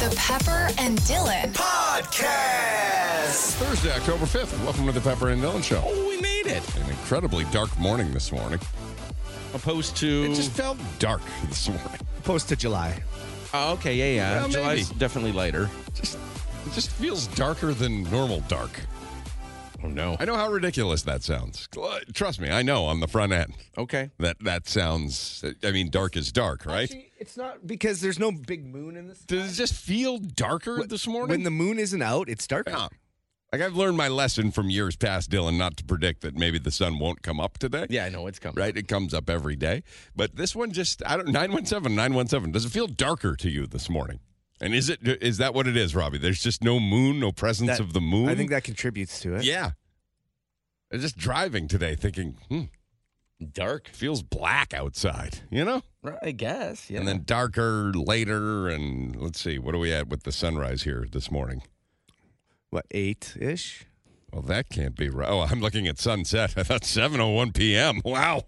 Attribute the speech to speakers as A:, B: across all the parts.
A: The Pepper and Dylan.
B: Podcast.
C: Thursday, October 5th. Welcome to the Pepper and Dylan Show.
B: Oh, we made it.
C: An incredibly dark morning this morning.
B: Opposed to.
C: It just felt dark this morning.
D: Post to July.
B: Oh, okay, yeah, yeah.
C: Well,
B: July's
C: maybe.
B: definitely lighter.
C: Just, it just feels darker than normal dark.
B: Oh, no.
C: I know how ridiculous that sounds. Uh, Trust me, I know on the front end.
B: Okay.
C: That that sounds I mean dark is dark, right?
D: Actually, it's not because there's no big moon in this.
C: Does it just feel darker this morning?
D: When the moon isn't out, it's darker.
C: Yeah. Like I've learned my lesson from years past, Dylan, not to predict that maybe the sun won't come up today.
B: Yeah, I know it's coming.
C: Right? It comes up every day. But this one just I don't 917 917. Does it feel darker to you this morning? And is it is that what it is, Robbie? There's just no moon, no presence
D: That-
C: of the moon.
D: I think that contributes to it.
C: Yeah. I'm just driving today thinking, hmm,
B: Dark.
C: feels black outside, you know?
B: Right, I guess. Yeah.
C: And then darker later and let's see, what are we at with the sunrise here this morning?
D: What eight ish?
C: Well, that can't be right. Oh, I'm looking at sunset. I thought 7:01 p.m. Wow,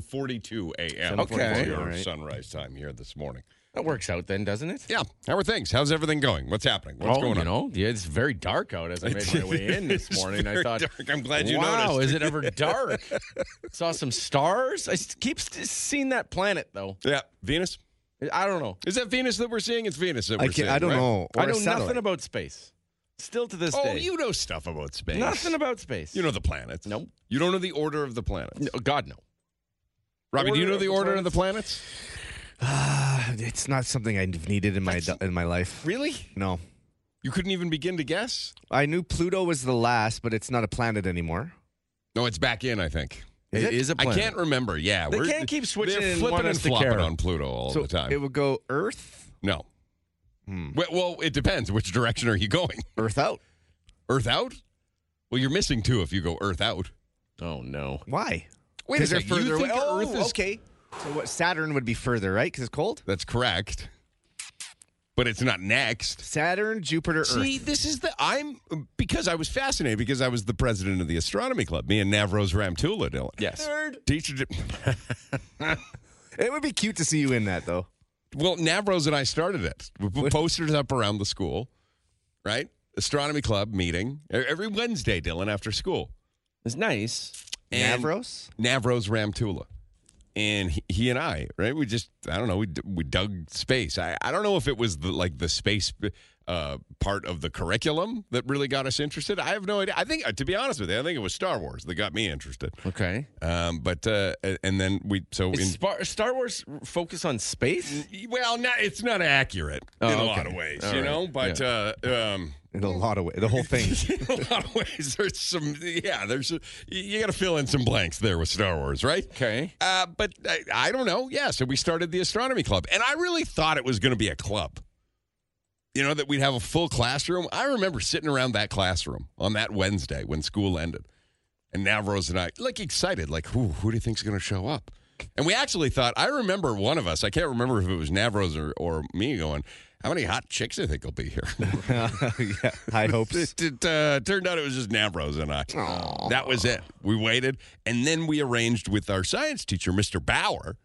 C: 7:42 a.m.
B: Okay.
C: your
D: All right.
C: sunrise time here this morning.
B: that works out then, doesn't it?
C: Yeah, how are things? How's everything going? What's happening? What's
B: oh,
C: going
B: you
C: on?
B: know, yeah, it's very dark out as I made my way in this
C: It's
B: morning. I
C: very
B: thought,
C: dark. I'm glad you
B: wow,
C: noticed."
B: is it ever dark? Saw some stars. I s- keep st- seeing that planet though.
C: Yeah, Venus.
B: I don't know.
C: Is that Venus that we're seeing? It's Venus that we're
D: I, can,
C: seeing.
D: I don't
C: right?
D: know.
B: I
D: Or a
B: know
D: satellite.
B: nothing about space. Still to this
C: Oh,
B: day,
C: you know stuff about space.
B: nothing about space.
C: You know the planets.
B: Nope.
C: You don't know the order of the planets.
B: No, God no.
C: Robbie, do you
B: Order
C: know
B: of
C: the
B: the
C: order of the planets?
D: Ah, it's not something I've needed in my du- in my life.
C: Really?
D: No,
C: You couldn't even begin to guess.
D: I knew Pluto was the last, but it's not a planet anymore.
C: No, it's back in. I think.
B: Is it?
C: I can't remember. Yeah,
B: They
C: we're-
B: can't keep switching
C: They're
B: and
C: flipping
B: want
C: and
B: us to
C: flopping
B: care.
C: on Pluto all
D: so
C: the time.
D: it would go Earth,
C: No.
B: Hmm.
C: Well, well, it depends. Which direction are you going?
D: Earth out.
C: Earth out? Well, you're missing two if you go Earth out.
B: Oh no.
D: Why?
C: Wait a
D: Because they're
C: second.
D: further
C: You
D: away.
C: think
D: Oh,
C: Earth is
D: okay. So what? Saturn would be further, right? Because it's cold.
C: That's correct. But it's not next.
D: Saturn, Jupiter,
C: See,
D: Earth.
C: this is the I'm because I was fascinated because I was the president of the astronomy club. Me and Navros Ramtula, Dylan.
B: Yes.
C: Teacher. di-
D: It would be cute to see you in that though.
C: Well, Navros and I started it. We put posters up around the school, right? Astronomy club meeting e- every Wednesday, Dylan, after school.
B: It's nice.
C: And-
D: Navros.
C: Navros Ramtula. And he, he and I, right? We just, I don't know, we, d- we dug space. I, I don't know if it was the, like the space uh, part of the curriculum that really got us interested. I have no idea. I think, uh, to be honest with you, I think it was Star Wars that got me interested.
B: Okay.
C: Um, but, uh, a- and then we, so
B: Is
C: in,
B: Spar- Star Wars focus on space?
C: well, not, it's not accurate
B: Oh,
C: in a
B: okay.
C: lot of ways,
B: All
C: you
B: right.
C: know, but, uh, um,
D: In a lot of ways, the whole thing.
C: in a lot of ways, there's some, yeah, there's, you- you got to fill in some blanks there with Star Wars, right?
B: Okay.
C: Uh, but I, I don't know. Yeah, so we started the astronomy club, and I really thought it was going to be a club. You know that we'd have a full classroom. I remember sitting around that classroom on that Wednesday when school ended, and Navros and I like excited, like who who do you think's going to show up? And we actually thought. I remember one of us. I can't remember if it was Navros or, or me going. How many hot chicks do you think will be here?
D: yeah, high hopes.
C: it it, uh, turned out it was just Navros and I. That was it. We waited, and then we arranged with our science teacher, Mr. Bauer,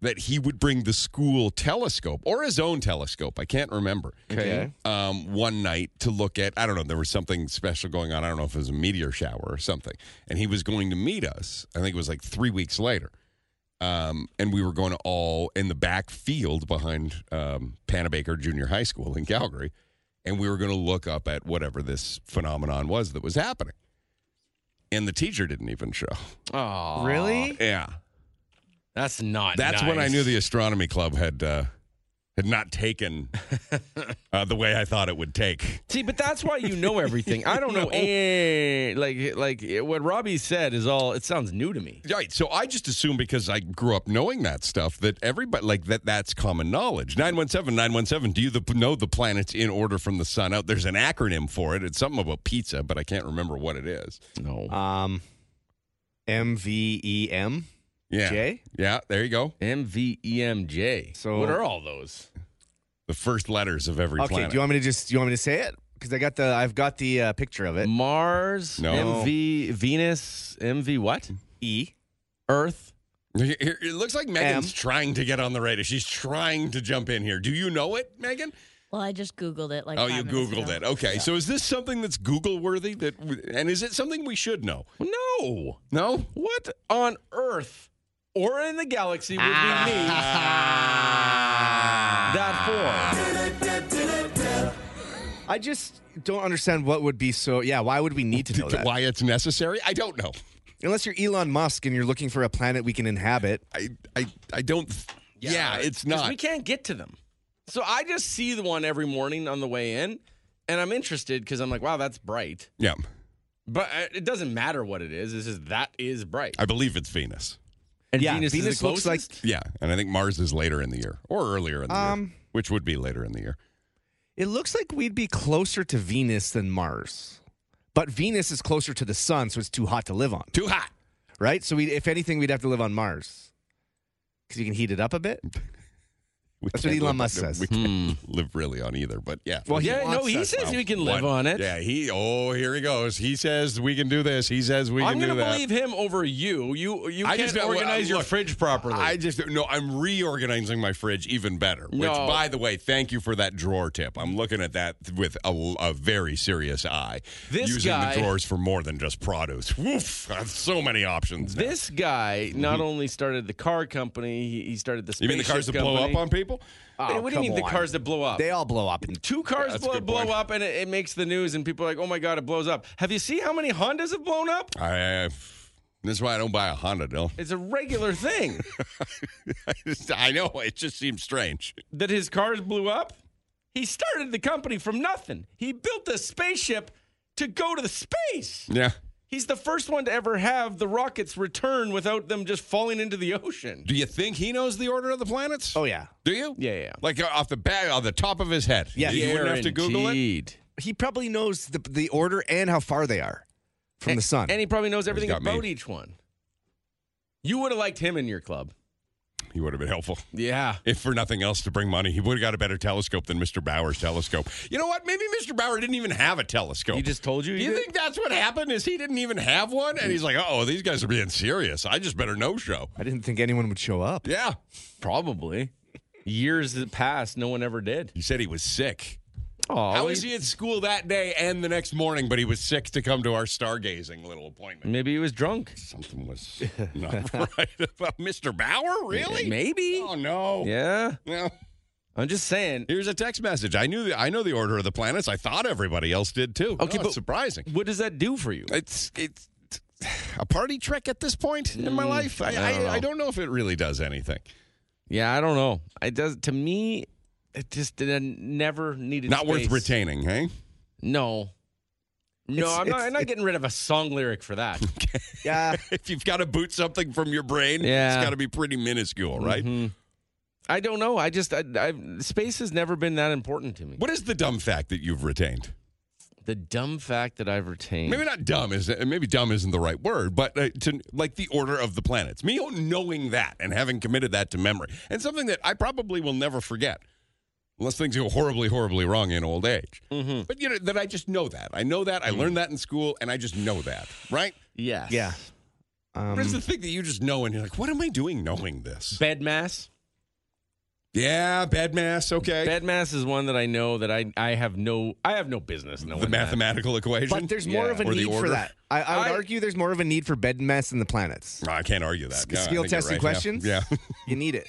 C: that he would bring the school telescope or his own telescope. I can't remember.
B: Okay.
C: Um, one night to look at, I don't know, there was something special going on. I don't know if it was a meteor shower or something. And he was going to meet us. I think it was like three weeks later. Um, and we were going to all in the back field behind um, Panabaker Junior High School in Calgary. And we were going to look up at whatever this phenomenon was that was happening. And the teacher didn't even show.
B: Oh,
D: Really?
C: uh, Yeah.
B: That's not.
C: That's when I knew the astronomy club had uh, had not taken uh, the way I thought it would take.
B: See, but that's why you know everything. I don't know. eh, like, like eh, what Robbie said is all. It sounds new to me.
C: Right, so I just assume because I grew up knowing that stuff that everybody like that that's common knowledge. 917 917 do you the, know the planets in order from the sun out? There's an acronym for it. It's something about pizza, but I can't remember what it is.
B: No.
D: Um, M V E M.
C: Yeah.
D: J?
C: Yeah, there you go.
B: M V E M J.
D: So-
B: what are all those?
C: The first letters of every
D: Okay.
C: planet.
D: Do you want me to just? Do you want me to say it? Because I got the. I've got the uh, picture of it.
B: Mars.
C: No.
B: M V Venus. M V what?
D: E.
B: Earth.
C: Here- here- it looks like Megan's
D: M.
C: trying to get on the radio. She's trying to jump in here. Do you know it, Megan?
E: Well, I just Googled it. Like
C: Oh,
E: five
C: you
E: minutes
C: Googled
E: ago.
C: it. Okay. So is this something that's Google worthy? That w- and is it something we should know?
B: No.
C: No.
B: What on earth or in the galaxy would we need
C: Ah.
B: Ah. that
D: I just don't understand what would be so. Yeah, why would we need to know that?
C: Why it's necessary? I don't know.
D: Unless you're Elon Musk and you're looking for a planet we can inhabit.
C: I I I don't. th-
B: for?
C: Yeah, it's
B: 'Cause
C: not.
B: We can't get to them. So I just see the one every morning on the way in, and I'm interested because I'm like, wow, that's bright.
C: yeah,
B: But uh, it doesn't matter what it is. It's just that is bright.
C: I believe it's Venus.
B: And
D: Yeah,
B: Venus, is the
D: Venus looks like-
B: closest?
C: Yeah, and I think Mars is later in the year or earlier in the year,
D: Um,
C: which would be later in the year.
D: It looks like we'd be closer to Venus than Mars. But Venus is closer to the sun, so it's too hot to live on,
C: Too hot.
D: right? So we, if anything, we'd have to live on Mars because you can heat it up a bit.
C: We
D: That's what
C: can't
D: Elon
C: live
D: Musk
C: on-
D: says.
C: We can't live really on either, but yeah.
D: Well, he
B: Hmm. yeah, no,
D: wants
B: he
D: that
B: says
D: now.
B: we can live on it.
C: Yeah, he. Oh, here he goes. He says we can do this. He says we
B: I'm
C: can
B: gonna
C: do that.
B: believe him over you. You you
C: I
B: can't
C: just got- well,
B: organize your
C: look,
B: fridge properly.
C: I just no. I'm reorganizing my fridge even better. Which,
B: No.
C: by the way, thank you for that drawer tip. I'm looking at that with a, a very serious eye.
B: This
C: using
B: guy-
C: the drawers for more than just produce. Woof! I have so many options. Now.
B: This guy not only started the car company, he, he started the
C: Mm-hmm. You mean the cars that
B: spaceship
C: blow up
B: company.
C: on people?
D: Oh,
B: what do you
D: come
B: mean the
D: on.
B: cars that blow up?
D: They all blow up. And
B: Two cars
C: that's a
B: blow,
C: good
B: blow
C: point.
B: up and it, it makes the news, and people are like, oh my God, it blows up. Have you seen how many Hondas have blown up?
C: I. That's why I don't buy a Honda, Dill.
B: It's a regular thing
C: I, just- I know it just seems strange.
B: that his cars blew up. He started the company from nothing. He built a spaceship to go to the space.
C: Yeah.
B: He's the first one to ever have the rockets return without them just falling into the ocean.
C: Do you think he knows the order of the planets?
D: oh yeah,
C: Do you?
B: Yeah, yeah.
C: Like uh, off the back, on the top of his head.
D: Yeah.
C: you wouldn't have to Google it.
B: Guaranteed.
D: he probably knows the, the order and how far they are from
C: Eh,
D: the sun.
B: And he probably knows everything
C: got me.
B: about each one. You would have liked him in your club.
C: He would have been helpful.
B: Yeah.
C: if for nothing else to bring money, he would have got a better telescope than Mr. Bauer's telescope. You know what? Maybe Mr. Bauer didn't even have a telescope.
B: He just told you.
C: Do
B: he
C: you
B: did?
C: think that's what happened? Is he didn't even have one, and he's like, "Oh, these guys are being serious. I just better no show."
D: I didn't think anyone would show up.
C: Yeah,
B: Probably. Years that passed, no one ever did.
C: he said he was sick.
B: Oh,
C: How was he at school that day and the next morning? But he was sick to come to our stargazing little appointment.
B: Maybe he was drunk.
C: Something was not right about Mr. Bauer. Really?
B: Maybe.
C: Oh no.
B: Yeah.
C: No.
B: I'm just saying.
C: Here's a text message. I knew. The, I know the order of the planets. I thought everybody else did too.
B: Okay,
C: Oh,
B: but-
C: surprising.
B: What does that do for you?
C: it's it's a party trick at this point in my life. I,
B: Mm, I don't know.
C: I, I don't know if it really does anything.
B: Yeah, I don't know. It does to me. It just it never needed.
C: Not worth
B: space.
C: retaining, hey?
B: No. No,
D: It's-
B: I'm not.
D: it's-
B: I'm not getting rid of a song lyric for that.
D: Yeah,
C: If you've got to boot something from your brain,
B: Yeah.
C: it's got to be pretty minuscule, right?
B: Mhm. I don't know. I just I, I space has never been that important to me.
C: What is the dumb fact that you've retained?
B: The dumb fact that I've retained.
C: Maybe not dumb is maybe dumb isn't the right word, but uh, to like the order of the planets. Me knowing that and having committed that to memory, and something that I probably will never forget, unless things go horribly, horribly wrong in old age.
B: Mm-hmm.
C: But you know that I just know that. I know that. I learned that in school, and I just know that, right?
B: Mm. Yes.
D: yeah.
C: What is the
D: Um,
C: thing that you just know and you're like, what am I doing knowing this?
B: Bed mass.
C: Yeah, bed mass, okay.
B: Bed mass is one that I know that I I have no I have no business knowing
C: the
B: that.
C: mathematical equation.
D: but there's more
B: Yeah.
D: of a
C: Or the
D: need for
C: order.
D: that. I, I would
B: I-
D: argue there's more of a need for bed mess than the planets.
C: I can't argue that.
D: Sk-
C: No, I
D: skill
C: think you're
D: testing
C: right. Yeah.
D: questions?
C: Yeah.
D: You need it.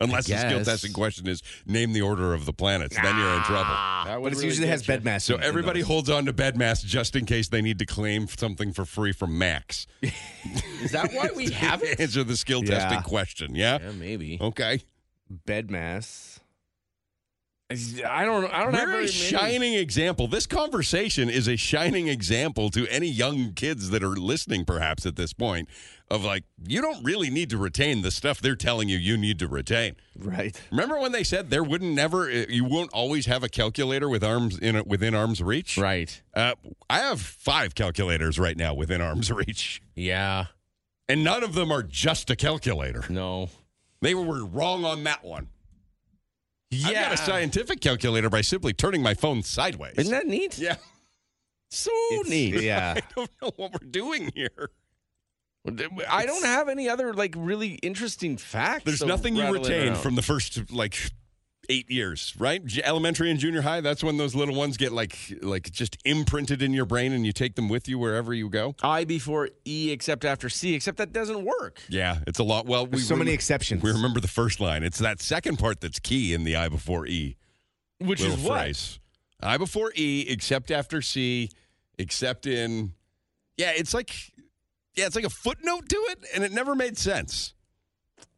C: Unless the skill
B: guess.
C: testing question is name the order of the planets, then you're in trouble.
B: That would
D: Ah, But it
B: really
D: usually
B: get
D: has
B: you.
D: bed mass.
C: So
D: in it in
C: everybody
D: those.
C: holds on to bed mass just in case they need to claim something for free from Max.
B: Is that why we have it?
C: Answer the skill
D: Yeah.
C: testing question. Yeah.
B: Yeah, maybe.
C: Okay.
D: bed mass.
B: I don't. I
C: We're
B: don't have very
C: a
B: many.
C: shining example. This conversation is a shining example to any young kids that are listening, perhaps at this point, of like, you don't really need to retain the stuff they're telling you you need to retain.
D: Right.
C: Remember when they said there wouldn't never, eh, you won't always have a calculator with arms in within arm's reach?
B: Right.
C: Uh, I have five calculators right now within arm's reach,
B: Yeah.
C: and none of them are just a calculator.
B: No.
C: They were wrong on that one.
B: Yeah.
C: I got a scientific calculator by simply turning my phone sideways.
B: Isn't that neat?
C: yeah.
B: So
D: It's-
B: neat.
D: Yeah.
C: I don't know what we're doing here.
B: I don't have any other like really interesting facts.
C: There's
B: so
C: nothing you
B: rattling
C: retained
B: around.
C: from the first like eight years, right? J- elementary and junior high. That's when those little ones get like like just imprinted in your brain, and you take them with you wherever you go.
B: I before E except after C, except that doesn't work.
C: Yeah, it's a lot. Well, we
D: There's so many
C: remem-
D: exceptions.
C: We remember the first line. It's that second part that's key in the I before E.
B: Which
C: little
B: is what?
C: phrase. I before E, except after C, except in. Yeah, it's like, yeah, it's like a footnote to it, and it never made sense.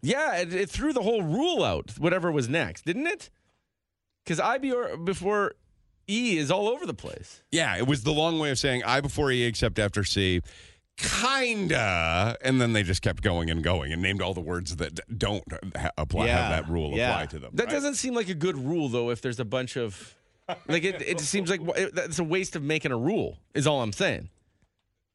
B: Yeah, it, it threw the whole rule out, whatever was next, didn't it? Because I be- before E is all over the place.
C: Yeah, it was the long way of saying I before E, except after C, kinda, and then they just kept going and going and named all the words that d- don't ha- apply
D: Yeah,
C: have that rule
D: yeah.
C: apply to them.
B: That
C: right?
B: doesn't seem like a good rule, though, if there's a bunch of. Like, it, it seems like wh- it- that's a waste of making a rule, is all I'm saying.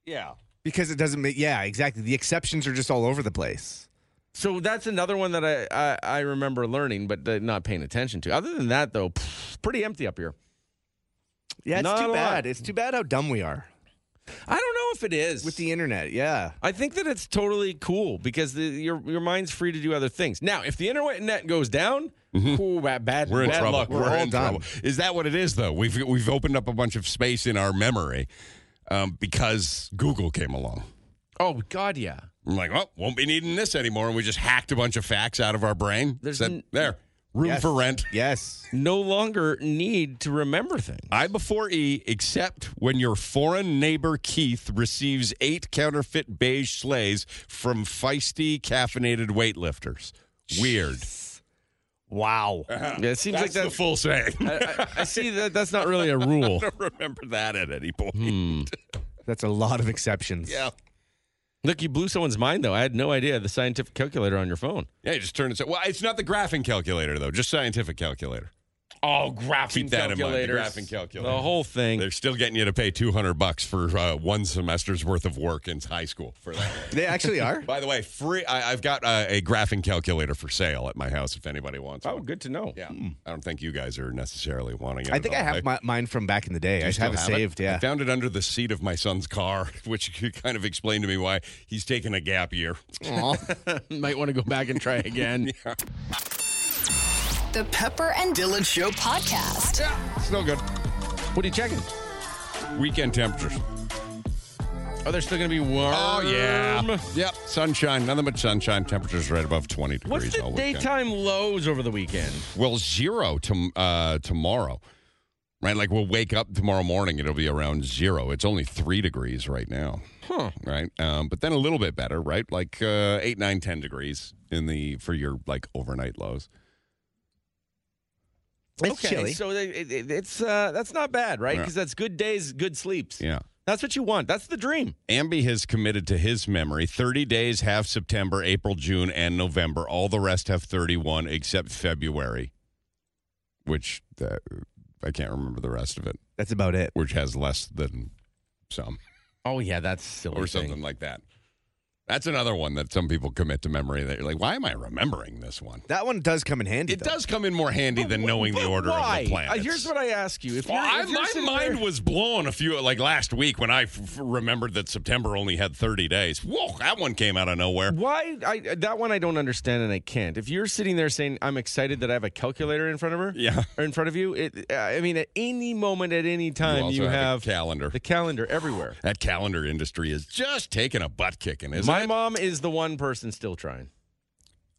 C: yeah.
D: because it doesn't make. Yeah, exactly. The exceptions are just all over the place.
B: So that's another one that I, I, I remember learning, but uh, not paying attention to. Other than that, though, pff, pretty empty up here.
D: Yeah, it's
B: Not a
D: too
B: lot.
D: bad. It's too bad how dumb we are
B: I don't know if it is.
D: with the internet. Yeah.
B: I think that it's totally cool because the, your your mind's free to do other things. Now, if the internet goes down, ooh, bad, bad,
C: Mm-hmm. We're in
B: bad
C: trouble.
B: luck.
D: We're all
C: in
D: done.
C: trouble. Is that what it is, though? We've we've opened up a bunch of space in our memory um, because Google came along.
B: Oh God, yeah.
C: I'm like, well, won't be needing this anymore, and we just hacked a bunch of facts out of our brain.
B: There's
C: Said,
B: n-
C: there, room
D: Yes.
C: for rent.
D: Yes.
B: No longer need to remember things.
C: I before E, except when your foreign neighbor Keith receives eight counterfeit beige sleighs from feisty caffeinated weightlifters. Weird. Uh-huh.
D: Wow.
B: Yeah, it seems like
C: the
B: that's.
C: full saying. I
B: I, I see that that's not really a rule. Hmm.
C: don't remember that at any point.
D: That's a lot of exceptions.
C: Yeah.
B: Look, you blew someone's mind though. I had no idea the scientific calculator on your phone.
C: Yeah, you just turn it. Well, it's not the graphing calculator though, just scientific calculator.
B: Oh, graphing
C: Keep that in mind, the
B: calculators.
C: graphing calculator.
B: The whole thing.
C: They're still getting you to pay two hundred bucks for uh, one semester's worth of work in high school for that.
D: They actually are.
C: By the way, free. I, I've got uh, a graphing calculator for sale at my house if anybody wants.
B: Oh,
C: one.
B: good to know.
C: Yeah, I don't think you guys are necessarily wanting it.
D: I
C: at
D: think I
C: all.
D: have my, mine from back in the day. I
C: You
D: just have it
C: still
D: saved.
C: I
D: Yeah.
C: found it under the seat of my son's car, which could kind of explained to me why he's taking a gap year.
B: Might want to go back and try again.
A: The Pepper and Dylan Show podcast.
C: Still good.
B: What are you checking?
C: Weekend temperatures.
B: Oh, they're still going to be warm.
C: Oh yeah. Yep. Sunshine. Nothing but sunshine. Temperatures right above twenty degrees
B: What's the
C: all weekend.
B: daytime lows over the weekend?
C: Well, zero to, uh, tomorrow. Right, like we'll wake up tomorrow morning. It'll be around zero. It's only three degrees right now. Huh. Right, um, but then a little bit better. Right, like uh, eight, nine, ten degrees in the for your like overnight lows.
D: It's
B: okay,
D: chilly.
B: so it, it- it- it's uh, that's not bad, right?
C: Yeah.
B: Because that's good days, good sleeps.
C: Yeah.
B: That's what you want. That's the dream.
C: Amby has committed to his memory 30 days, half September, April, June, and November. All the rest have 31 except February, which uh, I can't remember the rest of it,
D: That's about it.
C: which has less than some.
B: Oh yeah, that's silly.
C: or something like that. That's another one that some people commit to memory. That you're like, why am I remembering this one?
D: That one does come in handy.
C: It
D: though.
C: does come in more handy than knowing the order
B: why?
C: of the planets.
B: Uh, here's what I ask you: If,
C: Well,
B: you're,
C: I,
B: if you're
C: my
B: sitting
C: mind
B: there-
C: was blown a few like last week when I f- f- remembered that September only had 30 days. Whoa, that one came out of nowhere.
B: why I that one I don't understand and I can't. If you're sitting there saying I'm excited that I have a calculator in front of her,
C: Yeah.
B: or in front of you, it, uh, I mean, at any moment, at any time,
C: also
B: you,
C: have a
B: have,
C: calendar.
B: the calendar everywhere.
C: That calendar industry is just taking a butt kicking, isn't
B: My
C: it?
B: mom is the one person still trying.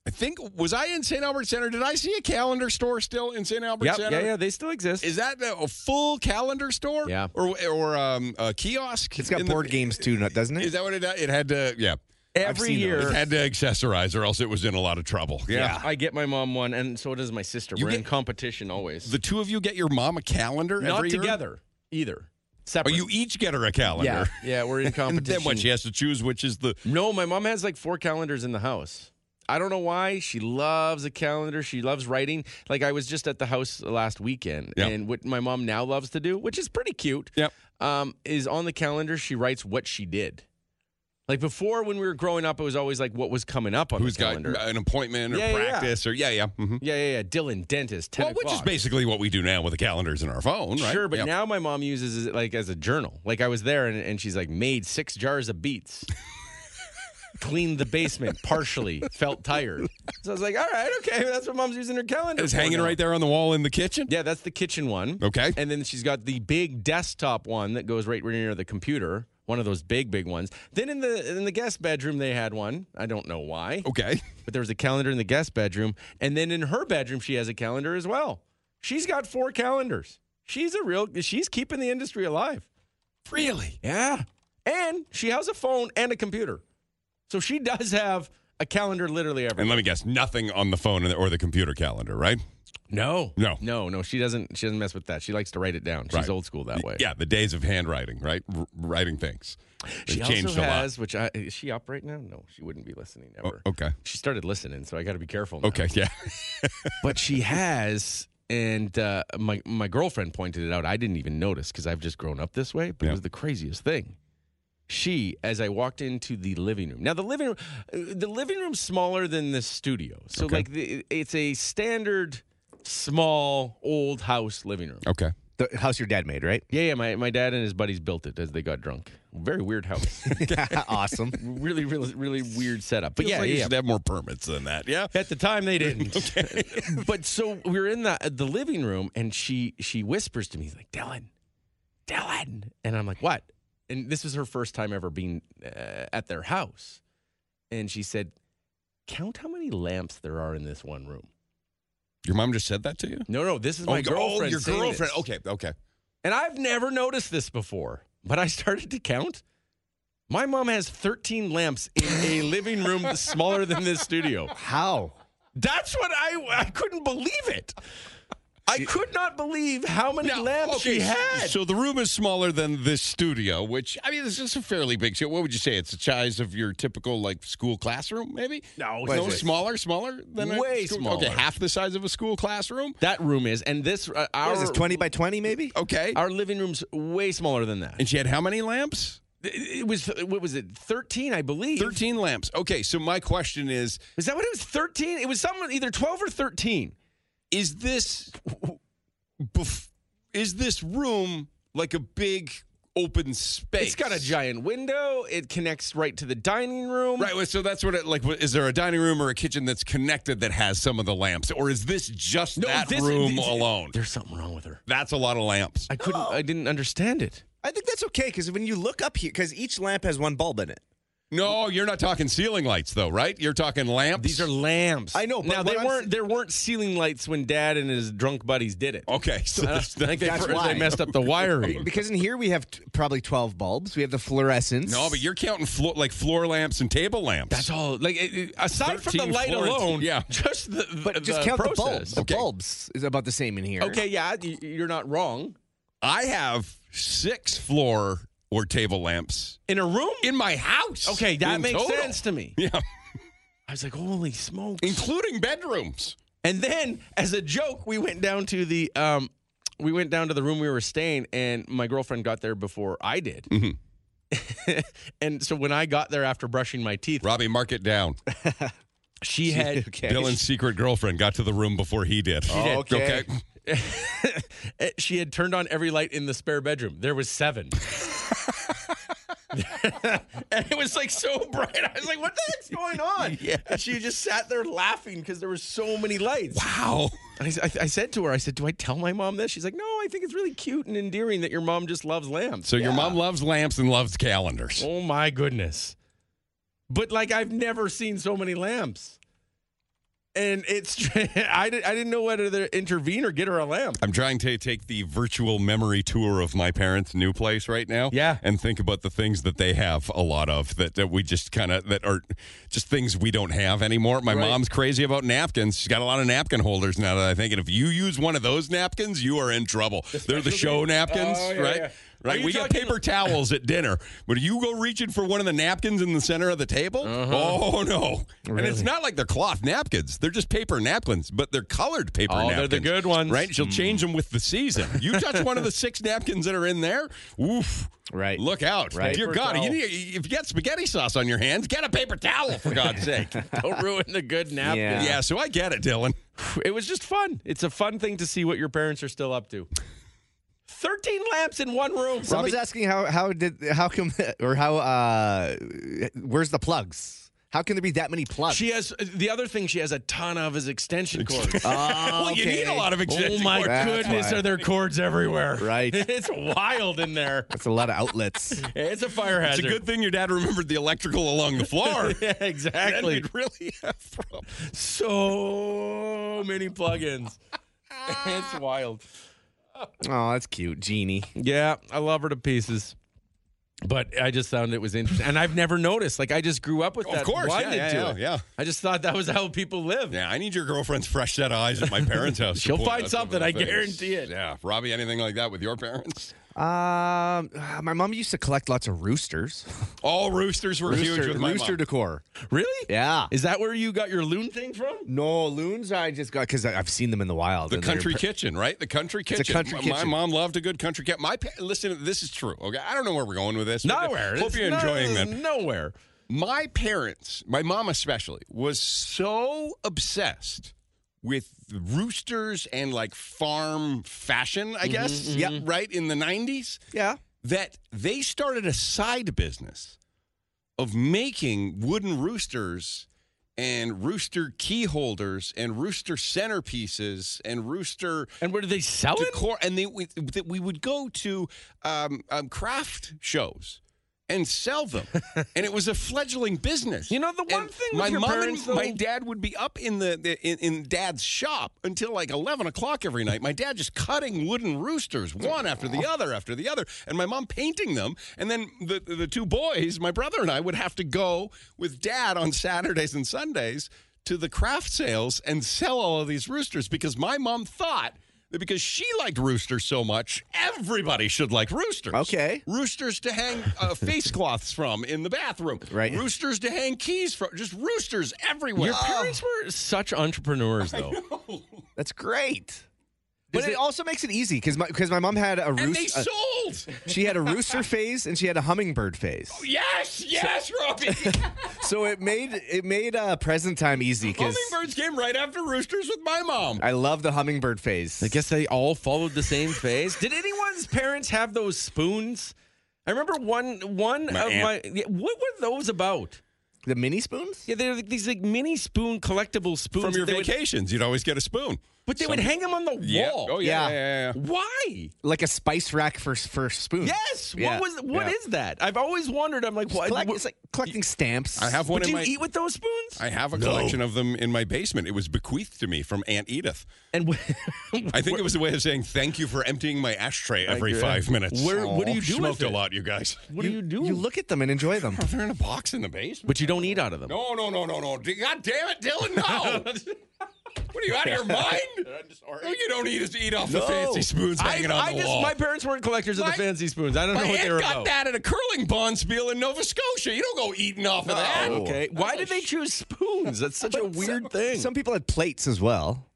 C: I think was I in St. Albert Center? Did I see a calendar store still in St. Albert
B: Yep,
C: Center?
B: yeah, yeah, they still exist.
C: Is that a a full calendar store?
B: Yeah.
C: Or or um, a kiosk?
D: It's got
C: in the-
D: board games too, no- doesn't it?
C: Is that what it it had to? Yeah.
B: Every
D: seen
B: year,
C: It had to accessorize, or else it was in a lot of trouble.
B: I get my mom one, and so does my sister.
C: You
B: We're
C: get-
B: in competition always.
C: The two of you get your mom a calendar
B: Not
C: every year?
B: together either.
C: Oh,
B: Separate.
C: you each get her a calendar.
B: yeah, yeah, we're in
C: And
B: competition.
C: then when she has to choose which is the
B: no, my mom has like four calendars in the house. I don't know why she loves a calendar. She loves writing. Like I was just at the house last weekend,
C: Yeah.
B: and what my mom now loves to do, which is pretty cute,
C: Yep.
B: um, is on the calendar she writes what she did. Like before, when we were growing up, it was always like what was coming up on
C: who's
B: the
C: got
B: calendar.
C: an appointment or
B: Yeah, yeah, yeah.
C: practice or yeah, yeah. mhm.
B: yeah, yeah, yeah. Dylan, dentist, ten
C: Well, which is
B: o'clock.
C: basically what we do now with the calendars in our phone, right?
B: Sure, but
C: Yeah.
B: now my mom uses it like as a journal. Like I was there and, and she's like made six jars of beets. cleaned the basement partially, felt tired. So I was like, all right, okay, that's what mom's using her calendar.
C: It's
B: for
C: hanging
B: now.
C: right there on the wall in the kitchen.
B: Yeah, that's the kitchen one.
C: Okay.
B: And then she's got the big desktop one that goes right near the computer, one of those big, big ones. Then in the in the guest bedroom they had one. I don't know why,
C: Okay.
B: but there was a calendar in the guest bedroom. And then in her bedroom she has a calendar as well. She's got four calendars. She's a real she's keeping the industry alive.
C: Really?
B: Yeah. And she has a phone and a computer. So she does have a calendar literally everywhere.
C: And let me guess, nothing on the phone or the- or the computer calendar, right?
B: No.
C: No.
B: No, no. She doesn't she doesn't mess with that. She likes to write it down. She's
C: Right.
B: old school that way.
C: Yeah, the days of handwriting, right? R- writing things. They've
B: She
C: changed
B: also
C: a lot. Oh,
B: has, which I is she up right now? No, she wouldn't be listening ever.
C: Okay.
B: She started listening, so I got to be careful. Now.
C: Okay. Yeah.
B: but she has, and uh, my my girlfriend pointed it out. I didn't even notice because I've just grown up this way. But
C: Yeah.
B: it was the craziest thing. She, as I walked into the living room. Now the living room, uh, the living room's smaller than the studio, so
C: Okay.
B: like the, it's a standard small old house living room.
C: Okay.
D: The house your dad made, right?
B: Yeah, yeah. My my dad and his buddies built it as they got drunk. Very weird house.
D: awesome.
B: really, really, really weird setup. But
C: Feels
B: yeah,
C: like
B: yeah,
C: you
B: yeah.
C: should have more permits than that. Yeah.
B: At the time, they didn't. but so we were in the the living room, and she she whispers to me, "He's like Dylan, Dylan," and I'm like, "What?" And this was her first time ever being uh, at their house, and she said, "Count how many lamps there are in this one room."
C: Your mom just said that to you?
B: No, no, this is my
C: oh,
B: girlfriend.
C: Oh, your
B: saying
C: girlfriend.
B: this.
C: Okay. Okay.
B: And I've never noticed this before, but I started to count. My mom has 13 lamps in a living room smaller than this studio.
D: How?
B: That's what I I couldn't believe it. I could not believe how many
C: Now,
B: lamps
C: okay,
B: she
C: so-
B: had.
C: So the room is smaller than this studio, which I mean, this is a fairly big. studio. What would you say? It's the size of your typical like school classroom, maybe?
B: No,
C: no,
B: it's-
C: smaller, smaller than a
B: Way
C: school-
B: smaller.
C: Okay, half the size of a school classroom.
B: that room is, and this uh, our
D: What is this, 20 by 20 maybe?
C: Okay,
B: our living room's way smaller than that.
C: and she had how many lamps?
B: It it was what was it? 13, I believe.
C: Thirteen lamps. Okay, so my question is:
B: Is that what it was? 13? It was something either 12 or 13.
C: Is this, bef- is this room like a big open space?
B: It's got a giant window. It connects right to the dining room.
C: Right, well, so that's what it like. what- Is there a dining room or a kitchen that's connected that has some of the lamps, or is this just that
B: this-
C: room
B: this-
C: alone?
B: There's something wrong with her.
C: That's a lot of lamps.
B: I couldn't. I didn't understand it.
D: I think that's okay because when you look up here, because each lamp has one bulb in it.
C: No, you're not talking ceiling lights though, right? You're talking lamps.
B: These are lamps.
D: I know, but
B: Now
D: what
B: they
D: I'm
B: weren't.
D: s-
B: There weren't ceiling lights when Dad and his drunk buddies did it.
C: okay. So
B: I
C: there's
B: think they,
D: That's
B: they
D: why.
B: messed up the wiring.
D: Because in here we have t- probably 12 bulbs. We have the fluorescents.
C: no, but you're counting floor like floor lamps and table lamps.
B: That's all. Like it- it- aside from the
C: 13
B: light
C: floors,
B: alone,
C: yeah.
B: Just the,
D: But just count the bulbs. The
C: Okay.
D: bulbs is about the same in here.
B: Okay, yeah, y- you're not wrong.
C: I have six floor or table lamps
B: In a room.
C: in my house.
B: okay, that
C: in
B: makes
C: total.
B: sense to me.
C: Yeah,
B: I was like, holy smokes!
C: including bedrooms.
B: And then, as a joke, we went down to the um, we went down to the room we were staying, and my girlfriend got there before I did.
C: Mm-hmm.
B: and so when I got there after brushing my teeth,
C: Robbie, mark it down.
B: she had
D: Okay.
C: Dylan's secret girlfriend got to the room before he did.
D: did.
C: Oh, okay.
D: Okay.
B: she had turned on every light in the spare bedroom. There was seven. and it was like so bright. I was like, what the heck's going on? Yeah. And she just sat there laughing because there were so many lights.
C: Wow.
B: And I, s- I th- I said to her, I said, do I tell my mom this? She's like, no, I think it's really cute and endearing that your mom just loves lamps.
C: So your mom loves lamps and loves calendars.
B: Oh my goodness. But like, I've never seen so many lamps. And it's, I, did, I didn't know whether to intervene or get her a lamp.
C: I'm trying to take the virtual memory tour of my parents' new place right now.
B: Yeah.
C: And think about the things that they have a lot of that, that we just kind of, that are just things we don't have anymore. My
B: Right.
C: mom's crazy about napkins. She's got a lot of napkin holders now that I think. And if you use one of those napkins, you are in trouble. They're the show napkins,
B: Oh, yeah,
C: right?
B: yeah. Are
C: Right.
B: you
C: We got
B: talking-
C: paper towels at dinner, but you go reaching for one of the napkins in the center of the table.
B: Uh-huh.
C: Oh, no. And it's not like they're cloth napkins. They're just paper napkins, but they're colored paper
B: Oh, they're
C: napkins.
B: the good ones.
C: Right? She'll change them with the season. You touch one of the six napkins that are in there, oof.
D: Right.
C: Look out.
D: Right.
C: Dear
B: Paper
C: God,
B: towel.
C: you need, if you got spaghetti sauce on your hands, get a paper towel, for God's sake.
B: Don't ruin the good napkin.
D: Yeah.
C: Yeah, so I get it, Dylan.
B: It was just fun. It's a fun thing to see what your parents are still up to. 13 lamps in one room.
D: Someone's asking how how did how come or how uh where's the plugs? How can there be that many plus?
B: She has the other thing she has a ton of is extension cords.
D: Oh,
C: Well, you need a
D: okay.
C: lot of
B: oh
C: extension
B: my
C: cords.
D: That's
B: goodness,
D: why.
B: are there cords everywhere?
D: Right.
B: it's wild in there.
D: That's a lot of outlets.
B: It's a fire
C: It's
B: hazard.
C: a good thing your dad remembered the electrical along the floor.
B: Yeah,
C: Then
B: exactly.
C: we'd really have problems.
B: So many plugins. it's wild.
D: oh, that's cute, Jeannie.
B: Yeah, I love her to pieces. But I just found it was interesting. And I've never noticed. Like, I just grew up with that.
C: Of course, yeah,
B: blinded
C: yeah,
B: to
C: yeah,
B: it.
C: yeah.
B: I just thought that was how people live.
C: Yeah, I need your girlfriend's fresh set of eyes at my parents' house. to
B: She'll
C: point
B: find
C: out some of
B: something,
C: the
B: I
C: things.
B: guarantee it.
C: Yeah, Robbie, anything like that with your parents?
D: Um, my mom used to collect lots of roosters.
C: All roosters were huge
D: Rooster,
C: with my
D: rooster
C: mom.
D: decor.
B: Really?
D: Yeah.
B: Is that where you got your loon thing from?
D: No loons. I just got because I've seen them in the wild.
C: The
D: and they're
C: country
D: pre-
C: kitchen, right? The country
D: a
C: kitchen.
D: country
C: my, my
D: kitchen.
C: mom loved a good country kitchen. My pa- listen, this is true. Okay, I don't know where we're going with this.
B: Nowhere.
C: Hope
B: It's
C: you're
B: no-
C: enjoying that.
B: Nowhere.
C: My parents, my mom especially, was so obsessed with roosters and like farm fashion, I guess.
D: mhm. Yep.
C: Right in the 90s,
D: Yeah.
C: that they started a side business of making wooden roosters and rooster key holders and rooster centerpieces and rooster
B: And where did they sell it?
C: decor, and they we, that we would go to um, um, craft shows and sell them, and it was a fledgling business.
B: You know, the one
C: And
B: thing with
C: my
B: your
C: mom
B: parents,
C: and
B: though-
C: my dad would be up in the, the in, in dad's shop until like eleven o'clock every night. My dad just cutting wooden roosters one after the other after the other, and my mom painting them, and then the the two boys, my brother and I, would have to go with dad on Saturdays and Sundays. To the craft sales and sell all of these roosters because my mom thought that because she liked roosters so much, everybody should like roosters.
D: Okay.
C: Roosters to hang uh, face cloths from in the bathroom.
D: Right.
C: Roosters to hang keys from. Just roosters everywhere.
B: Your parents were such entrepreneurs, though.
D: That's great. But
B: Is
D: it,
B: it-
D: also makes it easy because my because my mom had a
C: and they
D: rooster.
C: sold.
D: she had a rooster phase and she had a hummingbird phase.
C: Yes, yes, Robbie.
D: So it made it made uh, present time easy because
C: Hummingbirds came right after roosters with my mom.
D: I love the hummingbird phase.
B: I guess they all followed the same phase. Did anyone's parents have those spoons? I remember one one
C: My
B: of
C: aunt.
B: my. yeah, What were those about?
D: the mini spoons.
B: Yeah, they're like these like mini spoon collectible spoons
C: From your
B: that they would-
C: vacations, you'd always get a spoon.
B: but they would hang them on the
C: Yeah.
B: wall.
C: Oh, yeah.
D: Yeah.
C: yeah, yeah, yeah.
B: Why?
D: like a spice rack for for
C: Mm.
D: spoons.
B: Yes.
D: Yeah,
B: What was? What
D: yeah.
B: is that? I've always wondered. I'm like, what?
D: Collect-
B: what-
D: it's like collecting stamps.
C: I have one
B: would
C: in
B: you
C: my.
B: eat with those spoons?
C: I have a collection of them in my basement. It was bequeathed to me from Aunt Edith.
B: and wh-
C: I think it was a way of saying thank you for emptying my ashtray every
B: Like, uh,
C: five minutes.
B: where- what do
C: Aw.
B: you do with
C: Smoked
B: it?
C: a lot, you guys.
B: what do you do?
D: You look at them and enjoy them.
C: They're in a box in the basement.
B: but you don't eat out of them.
C: No, no, no, no, no. D- God damn it, Dylan, no. what are you out of your mind? No, you don't eat is eat off the fancy spoons
B: I,
C: hanging on
B: I
C: the
B: just
C: wall.
B: my parents weren't collectors of
C: My-
B: the fancy spoons. I don't
C: My
B: know what
C: aunt
B: they were
C: got
B: about.
C: that at a curling bond spiel in Nova Scotia. You don't go eating off of Oh, that.
B: Okay. Why did they choose spoons? That's such a weird thing.
D: Some people had plates as well.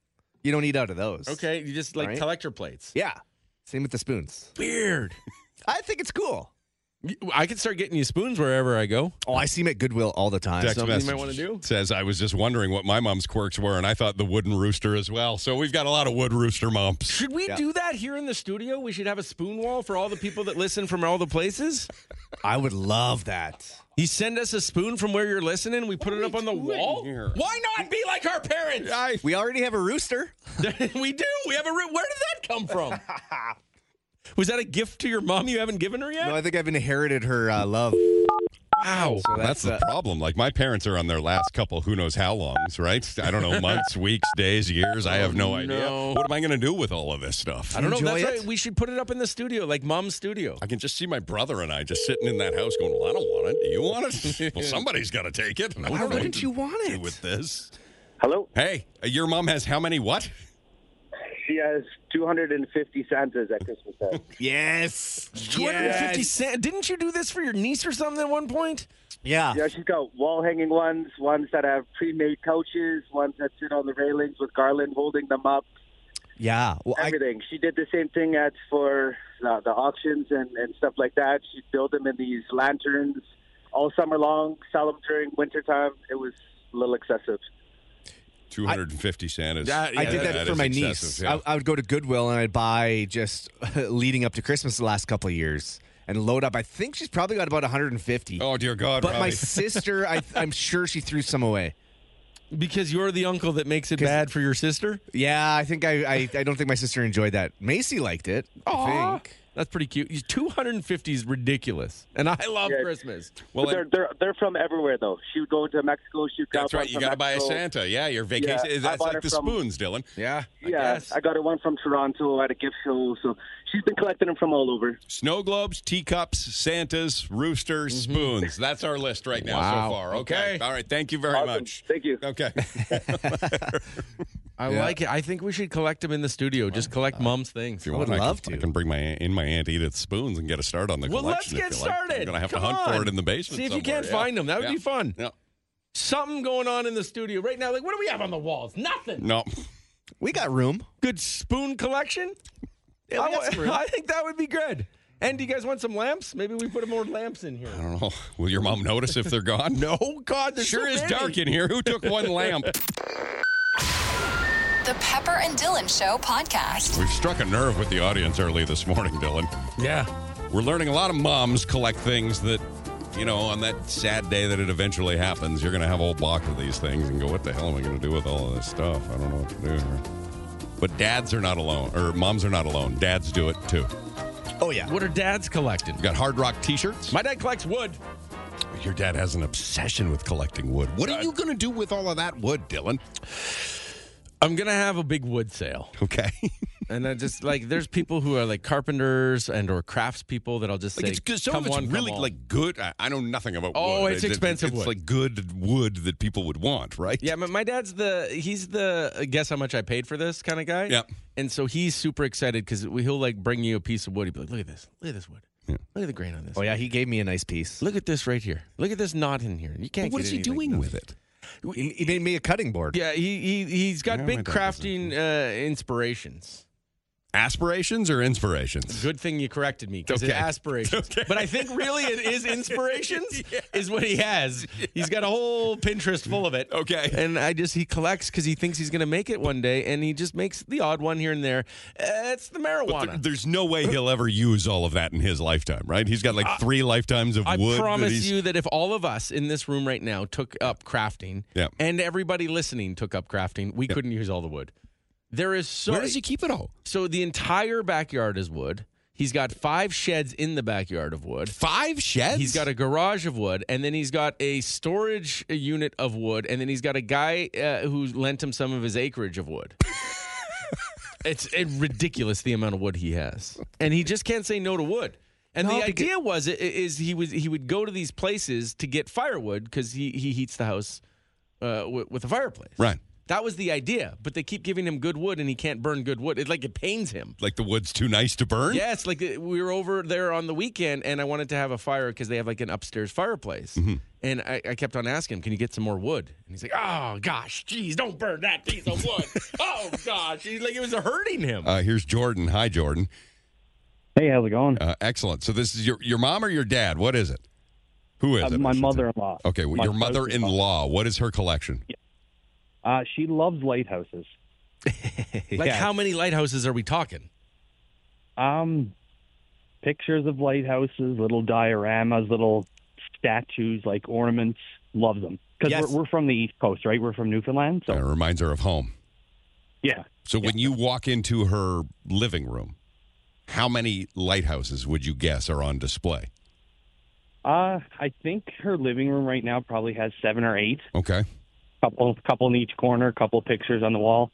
D: You don't eat out of those.
B: okay, you just like
D: Right?
B: collector plates.
D: Yeah. Same with the spoons.
B: Weird.
D: I think it's cool.
B: I could start getting you spoons wherever I go.
D: Oh, I see them at Goodwill all the time.
C: Text
D: So-
B: Something you
C: message
B: might wanna do?
C: says I was just wondering what my mom's quirks were, and I thought the wooden rooster as well. So we've got a lot of wood rooster moms.
B: Should we
D: Yeah.
B: do that here in the studio? We should have a spoon wall for all the people that listen from all the places.
D: I would love that.
B: You send us a spoon from where you're listening. We put it up on the wall.
C: here?
B: Why not be like our parents?
C: I
D: We already have a rooster.
B: we do. We have a. root. Where did that come from? Was that a gift to your mom you haven't given her yet?
D: No, I think I've inherited her uh, love.
B: Wow.
D: So
C: That's,
D: that's,
C: the
D: uh,
C: problem. Like my parents are on their last couple, who knows how longs, right? I don't know, months, weeks, days, years. I have no,
D: Oh,
B: no.
C: idea. What am I going to do with all of this stuff?
B: I don't know.
D: Enjoy
B: That's
D: it.
B: right. We should put it up in the studio, like mom's studio.
C: I can just see my brother and I just sitting in that house going, "Well, I don't want it. Do you want it? well, somebody's got to take it. And I don't
D: Why
C: know what
D: wouldn't
C: to
D: you want
C: do
D: it?
C: with this?"
E: Hello.
C: Hey, uh, your mom has how many? What?
E: She has 250 Santas at Christmas time.
D: yes.
B: Two hundred and fifty cent. Didn't you do this for your niece or something at one point?
D: Yeah.
E: yeah, she's got wall hanging ones, ones that have pre-made couches, ones that sit on the railings with garland holding them up.
D: Yeah. Well, I,
E: Everything. she did the same thing at for uh, the auctions and, and stuff like that. She built them in these lanterns all summer long. Sell them during wintertime. It was a little excessive.
C: Two hundred and fifty Santas.
D: I did
C: Yeah,
D: that, for
C: is
D: my
C: excessive,
D: niece.
C: yeah.
D: I, I would go to Goodwill and I'd buy just leading up to Christmas the last couple of years. and load up. I think she's probably got about 150.
C: Oh dear God,
D: but my
C: Robbie.
D: sister, I, I'm sure she threw some away.
B: Because you're the uncle that makes it
D: 'Cause-
B: bad for your sister?
D: Yeah, I think I, I, I don't think my sister enjoyed that. Macy liked it. I think.
B: That's pretty cute. 250 is ridiculous. And I love
E: Yeah.
B: Christmas.
C: well,
E: they're, they're they're from everywhere though. She would go into Mexico. She would grab
C: that's
E: one
C: right. You
E: from
C: got to buy a
E: Mexico.
C: Santa. Uh, Yeah, your vacation.
E: Yeah, I
C: that's
E: bought
C: like the
E: it from-
C: spoons, Dylan.
D: Yeah.
E: Yeah,
B: guess.
E: I, got her one from Toronto at a gift show. So she's been collecting them from all over.
C: Snow globes, teacups, Santas, roosters, spoons. That's our list right now
D: Mm-hmm. Wow.
C: so far. Okay.
B: Okay.
C: All right. Thank you very
E: Awesome.
C: much.
E: Thank you.
C: Okay.
B: I
D: Yeah.
B: like it. I think we should collect them in the studio. Just collect
C: uh,
B: mom's things.
D: I would
C: can-
D: love
C: I
D: to.
C: can bring my aunt, in my aunt Edith's spoons and get a start on the
B: Well, let's
C: collection. if
B: get
C: you like.
B: started.
C: I'm gonna have to
B: Come
C: hunt for
B: on.
C: it in the basement.
B: See if you
C: somewhere.
B: can't
C: Yeah.
B: find them. That would
C: Yeah.
B: be fun.
C: No.
B: Something going on in the studio right now. Like, what do we have on the walls? Nothing.
C: No.
D: We got room.
B: Good spoon collection. I,
D: got
B: wa-
D: some room.
B: I think that would be good. And do you guys want some lamps? Maybe we put more lamps in here.
C: I don't know. Will your mom notice if they're gone? No.
B: God, there's
C: Sure
B: so
C: is
B: many.
C: dark in here. Who took one lamp?
A: The Pepper and Dylan Show podcast.
C: We've struck a nerve with the audience early this morning, Dylan.
B: Yeah.
C: We're learning a lot of moms collect things that, you know, on that sad day that it eventually happens, you're going to have a whole box of these things and go, what the hell am I going to do with all of this stuff? I don't know what to do here. But dads are not alone, or moms are not alone. Dads do it too.
D: Oh yeah.
B: What are dads collecting?
C: We've got hard rock t shirts.
B: My dad collects wood.
C: Your dad has an obsession with collecting wood. What
B: Uh,
C: are you going to do with all of that wood, Dylan?
B: I'm gonna have a big wood sale.
C: Okay.
B: And I just like there's people who are like carpenters and or craftspeople that I'll just
C: like
B: say
C: it's good. Some
B: come
C: of it's
B: one, come
C: really
B: all."
C: like good. I, I know nothing about
B: Oh,
C: wood.
B: it's expensive
C: It's
B: wood.
C: like good wood that people would want, right?
B: yeah. My, my dad's the he's the uh, guess how much I paid for this kind of guy.
C: Yep.
B: And so he's super excited because he'll like bring you a piece of wood. He'll be like, look at this, look at this wood, look at the grain on this.
D: Oh yeah. He gave me a nice piece.
B: Look at this right here. Look at this knot in here. You can't.
C: But what
B: get
C: is he
B: anything
C: doing
B: done.
C: with it?
D: He, he made me a cutting board.
B: Yeah, he he he's got
C: Yeah, my
B: big
C: dad doesn't.
B: crafting uh, inspirations.
C: Aspirations or inspirations?
B: Good thing you corrected me because
C: Okay.
B: it's aspirations.
C: Okay.
B: But I think really it is inspirations is what he has. He's got a whole Pinterest full of it.
C: Okay.
B: And I just he collects because he thinks he's going to make it one day, and he just makes the odd one here and there. Uh, it's the
C: But
B: marijuana.
C: there- there's no way he'll ever use all of that in his lifetime, right? He's got like three lifetimes of
B: I
C: wood. that
B: promise
C: he's-
B: you that if all of us in this room right now took up crafting,
C: Yeah.
B: and everybody listening took up crafting, we couldn't use all the wood. There is so
C: Where does he keep it all?
B: so the entire backyard is wood. He's got five sheds in the backyard of wood.
C: Five sheds?
B: He's got a garage of wood, and then he's got a storage uh, unit of wood, and then he's got a guy uh, who lent him some of his acreage of wood. it's uh, ridiculous the amount of wood he has, and he just can't say no to wood. And
D: No,
B: the
D: because-
B: idea was i- is he was he would go to these places to get firewood because he he heats the house uh, wi- with a fireplace.
C: Right.
B: That was the idea, but they keep giving him good wood, and he can't burn good wood. It like it pains him.
C: Like the wood's too nice to burn?
B: Yes, like uh, we were over there on the weekend, and I wanted to have a fire because they have like an upstairs fireplace.
D: Mm-hmm.
B: And I, I kept on asking him, "Can you get some more wood?" And he's like, "Oh gosh, geez, don't burn that piece of wood. oh gosh, he's like it was hurting him."
C: Uh, here's Jordan. Hi, Jordan.
F: Hey, how's it going?
C: Uh, excellent. So this is your your mom or your dad? What is it? Who is
F: Uh,
C: it? I
F: my
C: should say.
F: mother-in-law.
C: Okay, well,
F: My
C: your mother-in-law. What is her collection?
F: Uh, she loves lighthouses.
B: Like, how many lighthouses are we talking?
F: Um, pictures of lighthouses, little dioramas, little statues, like ornaments. Loves them because
D: Yes.
F: we're, we're from the East Coast, right? We're from Newfoundland, so
C: Uh, reminds her of home.
F: yeah.
C: So when you walk into her living room, how many lighthouses would you guess are on display?
F: Uh, I think her living room right now probably has seven or eight.
C: Okay.
F: Couple, couple in each corner. Couple pictures on the wall.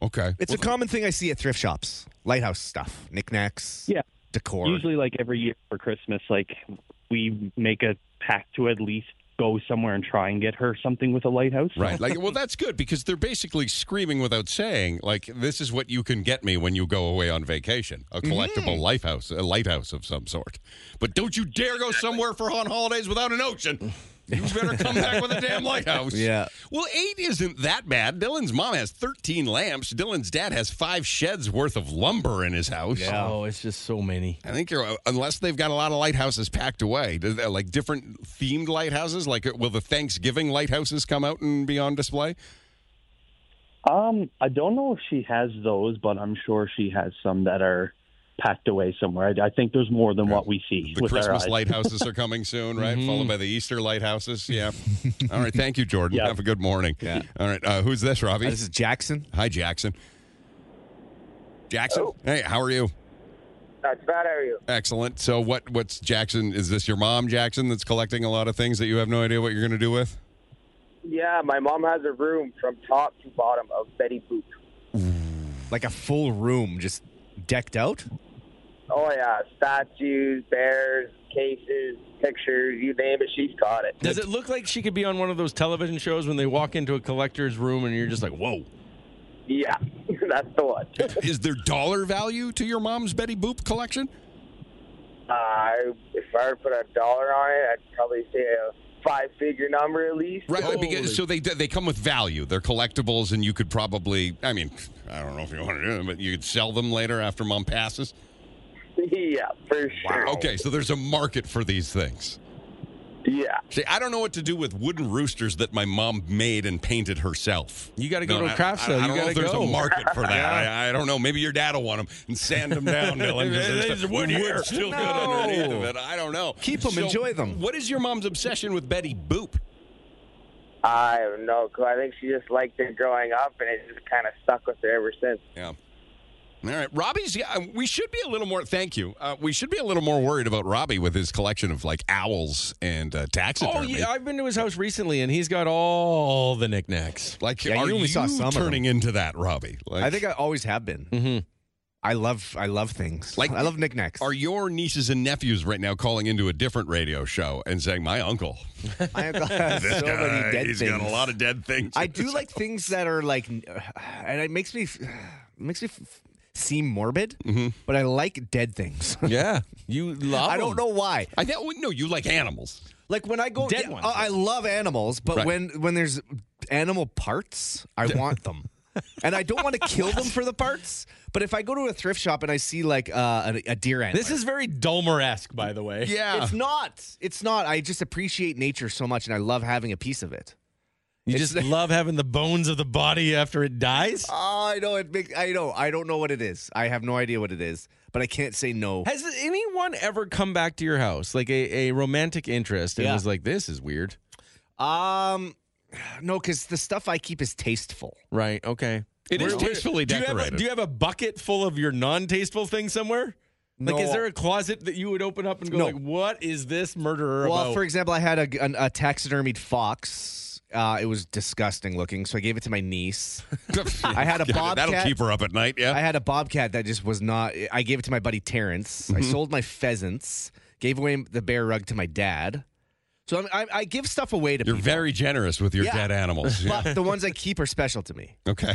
C: Okay.
D: It's a common thing I see at thrift shops. Lighthouse stuff, knickknacks.
F: Yeah.
D: Decor.
F: Usually, like every year for Christmas, like we make a pact to at least go somewhere and try and get her something with a lighthouse.
C: Right. Like, well, that's good because they're basically screaming without saying, like, this is what you can get me when you go away on vacation a
D: Mm-hmm.
C: collectible lighthouse, a lighthouse of some sort. But don't you dare go somewhere for on holidays without an ocean. You better come back with a damn lighthouse.
D: Yeah.
C: Well, eight isn't that bad. Dylan's mom has 13 lamps. Dylan's dad has five sheds worth of lumber in his house.
D: Yeah.
B: Oh, it's just so many.
C: I think you're, uh, unless they've got a lot of lighthouses packed away, do they- like different themed lighthouses, like uh, will the Thanksgiving lighthouses come out and be on display?
F: Um, I don't know if she has those, but I'm sure she has some that are packed away somewhere. I, I think there's more than what we see
C: The
F: with our
C: Christmas
F: eyes.
C: lighthouses are coming soon, right?
D: Mm-hmm.
C: Followed by the Easter lighthouses. Yeah. All right. Thank you, Jordan.
F: Yeah.
C: Have a good morning.
D: Yeah.
C: All right. Uh, who's this, Robbie?
D: Uh, this is Jackson.
C: Hi, Jackson. Jackson. Hey, how are you?
E: That's bad, are you?
C: Excellent. So, what? What's Jackson? Is this your mom, Jackson? That's collecting a lot of things that you have no idea what you're going to do with.
E: Yeah, my mom has a room from top to bottom of Betty Boop.
D: Like a full room just decked out.
E: Oh yeah, statues, bears, cases, pictures, you name it, she's got it.
B: Does it look like she could be on one of those television shows when they walk into a collector's room and you're just like, whoa?
E: Yeah, that's the one.
C: Is there dollar value to your mom's Betty Boop collection?
E: Uh, if I were to put a dollar on it, I'd probably say a five-figure number at least.
C: Right.
B: Holy-
C: Because, so they they come with value. They're collectibles, and you could probably. I mean, I don't know if you want to do them, but you could sell them later after mom passes.
E: yeah, for sure.
C: Okay, so there's a market for these things.
E: Yeah.
C: See, I don't know what to do with wooden roosters that my mom made and painted herself.
B: You got to go
C: No,
B: to a craft
C: I, I, I
B: sale. you
C: don't know
B: gotta
C: if there's
B: go.
C: a market for that. I, I don't know. Maybe your dad will want them and sand them down, Dylan. 'cause
B: There's
C: the
B: wood here.
C: wood's still good
D: No.
C: underneath of it. I don't know.
D: Keep 'em, enjoy them.
C: What is your mom's obsession with Betty Boop?
E: I have no clue. I think she just liked it growing up, and it just kind of stuck with her ever since.
C: Yeah. All right, Robbie's. yeah, We should be a little more. Thank you. Uh, we should be a little more worried about Robbie with his collection of like owls and uh,
B: Oh,
C: taxidermy.
B: yeah. I've been to his house recently and he's got all the knickknacks.
C: Like,
D: Yeah, you
C: are
D: only saw some of them.
C: turning into that, Robbie? Like,
D: I think I always have been.
B: Mhm.
D: I love I love things.
C: Mm-hmm. Like-
D: Like I love knickknacks.
C: Are your nieces and nephews right now calling into a different radio show and saying, "My uncle,
D: I have
C: this
D: so
C: guy,
D: many dead
C: he's
D: things.
C: got a lot of dead things."
D: I do like things that are like, and it makes me f- makes me f- seem morbid,
C: Mm-hmm.
D: but I like dead things.
B: Yeah. You love
D: I don't know why.
C: I know, no, you like animals.
D: Like when I go,
B: Dead
D: yeah,
B: ones.
D: oh, I love animals, but
C: Right.
D: when when there's animal parts, I want them, and I don't want to kill them for the parts. But if I go to a thrift shop and I see like uh, a, a deer antler,
B: This is very Dulmer esque, by the way.
C: Yeah,
D: it's not. It's not. I just appreciate nature so much, and I love having a piece of it.
B: You just love having the bones of the body after it dies.
D: Oh, I know it. Make, I know. I don't know what it is. I have no idea what it is, but I can't say no.
B: Has anyone ever come back to your house, like a, a romantic interest, and
D: Yeah.
B: was like, this is weird?
D: Um, no, because the stuff I keep is tasteful.
B: Right. Okay.
C: It is
B: Where- where-
C: tastefully
B: do you have a-
C: decorated.
B: Do you, have a, bucket full of your non tasteful things somewhere? Like,
D: No.
B: is there a closet that you would open up and go,
D: No.
B: like, what is this murderer
D: Well,
B: about?
D: for example, I had a, an, a taxidermied fox. Uh, it was disgusting looking, so I gave it to my niece. I had a
C: God, That'll
D: bobcat.
C: keep her up at night. Yeah,
D: I had a bobcat that just was not. I gave it to my buddy Terrence.
C: Mm-hmm.
D: I sold my pheasants. Gave away the bear rug to my dad. So I'm, I, I give stuff away to
C: you're
D: people.
C: very generous with your
D: Yeah.
C: dead animals. Yeah.
D: but the ones I keep are special to me,
C: okay.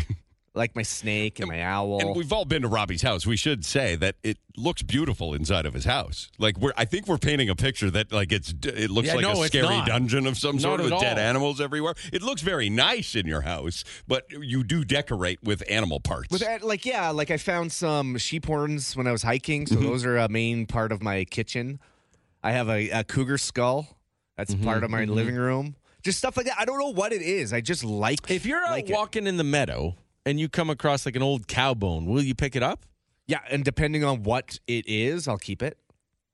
D: like my snake and my owl.
C: And we've all been to Robbie's house. We should say that it looks beautiful inside of his house. Like we're, I think we're painting a picture that like it's, it looks
B: Yeah,
C: like
B: no,
C: a
B: it's
C: scary
B: not.
C: dungeon of some
B: Not
C: sort
B: at
C: with dead
B: all.
C: animals everywhere. It looks very nice in your house, but you do decorate with animal parts.
D: With that, like yeah, like I found some sheep horns when I was hiking,
B: Mm-hmm.
D: so those are a main part of my kitchen. I have a, a cougar skull. That's
B: Mm-hmm.
D: part of my living room. Just stuff like that. I don't know what it is. I just like.
B: if you're out
D: like it.
B: walking in the meadow and you come across like an old cow bone, will you pick it up?
D: yeah, and depending on what it is, I'll keep it.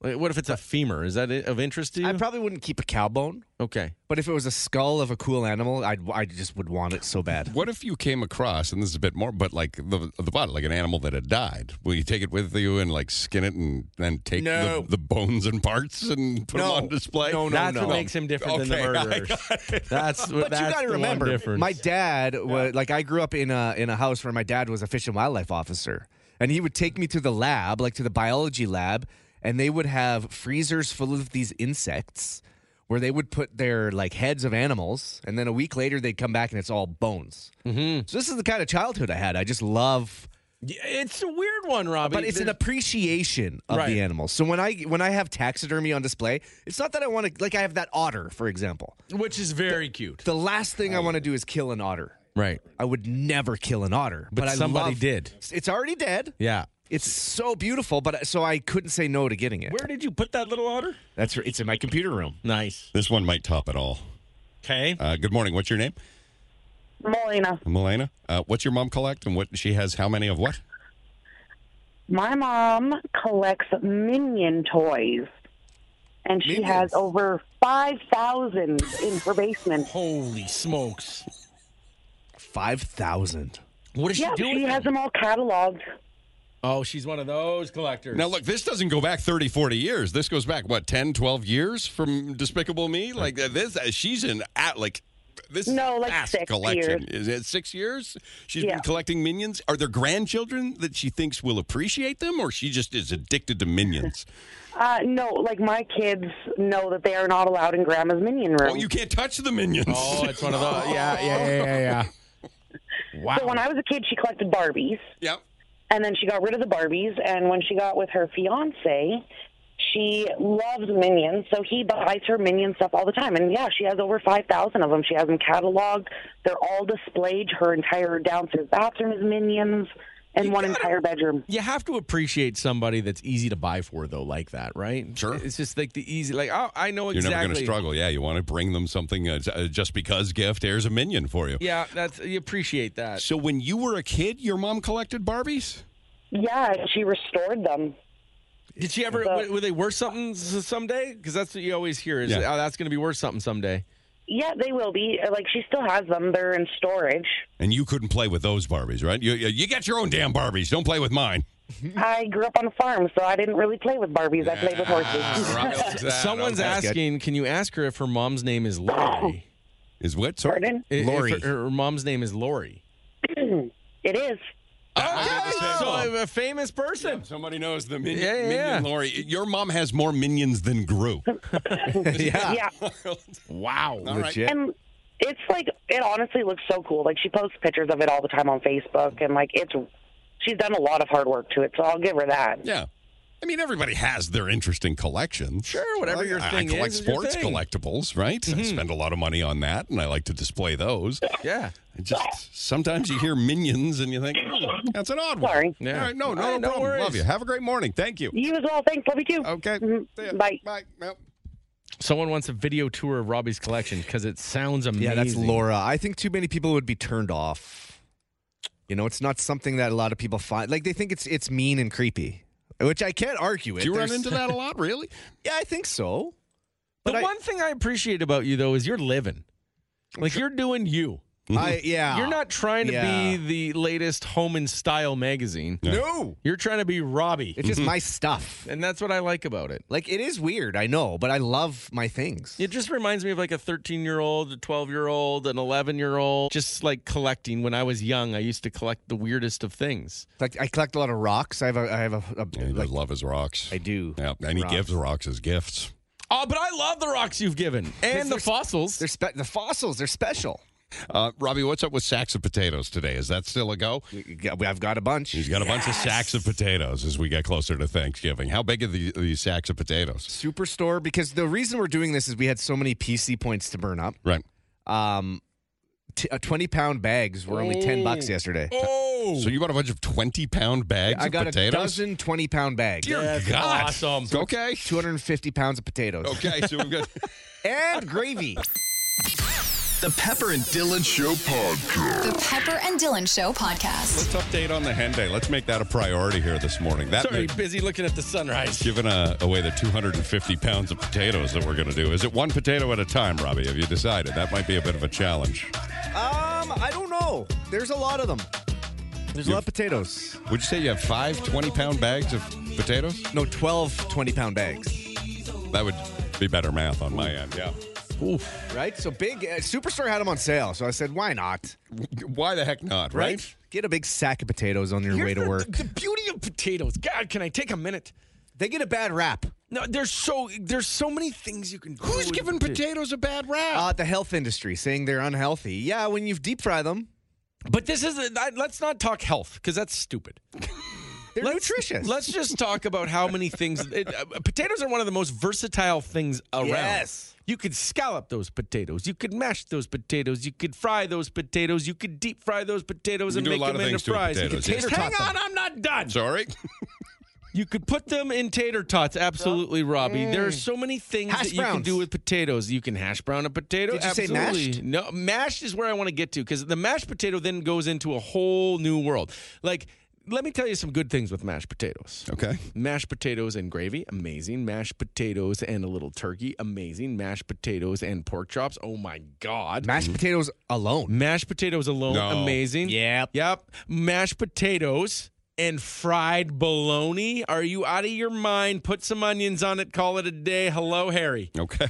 B: Like, what if it's a femur? Is that it- of interest to you?
D: I probably wouldn't keep a cow bone,
B: okay.
D: but if it was a skull of a cool animal, I'd I just would want it so bad.
C: What if you came across, and this is a bit more, but like the the body, like an animal that had died? Will you take it with you and like skin it and then take
D: No.
C: the, the bones and parts and put
D: No.
C: them on display?
D: No, no,
B: That's
D: no.
B: what makes him different than
C: Okay,
B: the
C: I
B: murderers. That's what
D: But you
B: that's
D: gotta
B: the one
D: remember,
B: difference.
D: my dad was like I grew up in a in a house where my dad was a fish and wildlife officer, and he would take me to the lab, like to the biology lab, and they would have freezers full of these insects, where they would put their like heads of animals, and then a week later they'd come back and it's all bones. Mm-hmm. So this is the kind of childhood I had. I just love,
B: Yeah, it's a weird one, Robbie.
D: but it's an
B: There's-
D: appreciation of
B: Right.
D: the animals. So when I when I have taxidermy on display, it's not that I want to like I have that otter, for example.
B: which is very cute.
D: The last thing I want to do is kill an otter.
B: Right.
D: I would never kill an otter,
B: But
D: I
B: somebody
D: love-
B: did.
D: It's already dead.
B: Yeah.
D: It's so beautiful, but so I couldn't say no to getting it.
B: Where did you put that little otter?
D: That's right. It's in my computer room.
B: Nice.
C: This one might top it all.
B: Okay.
C: Uh, good morning. What's your name?
G: Molina,
C: Milena. Uh, what's your mom collect and what she has? How many of what?
G: My mom collects minion toys, and she
B: Minions?
G: has over 5,000 in her basement.
B: Holy smokes!
D: Five thousand.
B: What is
G: Yeah,
B: she doing?
G: she has them all cataloged.
B: oh, she's one of those collectors.
C: Now, look, this doesn't go back 30, 40 years. This goes back, what, 10, 12 years from Despicable Me? Like, uh, this, uh, she's in, at, like, this
G: No, like
C: past
G: six
C: collection. Is it six years? She's
G: Yeah.
C: been collecting minions. Are there grandchildren that she thinks will appreciate them, or she just is addicted to minions?
G: Uh, no, like my kids know that they are not allowed in grandma's minion room.
C: oh, you can't touch the minions.
B: Oh, it's one of those. Yeah, yeah, yeah, yeah. yeah. Wow.
G: So when I was a kid, she collected Barbies,
C: Yep.
G: and then she got rid of the Barbies. And when she got with her fiance, she loves Minions, so he buys her Minion stuff all the time. And yeah, she has over five thousand of them. She has them cataloged. They're all displayed. Her entire downstairs bathroom is Minions, and one entire bedroom.
B: you have to appreciate somebody that's easy to buy for though, like that, right?
C: Sure.
B: It's just like the easy, like oh, I know
C: You're
B: exactly.
C: never going to struggle. Yeah, you want to bring them something uh, uh, just because gift. Here's a minion for you.
B: Yeah, that's you appreciate that.
C: So when you were a kid, your mom collected Barbies?
G: Yeah, she restored them.
B: Did she ever?
G: So-
B: were- were they worth something s- someday? Because that's what you always hear is,
C: Yeah.
B: oh, that's going to be worth something someday.
G: Yeah, they will be. Like she still has them. They're in storage.
C: And you couldn't play with those Barbies, right? You, you you get your own damn Barbies. Don't play with mine.
G: I grew up on a farm, so I didn't really play with Barbies. I played with horses.
C: Ah, right. That,
B: Someone's
C: okay.
B: asking, can you ask her if her mom's name is Lori?
C: Is what? Sorry.
G: Pardon?
B: I- if
D: Lori.
B: her, her mom's name is Lori. Oh,
G: It is.
C: Okay.
B: So I'm a famous person.
C: Somebody knows the minion,
B: Yeah, yeah,
C: minion
B: yeah.
C: Lori. Your mom has more minions than Gru.
D: yeah.
G: Yeah.
B: Wow.
C: All right.
D: Legit.
G: And it's like it honestly looks so cool. Like she posts pictures of it all the time on Facebook, and like it's she's done a lot of hard work to it. So I'll give her that.
C: Yeah. I mean, everybody has their interesting collection.
B: Sure, whatever your
C: I,
B: thing
C: I collect
B: is is your
C: sports
B: thing. Mm-hmm.
C: collectibles, right? I spend a lot of money on that, and I like to display those.
B: Yeah.
C: It just sometimes you hear minions, and you think "Hmm, that's an odd one.
G: Sorry.
B: Yeah.
C: All right, no, no,
B: All
C: no
B: right, no
C: problem. Love
B: worries.
C: you. Have a great morning. Thank you.
G: You as well. Thanks. Love you too.
C: Okay.
G: Mhm.
C: See ya.
G: Bye.
C: Bye. Yep.
B: Someone wants a video tour of Robbie's collection because it sounds amazing.
D: Yeah, that's Laura. I think too many people would be turned off. You know, it's not something that a lot of people find. Like they think it's it's mean and creepy, which I can't argue with.
C: Do you run
D: There's-
C: into that a lot, really?
D: Yeah, I think so.
B: The
D: But I-
B: one thing I appreciate about you though is you're living. Like you're doing you.
D: I yeah.
B: You're not trying to be
D: Yeah.
B: the latest home and style magazine.
D: No.
B: You're trying to be Robbie.
D: It's just my stuff.
B: And that's what I like about it.
D: Like it is weird, I know, but I love my things.
B: It just reminds me of like a 13 year old, a 12 year old, an 11 year old, just like collecting. When I was young, I used to collect the weirdest of things.
D: Like I collect a lot of rocks. I have a I have a, a
C: Yeah, he does
D: like
C: love his rocks.
D: I do.
C: Yeah, and he
D: Rocks.
C: gives rocks as gifts.
B: Oh, but I love the rocks you've given and the
D: there's-
B: fossils.
D: They're spe- the fossils. They're special.
C: Uh, Robbie, what's up with sacks of potatoes today? Is that still a go?
D: I've got a bunch.
C: He's got a bunch of sacks of potatoes as we get closer to Thanksgiving. How big are the- these sacks of potatoes?
D: Superstore because the reason we're doing this is we had so many PC points to burn up.
C: Right.
D: Um, t- uh, twenty pound bags were only ten bucks yesterday.
B: oh,
C: So you bought a bunch of twenty-pound bags
D: I
C: of
D: got
C: potatoes.
D: a dozen 20 pound bags.
C: Dear
B: That's
C: God.
B: awesome.
C: Okay.
D: 250 pounds of potatoes
C: Okay. So we've got.
D: and gravy.
H: The Pepper and Dylan Show podcast.
A: The Pepper and Dylan Show podcast.
C: Let's update on the hen day. Let's make that a priority here this morning. That
B: sorry,
C: may-
B: busy looking at the sunrise.
C: Giving uh, away the 250 pounds of potatoes that we're going to do. Is it one potato at a time, Robbie? Have you decided? That might be a bit of a challenge.
D: Um, I don't know. There's a lot of them. There's a lot of potatoes.
C: Would you say you have five 20 pound bags of potatoes?
D: No, 12 20 pound bags.
C: That would be better math on my end, yeah.
D: Right? So big. Uh, Superstore had them on sale. So I said, why not?
C: Why the heck not,
D: Right?
C: right?
D: Get a big sack of potatoes on your way to work.
B: The, the beauty of potatoes. God, can I take a minute?
D: they get a bad rap.
B: No, there's so there's so many things you can. do
C: Who's
B: with
C: giving
B: potato-
C: potatoes a bad rap?
D: Uh, the health industry saying they're unhealthy. Yeah, when you deep fry them,
B: But this is uh, I- let's not talk health because that's stupid.
D: they're
B: Let's-
D: nutritious.
B: Let's just talk about how many things. It, uh, potatoes are one of the most versatile things around.
D: Yes.
B: You could scallop those potatoes. You could mash those potatoes. You could fry those potatoes. You could deep fry those potatoes
C: You
B: and
C: can do a
B: make
C: lot
B: them
C: of
B: into
C: things to a
B: fries. You
C: potato,
B: could
C: yes.
B: tater
C: Tater
B: Hang
C: tot
B: on, I'm not done.
C: Sorry.
B: You could put them in tater tots. Absolutely, Robbie.
D: Mm.
B: There are so many things
D: Hash
B: that you can
D: browns.
B: do with potatoes. You can hash brown a potato.
D: Did you say
B: Absolutely.
D: mashed?
B: No, mashed is where I want to get to because the mashed potato then goes into a whole new world. Like let me tell you some good things with mashed potatoes.
C: Okay.
B: Mashed potatoes and gravy, amazing. Mashed potatoes and a little turkey, amazing. Mashed potatoes and pork chops, oh my god.
D: Mashed potatoes alone.
B: Mashed potatoes alone,
C: No.
B: amazing.
D: Yep.
B: Yep. Mashed potatoes and fried bologna. Are you out of your mind? Put some onions on it. Call it a day. Hello, Harry.
C: Okay.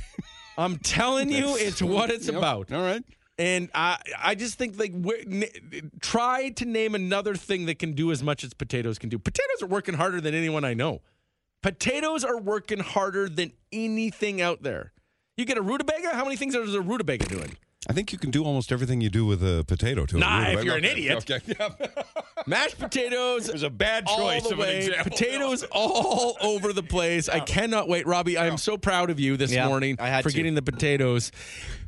B: I'm telling you, it's what it's
C: Yep.
B: about.
C: All right.
B: And I, I just think like where- n- try to name another thing that can do as much as potatoes can do. Potatoes are working harder than anyone I know. Potatoes are working harder than anything out there. You get a rutabaga. How many things is a rutabaga doing?
I: I think you can do almost everything you do with a potato to
B: Nah,
I: it.
B: if you're an idiot.
C: Okay.
B: Mashed potatoes.
C: There's a bad
B: all
C: choice
B: the
C: of
B: way.
C: an example.
B: Potatoes all over the place. I cannot wait, Robbie. I am so proud of you this
D: Yeah,
B: morning
D: I had
B: for
D: to.
B: getting the potatoes.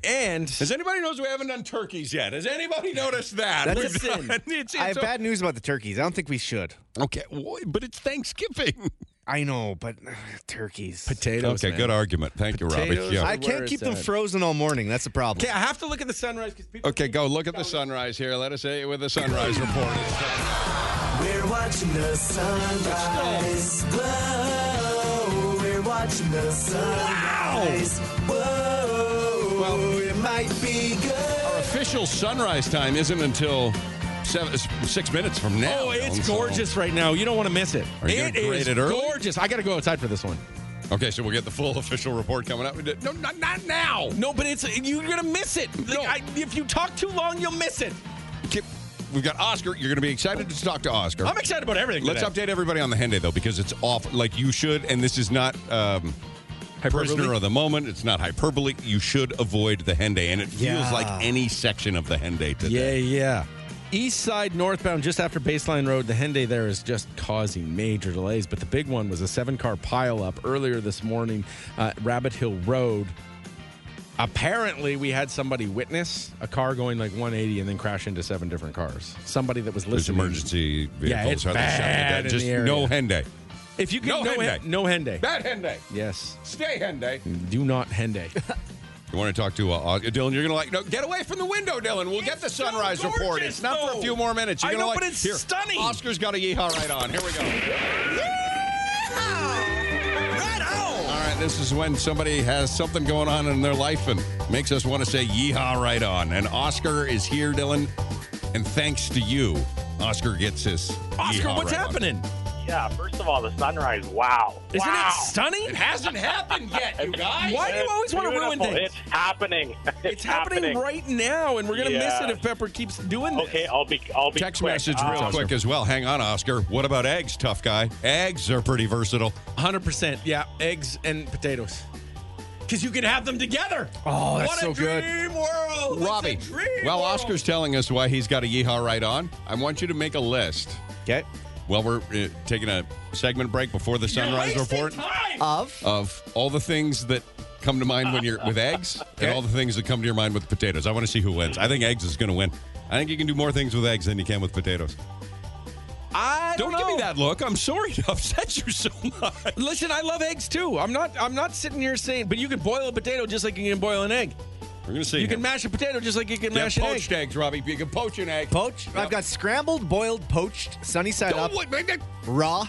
B: And
C: Does anybody knows we haven't done turkeys yet? Has anybody noticed that?
D: That's-
C: We've done- it's-
D: I have
C: it's-
D: bad news about the turkeys. I don't think we should.
C: Okay, wh- but it's Thanksgiving.
D: I know, but uh, turkeys.
B: potatoes.
I: Okay,
B: man.
I: good argument. Thank you,
B: Potatoes
I: Robbie. Yeah.
B: are-
D: I can't
B: Where
D: keep
B: is
D: them
B: that?
D: frozen all morning. That's a problem.
B: Okay, I have to look at the sunrise because people.
C: Okay, go look at the sunrise here. Let us hit you with the sunrise report.
J: We're watching the sunrise. Whoa, we're watching the sunrise. Whoa, Oh, it might be good.
C: Our official sunrise time isn't until seven, s- six minutes from now.
B: Oh, it's
C: Alan, so-
B: gorgeous right now. You don't want to miss it.
C: Are you
B: It
C: gonna grade
B: is
C: it early?
B: gorgeous. I got to go outside for this one.
C: Okay, so we'll get the full official report coming up. No, not, not now.
B: No, but it's you're gonna miss it. Like, I, if you talk too long, you'll miss it.
C: Keep- We've got Oscar. You're going to be excited to talk to Oscar.
B: I'm excited about everything.
C: Let's
B: today.
C: update everybody on the Henday though, because it's off. Like you should, and this is not um, prisoner of the moment. It's not hyperbole. You should avoid the Henday, and it feels
D: Yeah.
C: like any section of the Henday
B: Yeah,
C: today.
B: yeah. East side northbound, just after Baseline Road, the Henday there is just causing major delays. But the big one was a seven car pileup earlier this morning at Rabbit Hill Road. Apparently, we had somebody witness a car going like 180 and then crash into seven different cars. Somebody that was
C: There's
B: listening.
C: emergency vehicles.
B: Yeah, it's
C: Are they shutting it
B: bad
C: down?
B: in the
C: Just
B: area.
C: no Henday.
B: If you can,
C: No
B: no, Hen-
C: Hyundai.
B: no Henday.
C: Bad Henday.
B: Yes,
C: Stay Henday.
B: do not Henday.
C: You want to talk to uh, Aug- Dylan? You're gonna like no. Get away from the window, Dylan. We'll get the
B: so
C: sunrise report.
B: gorgeous,
C: It's not for
B: though.
C: a few more minutes. You're
B: I
C: gonna
B: know,
C: like.
B: but it's
C: Here,
B: stunning.
C: Oscar's got a yeehaw right on. Here we go. All right, this is when somebody has something going on in their life and makes us want to say yeehaw right on. And Oscar is here, Dylan. And thanks to you, Oscar gets his.
B: Oscar,
C: yeehaw
B: what's
C: right on.
B: happening?
F: Yeah, first of all, the sunrise. Wow.
B: Isn't
F: wow.
B: it stunning?
C: It hasn't happened yet, you guys.
B: Why do you always want to ruin
F: Beautiful.
B: things?
F: It's happening. It's,
B: It's happening, right now, and we're gonna miss
F: Yeah.
B: it if Pepper keeps doing this.
F: Okay, I'll be. I'll be.
C: Text
F: quick.
C: message
F: Uh,
C: real quick as well. Hang on, Oscar. What about eggs, tough guy? Eggs are pretty versatile.
B: Hundred percent. Yeah, eggs and potatoes. Because you can have them together.
D: Oh, that's
B: what
D: so
B: a
D: good.
B: dream world. It's
C: Robbie,
B: a dream
C: while
B: world.
C: Oscar's telling us why he's got a yeehaw right on, I want you to make a list.
D: Okay.
C: Well, we're uh, taking a segment break before the
B: You're
C: sunrise
B: wasting
C: report.
B: time.
D: Of
C: of all the things that come to mind when you're with eggs and all the things that come to your mind with potatoes. I want to see who wins. I think eggs is going to win. I think you can do more things with eggs than you can with potatoes.
B: I
C: Don't,
B: don't,
C: give me
B: know.
C: that look. I'm sorry to upset you so much.
B: Listen, I love eggs too. I'm not. I'm not sitting here saying, but you can boil a potato just like you can boil an egg.
C: We're going to see.
B: You
C: him.
B: can mash a potato just like you can
C: Yeah,
B: mash an egg.
C: poached eggs, Robbie. You can poach an egg.
D: poached. I've got scrambled, boiled, poached, sunny side
C: Don't
D: up,
C: what- make that-
D: raw.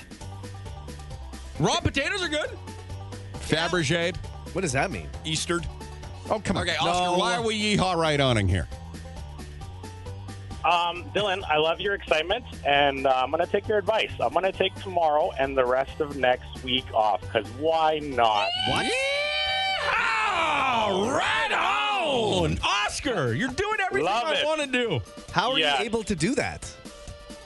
B: Raw potatoes are good.
C: Fabergéd,
D: What does that mean?
C: Eastered.
D: Oh, come
C: Okay,
D: on.
C: Oscar, why are we yeehaw right on in here?
K: Um, Dylan, I love your excitement, and uh, I'm going to take your advice. I'm going to take tomorrow and the rest of next week off because why not?
C: What?
B: Oh, right on, Oscar. You're doing everything
K: Love
B: I
K: it.
B: want to do.
D: How are
K: Yeah.
D: you able to do that?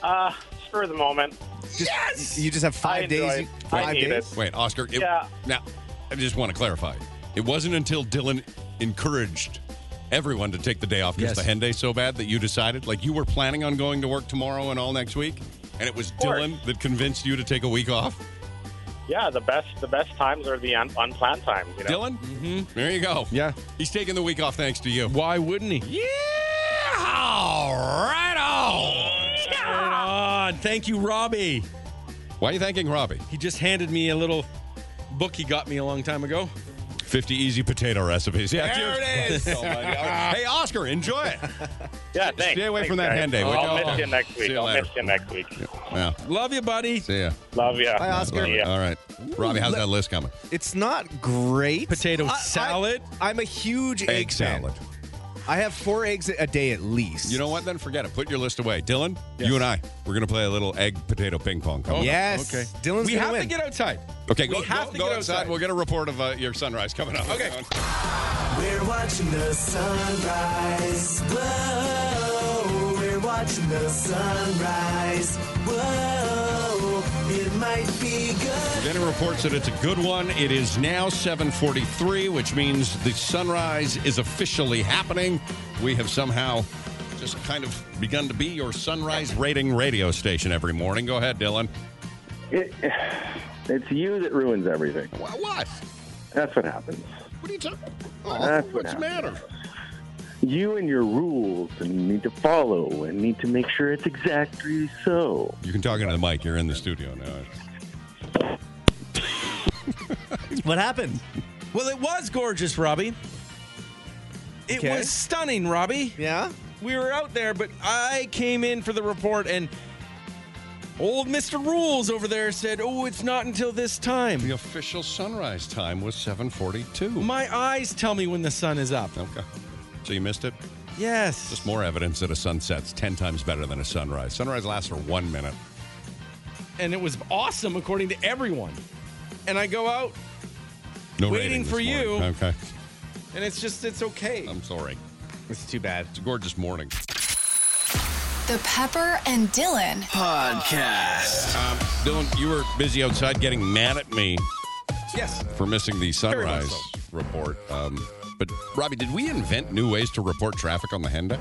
K: Uh, for the moment,
B: Yes.
D: You just have
K: I
D: five
K: enjoy
D: days.
K: it.
D: you-
K: I
D: Five
K: need
D: days.
C: Wait, Oscar. It,
K: Yeah.
C: Now, I just want to clarify. It wasn't until Dylan encouraged everyone to take the day off because
B: Yes.
C: the hen day so bad that you decided, like, you were planning on going to work tomorrow and all next week, and it was
K: course.
C: Dylan that convinced you to take a week off.
K: yeah, the best the best times are the un- unplanned times. You know?
C: Dylan, mm-hmm. there you go.
B: Yeah.
C: he's taking the week off thanks to you.
B: Why wouldn't he?
C: Yeah, right on.
B: Right on. Thank you, Robbie.
C: Why are you thanking Robbie?
B: He just handed me a little book he got me a long time ago.
C: 50 easy potato recipes. Yeah,
L: There it is.
C: hey, Oscar, enjoy it.
K: Yeah, thanks.
C: Stay away
K: Thanks,
C: from that
K: guys.
C: hand day, would
K: I'll
C: you?
K: miss you next week.
C: See you
K: I'll
C: later.
K: miss you next week.
C: Yeah.
B: Love you, buddy.
C: See ya.
K: Love you.
D: Bye, Oscar.
K: Yeah.
C: All right. Robbie, how's
D: Ooh,
C: that list coming?
D: It's not great.
B: Potato
D: I- I-
B: salad?
D: I'm a huge egg, fan.
C: salad.
D: I have four eggs a day at least.
C: You know what? Then forget it. Put your list away. Dylan, you and I, we're going to play a little egg potato ping pong. coming up.
D: yes.
B: okay.
D: Dylan's
B: we
D: gonna
B: have to
D: win.
B: get outside.
C: Okay,
B: We
C: go,
B: have
C: go-
B: to
C: go
B: get
C: outside.
B: outside.
C: We'll get a report of uh, your sunrise coming up.
B: Okay.
J: We're watching the sunrise. Whoa, we're watching the sunrise. Whoa, it might be good.
C: Jenna reports that it's a good one. It is now 7:43, which means the sunrise is officially happening. We have somehow just kind of begun to be your sunrise rating radio station every morning. Go ahead, Dylan.
M: It, it's you that ruins everything.
C: Wha- What?
M: That's what happens.
C: What are you talking?
M: That's what
C: what's the
M: happened.
C: matter?
M: You and your rules and need to follow and need to make sure it's exactly so.
C: You can talk into the mic. You're in the studio now.
D: what happened?
B: Well, it was gorgeous, Robbie. It
D: Okay.
B: was stunning, Robbie.
D: Yeah.
B: We were out there, but I came in for the report and old Mr. Rules over there said, "Oh, it's not until this time."
C: The official sunrise time was 7:42.
B: My eyes tell me when the sun is up.
C: Okay. So you missed it.
B: Yes.
C: Just more evidence that a sunset's 10 times better than a sunrise. Sunrise lasts for 1 minute.
B: and it was awesome according to everyone. And I go out
C: No
B: Waiting
C: rating this
B: for you.
C: morning. Okay.
B: and it's just it's okay.
C: I'm sorry.
D: It's too bad.
C: It's a gorgeous morning.
A: The Pepper and Dylan
N: Podcast.
C: Um, Dylan, you were busy outside getting mad at me
B: Yes.
C: for missing the
B: Very much
C: sunrise report. Um, but Robbie, did we invent new ways to report traffic on the Honda?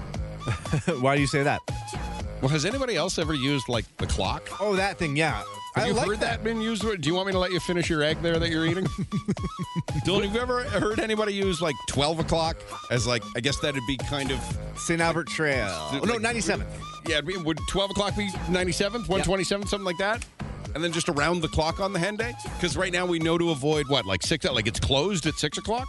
D: Why do you say that?
C: Well, has anybody else ever used like the clock?
D: Oh, that thing. Yeah.
C: Have
D: I
C: you
D: like
C: heard that. been used? Do you want me to let you finish your egg there that you're eating? Dylan, have you ever heard anybody use like twelve o'clock as like? I guess that'd be kind of
D: St. Albert Trail. Oh, no,
C: like-
D: 97.
C: yeah. it'd be- Would twelve o'clock be ninety seventh, one twenty seventh, something like that? And then just around the clock on the hen day? Because right now we know to avoid what, like six? Like it's closed at six o'clock.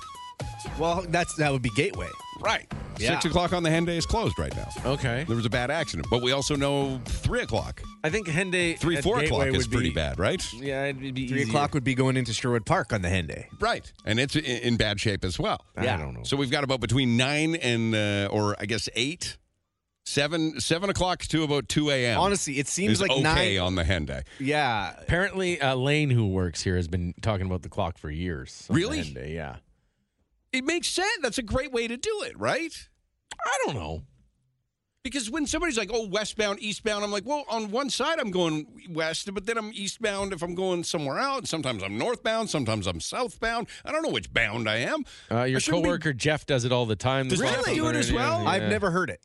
D: Well, that's that would be Gateway.
C: Right.
D: Yeah.
C: Six o'clock on the hen day is closed right now.
B: Okay.
C: There was a bad accident, but we also know three o'clock,
B: I think Henday
C: three,
B: at
C: four
B: Gateway
C: o'clock is
B: would be-
C: pretty bad, right?
B: Yeah, it'd be
D: Three
B: easier.
D: o'clock would be going into Sherwood Park on the hen day.
C: Right, and it's i- in bad shape as well.
D: I don't know.
C: So we've got about between nine and, uh, or I guess eight, seven, seven o'clock to about two a.m.
D: Honestly, it seems
C: is
D: like
C: okay
D: nine.
C: on the hen day.
D: Yeah.
B: Apparently, uh, Lane, who works here, has been talking about the clock for years. on
C: Really?
B: the Henday, yeah.
C: It makes sense. That's a great way to do it, right?
B: I don't know.
C: Because when somebody's like, "Oh, westbound, eastbound," I'm like, "Well, on one side I'm going west, but then I'm eastbound if I'm going somewhere out. Sometimes I'm northbound, sometimes I'm southbound. I don't know which bound I am."
B: Uh, your
C: I shouldn't be-
B: coworker Jeff does it all the time.
C: Does Jeff
B: Really?
C: do it as well?
B: Yeah.
D: I've never heard it.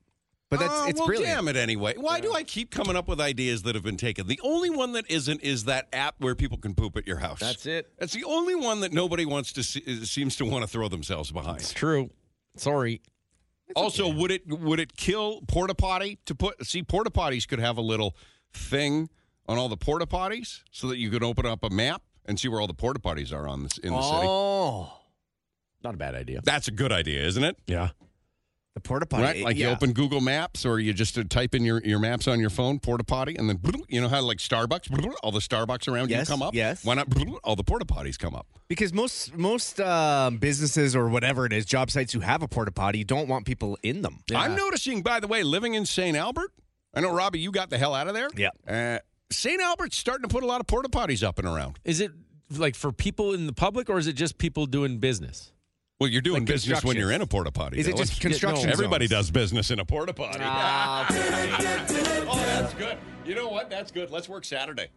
D: But that's
C: Oh,
D: it's
C: well,
D: brilliant.
C: damn it anyway. Why do I keep coming up with ideas that have been taken? The only one that isn't is that app where people can poop at your house.
B: That's it.
C: That's the only one that nobody wants to see, uh, seems to want to throw themselves behind.
B: It's true. Sorry.
C: also, would it would it kill porta potty to put? See, porta potties could have a little thing on all the porta potties so that you could open up a map and see where all the porta potties are on this in the city.
D: Oh.
B: Not a bad idea.
C: That's a good idea, isn't it?
B: Yeah.
D: The porta potty.
C: Right, like you
D: yeah.
C: open Google Maps, or you just uh, type in your, your maps on your phone, porta potty, and then you know how like Starbucks, all the Starbucks around
D: Yes,
C: you come up.
D: yes.
C: why not? All the porta potties come up.
D: Because most most um, businesses or whatever it is, job sites who have a porta potty don't want people in them.
C: I'm noticing, by the way, living in St. Albert. I know, Robbie, you got the hell out of there.
D: Yeah.
C: Uh, St. Albert's starting to put a lot of porta potties up and around.
B: Is it like for people in the public, or is it just people doing business?
C: Well, you're doing
D: Like
C: business when
D: construction.
C: you're in a porta potty.
D: Is it
C: Dylan.
D: just construction? zones?
C: Everybody does business in a porta potty.
D: Ah,
C: oh, that's good. You know what? That's good. Let's work Saturday.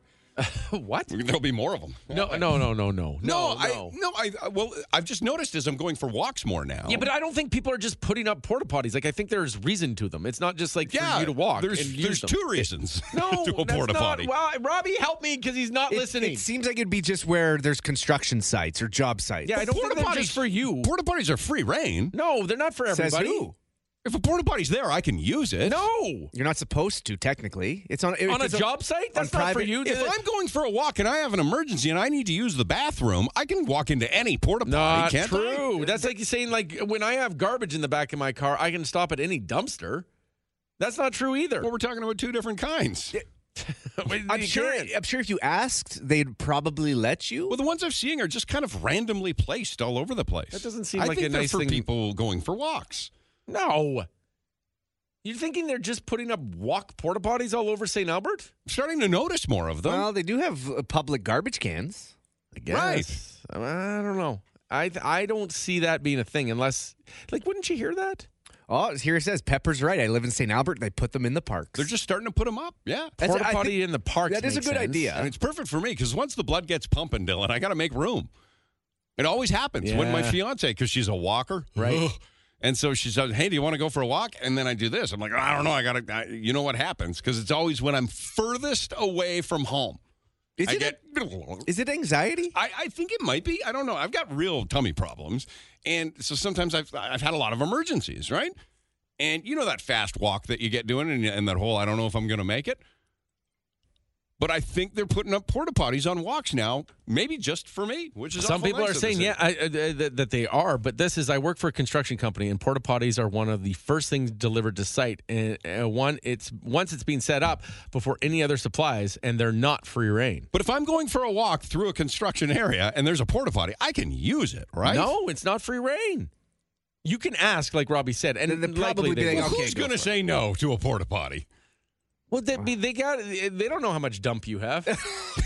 B: what?
C: There'll be more of them.
B: No, no, no, no, no,
C: No,
B: no,
C: I
B: no.
C: no, I I- well, I've just noticed as I'm going for walks more now.
B: Yeah, but I don't think people are just putting up porta potties. Like I think there's reason to them. It's not just like
C: yeah,
B: for you to walk.
C: There's
B: and
C: there's
B: use them.
C: two reasons.
B: No,
C: to a
B: that's
C: porta
B: not-
C: potty.
B: Wow, Robbie, help me because he's not
D: it,
B: listening.
D: It seems like it'd be just where there's construction sites or job sites.
B: yeah, I don't think they're just for you.
C: Porta potties are free reign.
B: no, they're not for
D: Says
B: everybody.
D: who?
C: If a porta potty's there, I can use it.
B: No,
D: you're not supposed to. Technically, it's on if
B: On a
D: it's
B: job site? That's
D: on
B: not for
D: private-
B: you.
C: If I'm going for a walk and I have an emergency and I need to use the bathroom, I can walk into any porta potty.
B: Not
C: can't
B: true. That's like you saying like when I have garbage in the back of my car, I can stop at any dumpster. That's not true either.
C: Well, we're talking about two different kinds.
D: I'm sure. I'm sure if you asked, they'd probably let you.
C: Well, the ones I'm seeing are just kind of randomly placed all over the place.
B: That doesn't seem
C: I
B: like
C: think
B: a
C: they're
B: nice
C: for
B: thing-
C: people going for walks.
B: No. You're thinking they're just putting up walk porta potties all over St. Albert?
C: I'm starting to notice more of them.
D: Well, they do have uh, public garbage cans. I guess. Uh,
B: Right. I don't know. I I don't see that being a thing unless like wouldn't you hear that?
D: Oh, here it says Pepper's right. I live in St. Albert. They put them in the parks.
C: They're just starting to put them up. Yeah.
D: That's-
B: Porta
D: I
B: potty
D: think
B: in the park.
D: that is a good idea.
C: And it's perfect for me because once the blood gets pumping, Dylan, I got to make room. It always happens when my
B: Yeah.
C: fiance, because she's a walker, right? And so she says, "Hey, do you want to go for a walk?" And then I do this. I'm like, "I don't know. I gotta." I, you know what happens? Because it's always when I'm furthest away from home.
D: Is
C: I
D: it
C: get.
D: Is it anxiety?
C: I, I think it might be. I don't know. I've got real tummy problems, and so sometimes I've I've had a lot of emergencies, right? And you know that fast walk that you get doing, and, and that whole I don't know if I'm going to make it. But I think they're putting up porta potties on walks now, maybe just for me, which is
B: Some
C: awful
B: people
C: nice
B: are
C: of the
B: saying
C: city.
B: yeah I, uh, that, that they are, but this is I work for a construction company and porta potties are one of the first things delivered to site. And uh, one it's once it's been set up before any other supplies, and they're not free reign.
C: But if I'm going for a walk through a construction area and there's a porta potty, I can use it, right?
B: No, it's not free reign. You can ask, like Robbie said, and
D: Then they'd
B: likely
D: probably be
B: they
D: like,
B: will.
D: okay,
C: Who's
D: go
C: going to
D: for it.
C: say no to a porta potty?
B: Well, they, be- they got they don't know how much dump you have.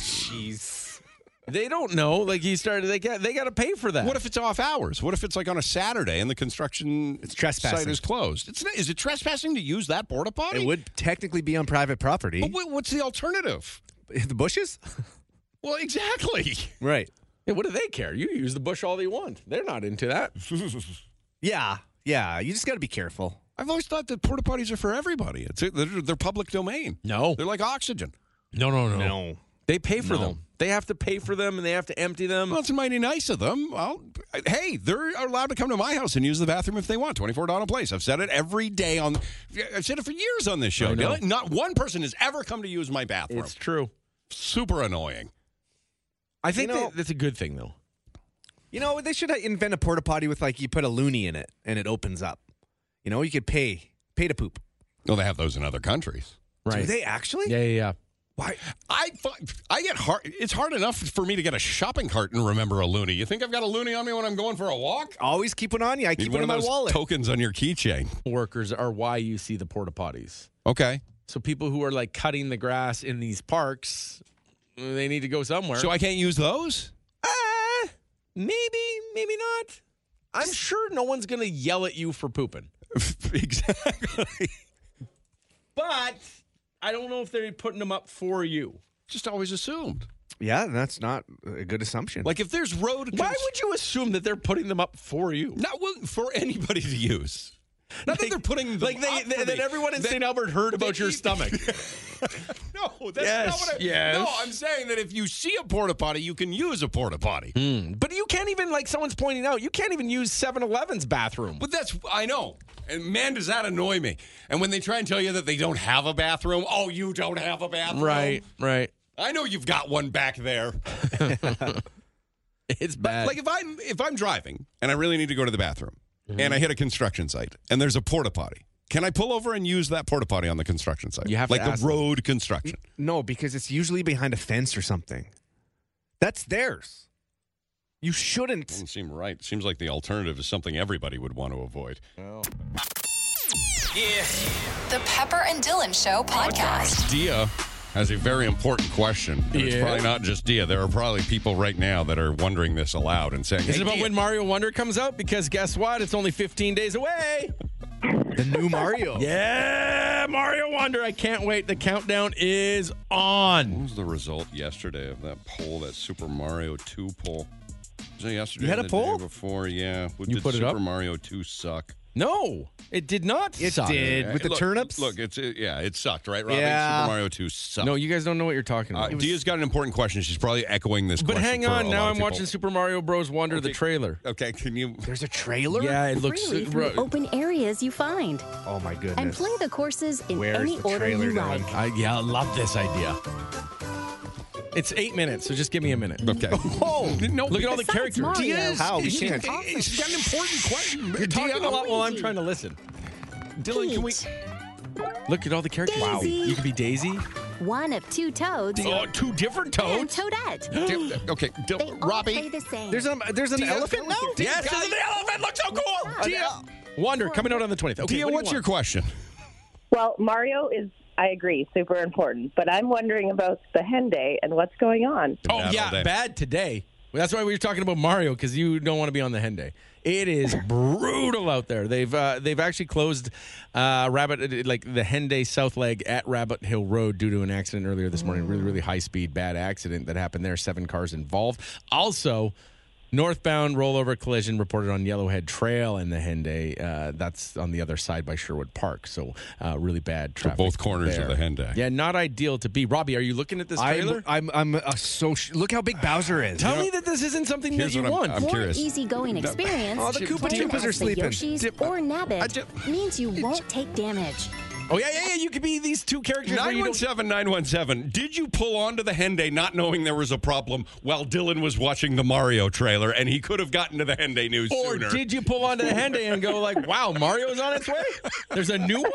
D: Jeez.
B: they don't know. Like you started, they got they got to pay for that.
C: What if it's off hours? What if it's like on a Saturday and the construction
D: It's trespassing.
C: site is closed? It's not, is it trespassing to use that porta potty?
D: It would technically be on private property.
C: But wait, what's the alternative?
D: the bushes?
C: Well, exactly.
D: Right.
B: Yeah, what do they care? You use the bush all you want. They're not into that.
D: Yeah. Yeah. You just got to be careful.
C: I've always thought that porta potties are for everybody. It's they're, they're public domain.
B: No,
C: They're like oxygen.
B: no, no, no. They pay for them. They have to pay for them, and they have to empty them.
C: Well, it's mighty nice of them. Well, hey, they're allowed to come to my house and use the bathroom if they want. Twenty-four dollar place. I've said it every day on. I've said it for years on this show.
B: I know.
C: Dylan. Not one person has ever come to use my bathroom.
B: it's true.
C: super annoying.
B: I think
D: know-
B: that, that's a good thing, though.
D: You know, they should invent a porta potty with like you put a loony in it and it opens up. You know, you could pay pay to poop.
C: No, they have those in other countries.
D: Do they actually?
B: Yeah, yeah, yeah.
C: Why? I fi- I get hard. It's hard enough for me to get a shopping cart and remember a loony. You think I've got a loony on me when I'm going for a walk?
D: Always keep one on you. I
C: Need
D: keep
C: one
D: it in
C: of
D: my
C: those
D: wallet.
C: tokens on your keychain.
B: Workers are why you see the porta potties.
C: Okay.
B: So people who are like cutting the grass in these parks, they need to go somewhere.
C: So I can't use those.
B: Ah, maybe, maybe not. I'm sure no one's gonna yell at you for pooping,
C: exactly.
B: but I don't know if they're putting them up for you.
C: Just always assumed.
D: yeah, that's not a good assumption.
C: Like if there's road.
B: Why would you assume that they're putting them up for you?
C: not well, for anybody to use? Not that they're putting them
B: Like they,
C: up for
B: they, that
C: me.
B: everyone in
C: That-
B: St. Albert heard about your stomach.
C: No, that's
B: Yes,
C: not what I.
B: yes.
C: No, I'm saying that if you see a porta potty, you can use a porta potty.
B: but you can't even, like someone's pointing out, you can't even use 7-Eleven's bathroom.
C: But that's I know. And man, does that annoy me. And when they try and tell you that they don't have a bathroom, oh, you don't have a bathroom.
B: right.
C: I know you've got one back there.
B: It's bad.
C: Like if I'm if I'm driving and I really need to go to the bathroom
B: Mm-hmm.
C: and I hit a construction site and there's a porta potty. Can I pull over and use that porta potty on the construction site?
B: You have to
C: like
B: ask
C: the
B: them.
C: road construction.
D: no, because it's usually behind a fence or something. That's theirs. You shouldn't.
C: Doesn't seem right. Seems like the alternative is something everybody would want to avoid.
A: The Pepper and Dylan Show podcast.
C: Dia has a very important question. And It's
B: Yeah.
C: probably not just Dia. There are probably people right now that are wondering this aloud and saying,
B: is
C: "Hey,
B: it about
C: Dia,
B: when Mario Wonder comes out? Because guess what? It's only 15 days away.
D: The new Mario.
B: Yeah, Mario Wonder. I can't wait. The countdown is on.
C: What was the result yesterday of that poll, that Super Mario 2 poll? So yesterday,
B: You had
C: or
B: a
C: the
B: poll?
C: day before, yeah. Well,
B: You
C: did
B: put it
C: Super
B: up?
C: Mario Two suck?
B: No, it did not.
C: It
B: suck.
C: did, with the Look, turnips? look, it's it, yeah, it sucked, right, Robbie?
B: Yeah.
C: Super Mario Two sucked.
B: No, you guys don't know what you're talking
C: Uh,
B: about.
C: Dia's got an important question. She's probably echoing this.
B: but
C: question
B: hang
C: for
B: on,
C: a
B: now
C: lot
B: I'm
C: of people.
B: watching Super Mario Bros. Wonder the trailer.
C: Okay, can you?
D: There's a trailer.
B: Yeah, it looks.
A: freely through
B: bro-
A: open areas you find
D: Oh my goodness.
A: and play the courses in any order you like.
B: I, yeah, I love this idea. It's eight minutes, so just give me a minute.
C: Okay.
B: Oh,
C: no,
B: look at all the
A: Besides
B: characters.
A: Mario,
B: Diaz,
A: How? We
B: she-
A: can't-
B: she's got an
C: important question.
B: You're talking a lot while I'm trying to listen. Dylan, can we look at all the characters?
A: Wow. Daisy.
B: you could be Daisy.
A: One of two toads.
B: Oh, two different
A: And
B: toads.
A: Toadette.
C: okay,
A: they all play the same.
D: There's an there's an
A: Dia's
D: elephant now.
A: going to-
B: Yes, there's an elephant. Look so cool. Dia, Wonder coming out on the 20th. Okay,
C: Dia,
B: what do you
C: what's your
B: want?
C: question?
E: Well, Mario is, I agree, super important, but I'm wondering about the hen day and what's going on.
B: Oh yeah, bad today. Well, that's why we were talking about Mario because you don't want to be on the hen day. It is brutal out there. They've uh, they've actually closed uh, Rabbit like the hen day south leg at Rabbit Hill Road due to an accident earlier this morning. Really really high speed bad accident that happened there. Seven cars involved. Also. Northbound rollover collision reported on Yellowhead Trail in the Henday. Uh, that's on the other side by Sherwood Park. So, uh, really bad traffic.
C: both corners of
B: there.
C: the Henday.
B: Yeah, not ideal to be. Robbie, are you looking at this trailer?
D: I'm I'm, I'm a so look how big Bowser is.
B: Tell me that this isn't something that
D: Here's
B: you
D: what I'm-
B: want.
D: I'm
A: More
D: curious.
A: easygoing
D: No.
A: experience.
D: Oh, the
A: to
D: Koopa
A: playing
D: Troopas
A: as
D: are
A: the
D: sleeping.
A: Yoshis
D: Dip-
A: or Nabbit means you won't take damage.
B: Oh yeah, yeah, yeah. You could be these two characters. where you don't-
C: 917 917. Did you pull onto the Henday not knowing there was a problem while Dylan was watching the Mario trailer and he could have gotten to the Henday news
B: Or
C: sooner?
B: did you pull onto the Henday and go like, "Wow, Mario's on its way. There's a new one.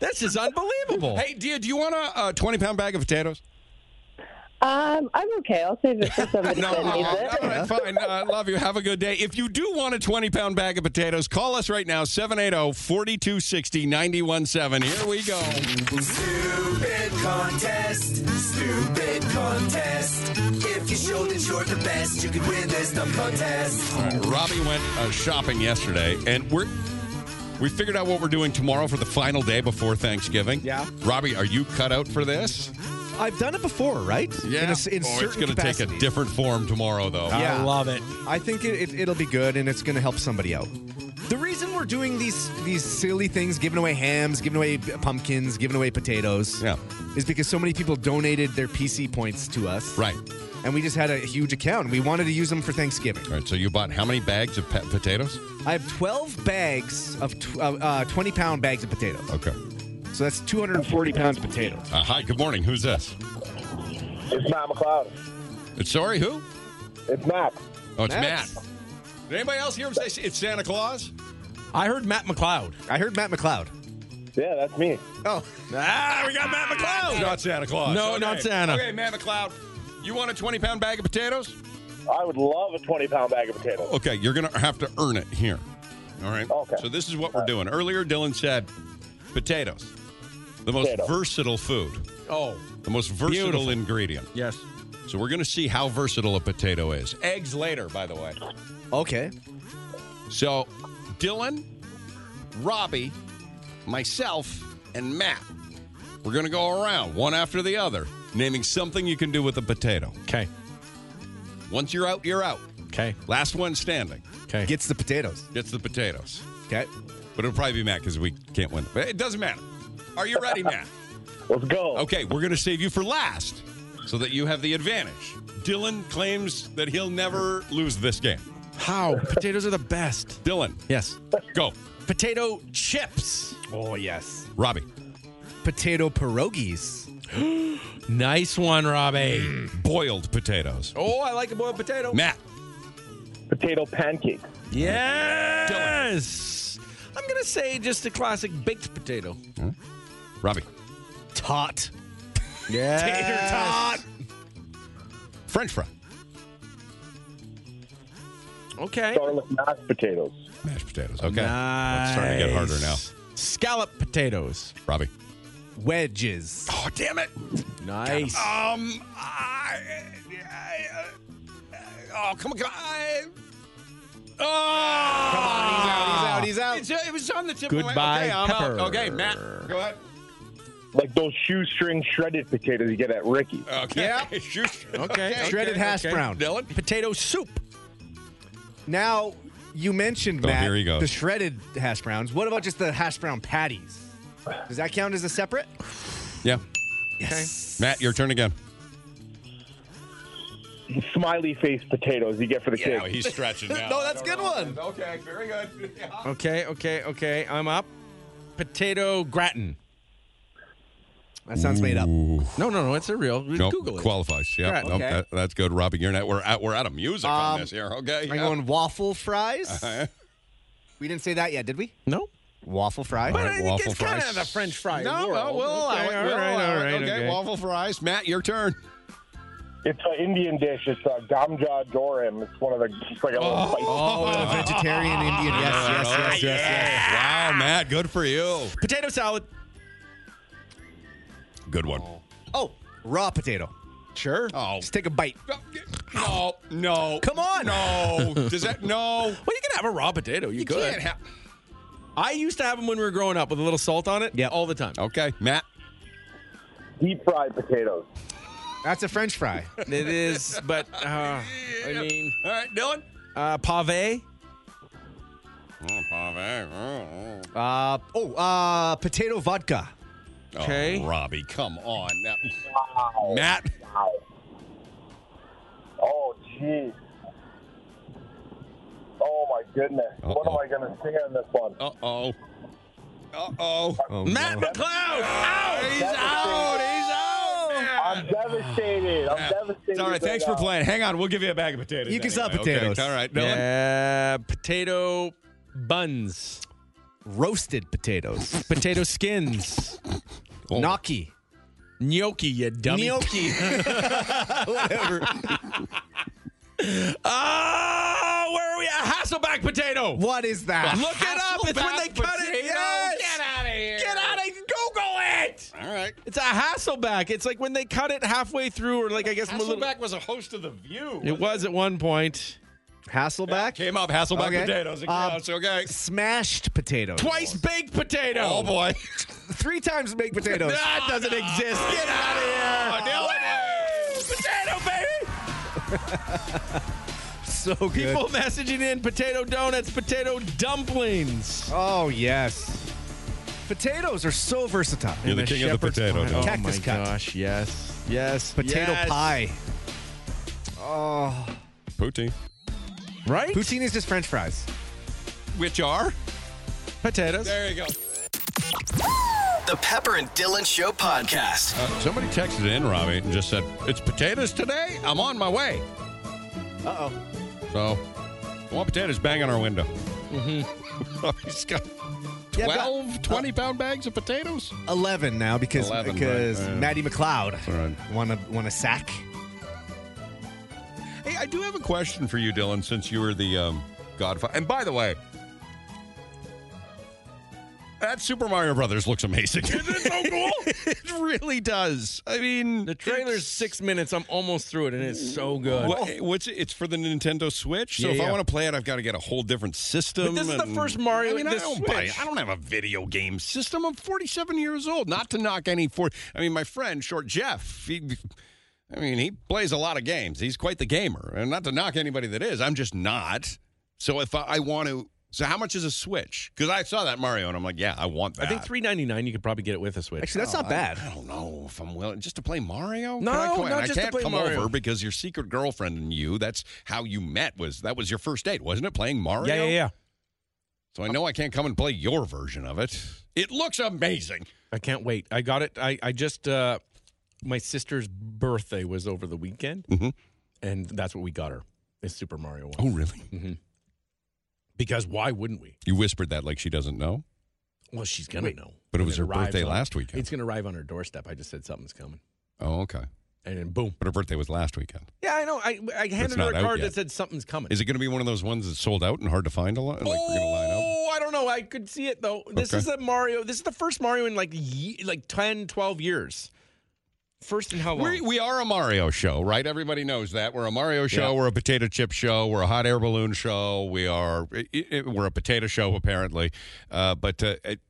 B: This is unbelievable."
C: Hey, Dia, do you want a, a 20 pound bag of potatoes?
E: Um, I'm okay. I'll save it for somebody
C: No,
E: that needs it.
C: all right, fine. Uh, love you. Have a good day. If you do want a 20 pound bag of potatoes, call us right now 780 4260 917. Here we go.
J: Stupid contest, stupid contest. If you show that you're the best, you can win this dumb contest.
C: All right, Robbie went uh, shopping yesterday, and we're we figured out what we're doing tomorrow for the final day before Thanksgiving. Yeah, Robbie, are you cut out for this?
D: I've done it before, right?
C: Yeah,
D: In a s- in
C: oh, it's
D: certain
C: going to take a
D: capacities.
C: different form tomorrow, though.
B: it.
D: I think it, it, it'll be good, and it's going to help somebody out. The reason we're doing these these silly things, giving away hams, giving away pumpkins, giving away potatoes, yeah. is because so many people donated their PC points to us,
C: right?
D: And we just had a huge account. We wanted to use them for Thanksgiving.
C: All right, so you bought how many bags of pet potatoes?
D: I have twelve bags of tw- uh, uh, twenty pound bags of potatoes.
C: Okay.
D: So that's two hundred and forty pounds of potatoes.
C: Uh, hi, good morning. Who's this?
O: It's Matt McLeod.
C: It's sorry, who?
O: It's Matt.
C: Oh, it's
O: Max.
C: Matt. Did anybody else hear him say it's Santa Claus?
B: I heard Matt McLeod.
D: I heard Matt McLeod.
O: Yeah, that's me.
D: Oh,
C: ah, we got Matt McLeod. Not Santa Claus.
B: No,
C: Okay.
B: not Santa.
C: Okay, Matt McLeod, you want a twenty-pound bag of potatoes?
O: I would love a 20 pound bag of potatoes.
C: Okay, you're going to have to earn it here. All right. Okay. So this is what we're doing. Earlier, Dylan said potatoes, the most
B: Potato.
C: versatile food,
B: Oh,
C: the most versatile
B: Beautiful.
C: ingredient.
B: Yes.
C: So we're going to see how versatile a potato is. Eggs later, by the way.
D: Okay.
C: So Dylan, Robbie, myself, and Matt, we're going to go around one after the other, naming something you can do with a potato.
B: Okay.
C: Once you're out, you're out.
B: Okay.
C: Last one standing.
B: Okay.
D: Gets the potatoes.
C: Gets the potatoes.
D: Okay.
C: But it'll probably be Matt because we can't win. But it doesn't matter. Are you ready, Matt?
O: Let's go.
C: Okay, we're going to save you for last so that you have the advantage. Dylan claims that he'll never lose this game.
B: How? Potatoes are the best.
C: Dylan.
B: Yes.
C: Go.
B: Potato chips.
D: Oh yes.
C: Robbie.
D: Potato pierogies.
B: nice one, Robbie.
C: Boiled Mm. potatoes.
B: Oh, I like a boiled potato.
C: Matt.
O: Potato pancakes.
B: Yes. I'm gonna say just a classic baked potato.
C: Hmm? Robbie.
D: Tot.
B: Yeah.
C: Tater tot. French fry.
B: Okay.
O: Garlic mashed potatoes.
C: Mashed potatoes. Okay. It's starting to get harder now.
B: Nice. Scallop potatoes.
C: Robbie.
D: Wedges.
C: Oh, damn it.
B: Nice.
C: Um, I, I, I- oh, come on, come on. I, oh, come on,
D: he's out,
C: he's out, he's out. uh, it was on the tip of my
B: Goodbye,
C: okay, I'm
B: pepper.
C: out. Okay, Matt, go ahead.
O: Like those shoestring shredded potatoes you get at Ricky's.
C: Okay.
D: Yeah.
C: Shoot.
B: Okay.
D: Shredded hash brown.
C: Dylan.
B: Potato soup.
D: Now, you mentioned,
C: Oh,
D: Matt,
C: here he goes.
D: the shredded hash browns. What about just the hash brown patties? Does that count as a separate?
C: Yeah.
D: Yes.
C: Matt, your turn again.
E: Smiley face potatoes you get for the
C: Yeah,
E: kids.
C: he's stretching now.
B: No, that's a good one.
E: Okay, very good.
B: Okay, okay, okay. I'm up. Potato gratin.
D: That sounds made up.
B: No, no, no. It's a real.
C: Nope,
B: Google it.
C: qualifies. Yeah,
B: Right,
C: nope,
B: okay.
C: that- that's good, Robbie. You're not. We're out. We're out of music on
D: Um,
C: this here. Okay, Uh-huh.
D: I'm going waffle fries. We didn't say that yet, did we?
B: No.
D: Waffle fry.
C: All right, waffle fries.
B: French fry.
C: No, well, we'll allow it. We'll allow it. okay, waffle fries. Matt, your turn.
E: It's an Indian dish. It's a gamja jorim. It's one of the. It's like a little spicy.
D: Oh, the vegetarian Indian. Yes, yes, yes, yes, yes.
C: Wow, Matt, good for you.
B: Potato salad.
C: Good one.
D: Oh, raw potato.
C: Sure. Oh,
D: Just take a bite.
C: No, no.
D: Come on.
C: No. Does that no?
B: Well, you can have a raw potato. You,
C: You
B: could.
C: can't have.
B: I used to have them when we were growing up with a little salt on it. Yeah, all the time.
C: Okay, Matt.
E: Deep fried potatoes.
D: That's a French fry.
B: It is, but uh, I mean,
C: All right, Dylan.
B: uh, pave.
C: Oh,
D: Uh, oh, uh, potato vodka.
B: Okay.
C: Oh, Robbie, come on. Now,
E: Wow.
C: Matt.
E: Wow. Oh, jeez. Oh, my goodness. What am I going to say on this one?
C: Uh oh. Uh oh.
B: Matt McLeod. Out.
C: He's out. He's out.
E: I'm devastated. I'm devastated.
C: All right, thanks for
E: now.
C: playing. Hang on, we'll give you a bag of potatoes.
D: You can
C: anyway.
D: sell
C: Okay,
D: potatoes.
C: All right, Dylan.
B: Yeah, potato buns,
D: Roasted potatoes. Oh.
B: potato skins,
D: Gnocchi.
B: gnocchi. You dummy.
D: Gnocchi. Whatever.
B: Oh, where are we at? Hasselback potato.
D: What is that?
B: Look it up. It's when they
C: Hasselback
B: cut it.
C: potato?
B: Yes.
C: Get out of here.
B: Get out of Google it.
C: All right.
B: It's a Hasselback. It's like when they cut it halfway through, or like I guess a little.
C: Hasselback was a host of The View.
B: It was at one point.
D: Hasselback.
C: Came up, Hasselback
D: Okay.
C: potatoes. It
D: Uh,
C: counts, okay.
D: Smashed potatoes.
B: Twice baked potato.
C: Oh, boy.
D: Three times baked potatoes.
B: That doesn't exist. Get out of here.
C: Oh,
B: Woo! Potato, baby.
D: so good.
B: People messaging in potato donuts, potato dumplings.
D: Oh, yes. Potatoes are so versatile.
C: You're the
B: And
C: king of the
B: shepherd's
C: potato
B: pie.
C: donuts.
B: Oh
D: Cactus
B: my
D: cut.
B: gosh, yes. Yes.
D: Potato
B: yes.
D: pie. Oh.
C: Poutine.
B: Right?
D: Poutine is just French fries.
C: Which are?
B: Potatoes.
C: There you go.
P: The Pepper and Dylan Show podcast.
C: Uh, somebody texted in, Robbie, and just said, It's potatoes today. I'm on my way.
D: Uh oh.
C: So, one potatoes bang on our window. Mm-hmm. uh, He's got
D: Yeah, I've
C: 12,
D: got-
C: 20 pound bags of potatoes.
D: 11 now because
C: 11, right.
D: because
C: Yeah.
D: Maddie McLeod
C: All right.
D: won a won a sack.
C: Hey, I do have a question for you, Dylan, since you were the um, godfather. And by the way, that Super Mario Brothers looks amazing. Isn't it so cool? it really does. I mean,
B: The trailer's six minutes. I'm almost through it, and it's so good.
C: What, what's it- it's for the Nintendo Switch, so
B: Yeah,
C: if I
B: yeah.
C: want to play it, I've got to get a whole different system.
B: But this is the
C: and-
B: first Mario
C: I mean,
B: with
C: I
B: the
C: don't buy-
B: Switch.
C: I don't have a video game system. I'm 47 years old. Not to knock any for. I mean, my friend Short Jeff. He, I mean, he plays a lot of games. He's quite the gamer, and not to knock anybody that is. I'm just not. So if I, I want to, so how much is a Switch? Because I saw that Mario, and I'm like, yeah, I want that.
B: I Oh, think three ninety nine. You could probably get it with a Switch.
D: Actually, that's not bad.
C: I don't know if I'm willing just to play Mario.
B: No,
C: Can I, come-
B: not
C: and I
B: just to
C: can't
B: play
C: come
B: Mario.
C: over because your secret girlfriend and you—that's how you met. Was that was your first date, wasn't it? Playing Mario.
B: yeah, yeah, yeah.
C: So I know I can't come and play your version of it. It looks amazing.
B: I can't wait. I got it. I I just uh, my sister's birthday was over the weekend,
C: Mhm.
B: and that's what we got her is Super Mario One.
C: Oh, really?
B: Because why wouldn't we?
C: You whispered that like she doesn't know.
B: Well, she's gonna know.
C: but it
B: when
C: was her
B: arrives
C: birthday
B: on-
C: last weekend.
B: It's gonna arrive on her doorstep. I just said something's coming,
C: Oh, okay.
B: and then boom.
C: But her birthday was last weekend.
B: Yeah, I know. I I handed her
C: not
B: a
C: out
B: card
C: yet.
B: that said something's coming.
C: Is it going to be one of those ones that's sold out and hard to find a lot? Like we're going to line up.
B: Oh, I don't know. I could see it though. This
C: Okay.
B: is a Mario. This is the first Mario in like ye- like 10, 12 years. First in how long?
C: We, we are a Mario show, right? Everybody knows that. We're a Mario show. We're a potato chip show. We're a hot air balloon show. We are. i- i- we're a potato show, apparently. Uh, but uh, it,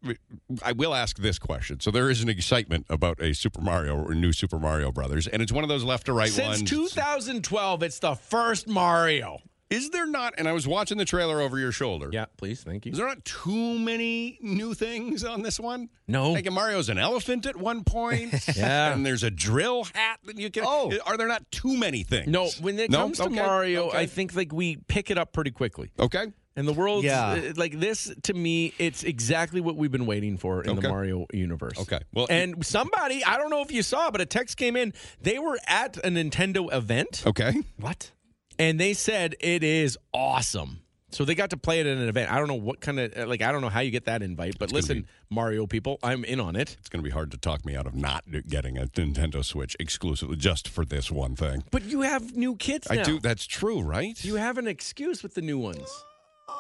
C: I will ask this question. So there is an excitement about a Super Mario or new Super Mario Brothers, and it's one of those left to right
B: Since
C: ones.
B: 2012, it's the first Mario.
C: Is there not? And I was watching the trailer over your shoulder.
B: Yeah, please, thank you.
C: Is there not too many new things on this one? No. Like Mario's an elephant at one point.
B: Yeah.
C: And there's a drill hat that you can. Oh. Are there not too many things?
B: No, when it comes to
C: Okay,
B: Mario,
C: okay.
B: I think like we pick it up pretty quickly.
C: Okay.
B: And the world's
C: Yeah.
B: uh, like this to me, it's exactly what we've been waiting for in
C: Okay.
B: the Mario universe.
C: Okay. Well,
B: and somebody, I don't know if you saw, but a text came in. They were at a Nintendo event.
C: Okay.
B: What? And they said it is awesome. So they got to play it at an event. I don't know what kind of like I don't know how you get that invite, but listen, Mario people, I'm in on it.
C: It's going to be hard to talk me out of not getting a Nintendo Switch exclusively just for this one thing.
B: But you have new kids now.
C: I do. That's true, right?
B: You have an excuse with the new ones.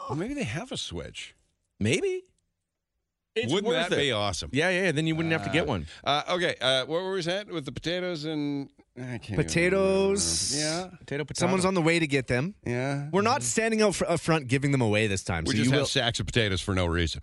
C: Well, maybe they have a Switch.
B: Maybe. It's
C: Wouldn't
B: worth
C: that be
B: it.
C: awesome?
B: Yeah, yeah. Then you wouldn't have to get one.
C: Uh, okay. Uh, where was that with the potatoes and I can't even
D: Potatoes.
C: remember. Yeah.
B: Potato, potato.
D: Someone's on the way to get them.
C: Yeah.
D: We're not standing out fr- up front giving them away this time.
C: We
D: so
C: just
D: you
C: have
D: will.
C: sacks of potatoes for no reason.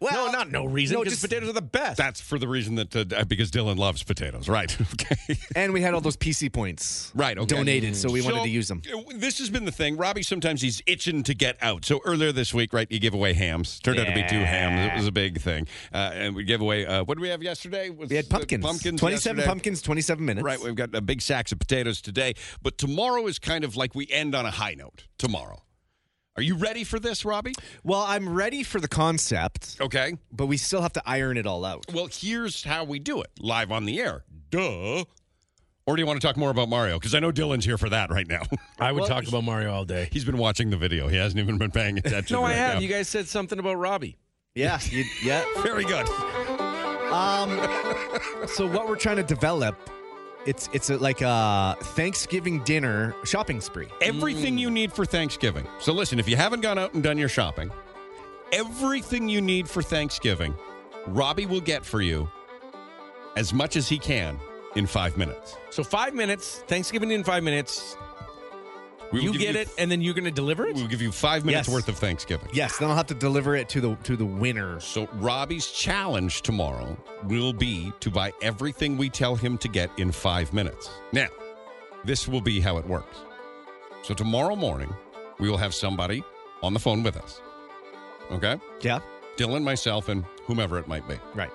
D: well,
B: no, not no reason.
D: No,
B: because
D: just-
B: potatoes are the best.
C: That's for the reason that uh, because Dylan loves potatoes, right? Okay.
D: and we had all those PC points.
C: Right, okay.
D: Donated, so we wanted to use them.
C: uh, This has been the thing. Robbie sometimes he's itching to get out. So earlier this week, right, you give away hams. Turned out to be two hams. It was a big thing. Uh, and we gave away, uh, what did we have yesterday? Was
D: We had
C: the
D: pumpkins.
C: Pumpkins.
D: 27
C: yesterday.
D: pumpkins, 27 minutes.
C: Right, we've got a big sacks of potatoes today. But tomorrow is kind of like we end on a high note tomorrow. Are you ready for this, Robbie?
D: Well, I'm ready for the concept.
C: Okay.
D: But we still have to iron it all out.
C: Well, here's how we do it live on the air. Duh. Or do you want to talk more about Mario? Because I know Dylan's here for that right now.
B: I would talk about Mario all day.
C: He's been watching the video. He hasn't even been paying attention.
B: No, I
C: right
B: have.
C: now.
B: You guys said something about Robbie.
D: Yeah. you- yeah.
C: Very good.
D: Um, so what we're trying to develop, it's it's a, like a Thanksgiving dinner shopping spree.
B: Mm.
C: Everything you need for Thanksgiving. So listen, if you haven't gone out and done your shopping, everything you need for Thanksgiving, Robbie will get for you as much as he can in five minutes.
B: So five minutes, Thanksgiving in five minutes.
C: We will
B: you
C: give
B: get
C: you-
B: it, and then you're going to deliver it.
C: We'll give you five minutes
D: Yes.
C: worth of Thanksgiving.
D: Yes, then I'll have to deliver it to the to the winner.
C: So Robbie's challenge tomorrow will be to buy everything we tell him to get in five minutes. Now, this will be how it works. So tomorrow morning, we will have somebody on the phone with us. Okay?
D: Yeah.
C: Dylan, myself, and whomever it might be.
D: Right.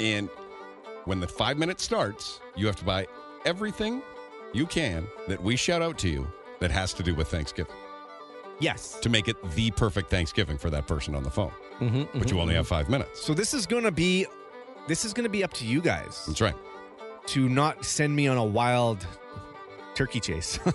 C: And when the five minutes starts, you have to buy everything you can that we shout out to you that has to do with Thanksgiving
D: Yes.
C: to make it the perfect Thanksgiving for that person on the phone.
D: Mm-hmm,
C: But you only have five minutes.
D: So this is gonna be, this is gonna be up to you guys
C: That's right.
D: to not send me on a wild turkey chase.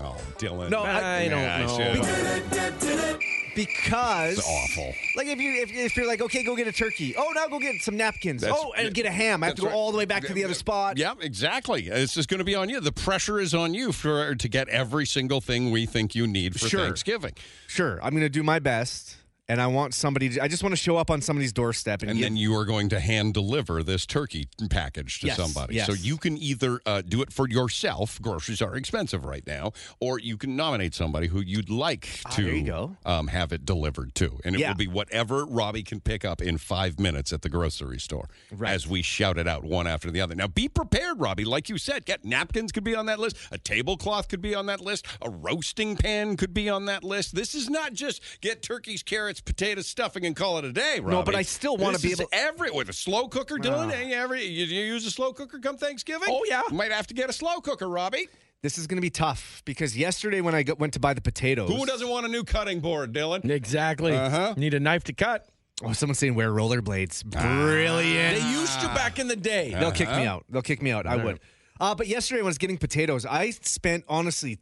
C: Oh, Dylan.
D: No, I- I don't
C: know.
D: because
C: It's awful.
D: Like if you if, if you're like okay, go get a turkey. Oh, now go get some napkins.
C: That's-
D: oh, and get a ham. I have to go
C: that's right.
D: all the way back to the other spot.
C: Yeah, exactly. This is going to be on you. The pressure is on you for to get every single thing we think you need for
D: Sure.
C: Thanksgiving,
D: Sure, I'm gonna do my best, and I want somebody. To, I just want to show up on somebody's doorstep and,
C: and
D: get,
C: then you are going to hand deliver this turkey package to
D: Yes,
C: somebody.
D: yes.
C: So you can either uh, do it for yourself. Groceries are expensive right now, or you can nominate somebody who you'd like to
D: Ah, there you go.
C: Um, have it delivered to, and it
D: Yeah.
C: will be whatever Robbie can pick up in five minutes at the grocery store.
D: Right.
C: As we shout it out one after the other. Now be prepared, Robbie. Like you said, get napkins could be on that list. A tablecloth could be on that list. A roasting pan could be on that list. This is not just get turkeys, carrots, potatoes, stuffing, and call it a day, Robbie.
D: No, but I still wanna
C: This
D: be
C: is
D: able-
C: every with a slow cooker, Dylan.
D: Ah.
C: eh, Every you, you use a slow cooker come Thanksgiving.
B: Oh, yeah.
C: You might have to get a slow cooker, Robbie.
D: This is going to be tough because yesterday when I go- went to buy the potatoes,
C: Who doesn't want a new cutting board, Dylan?
B: Exactly.
C: Uh-huh.
B: Need a knife to cut.
D: oh, someone's saying wear rollerblades. Brilliant.
B: They used to back in the day.
D: They'll kick me out. They'll kick me out. I
B: All
D: would. Uh, but yesterday when I was getting potatoes, I spent honestly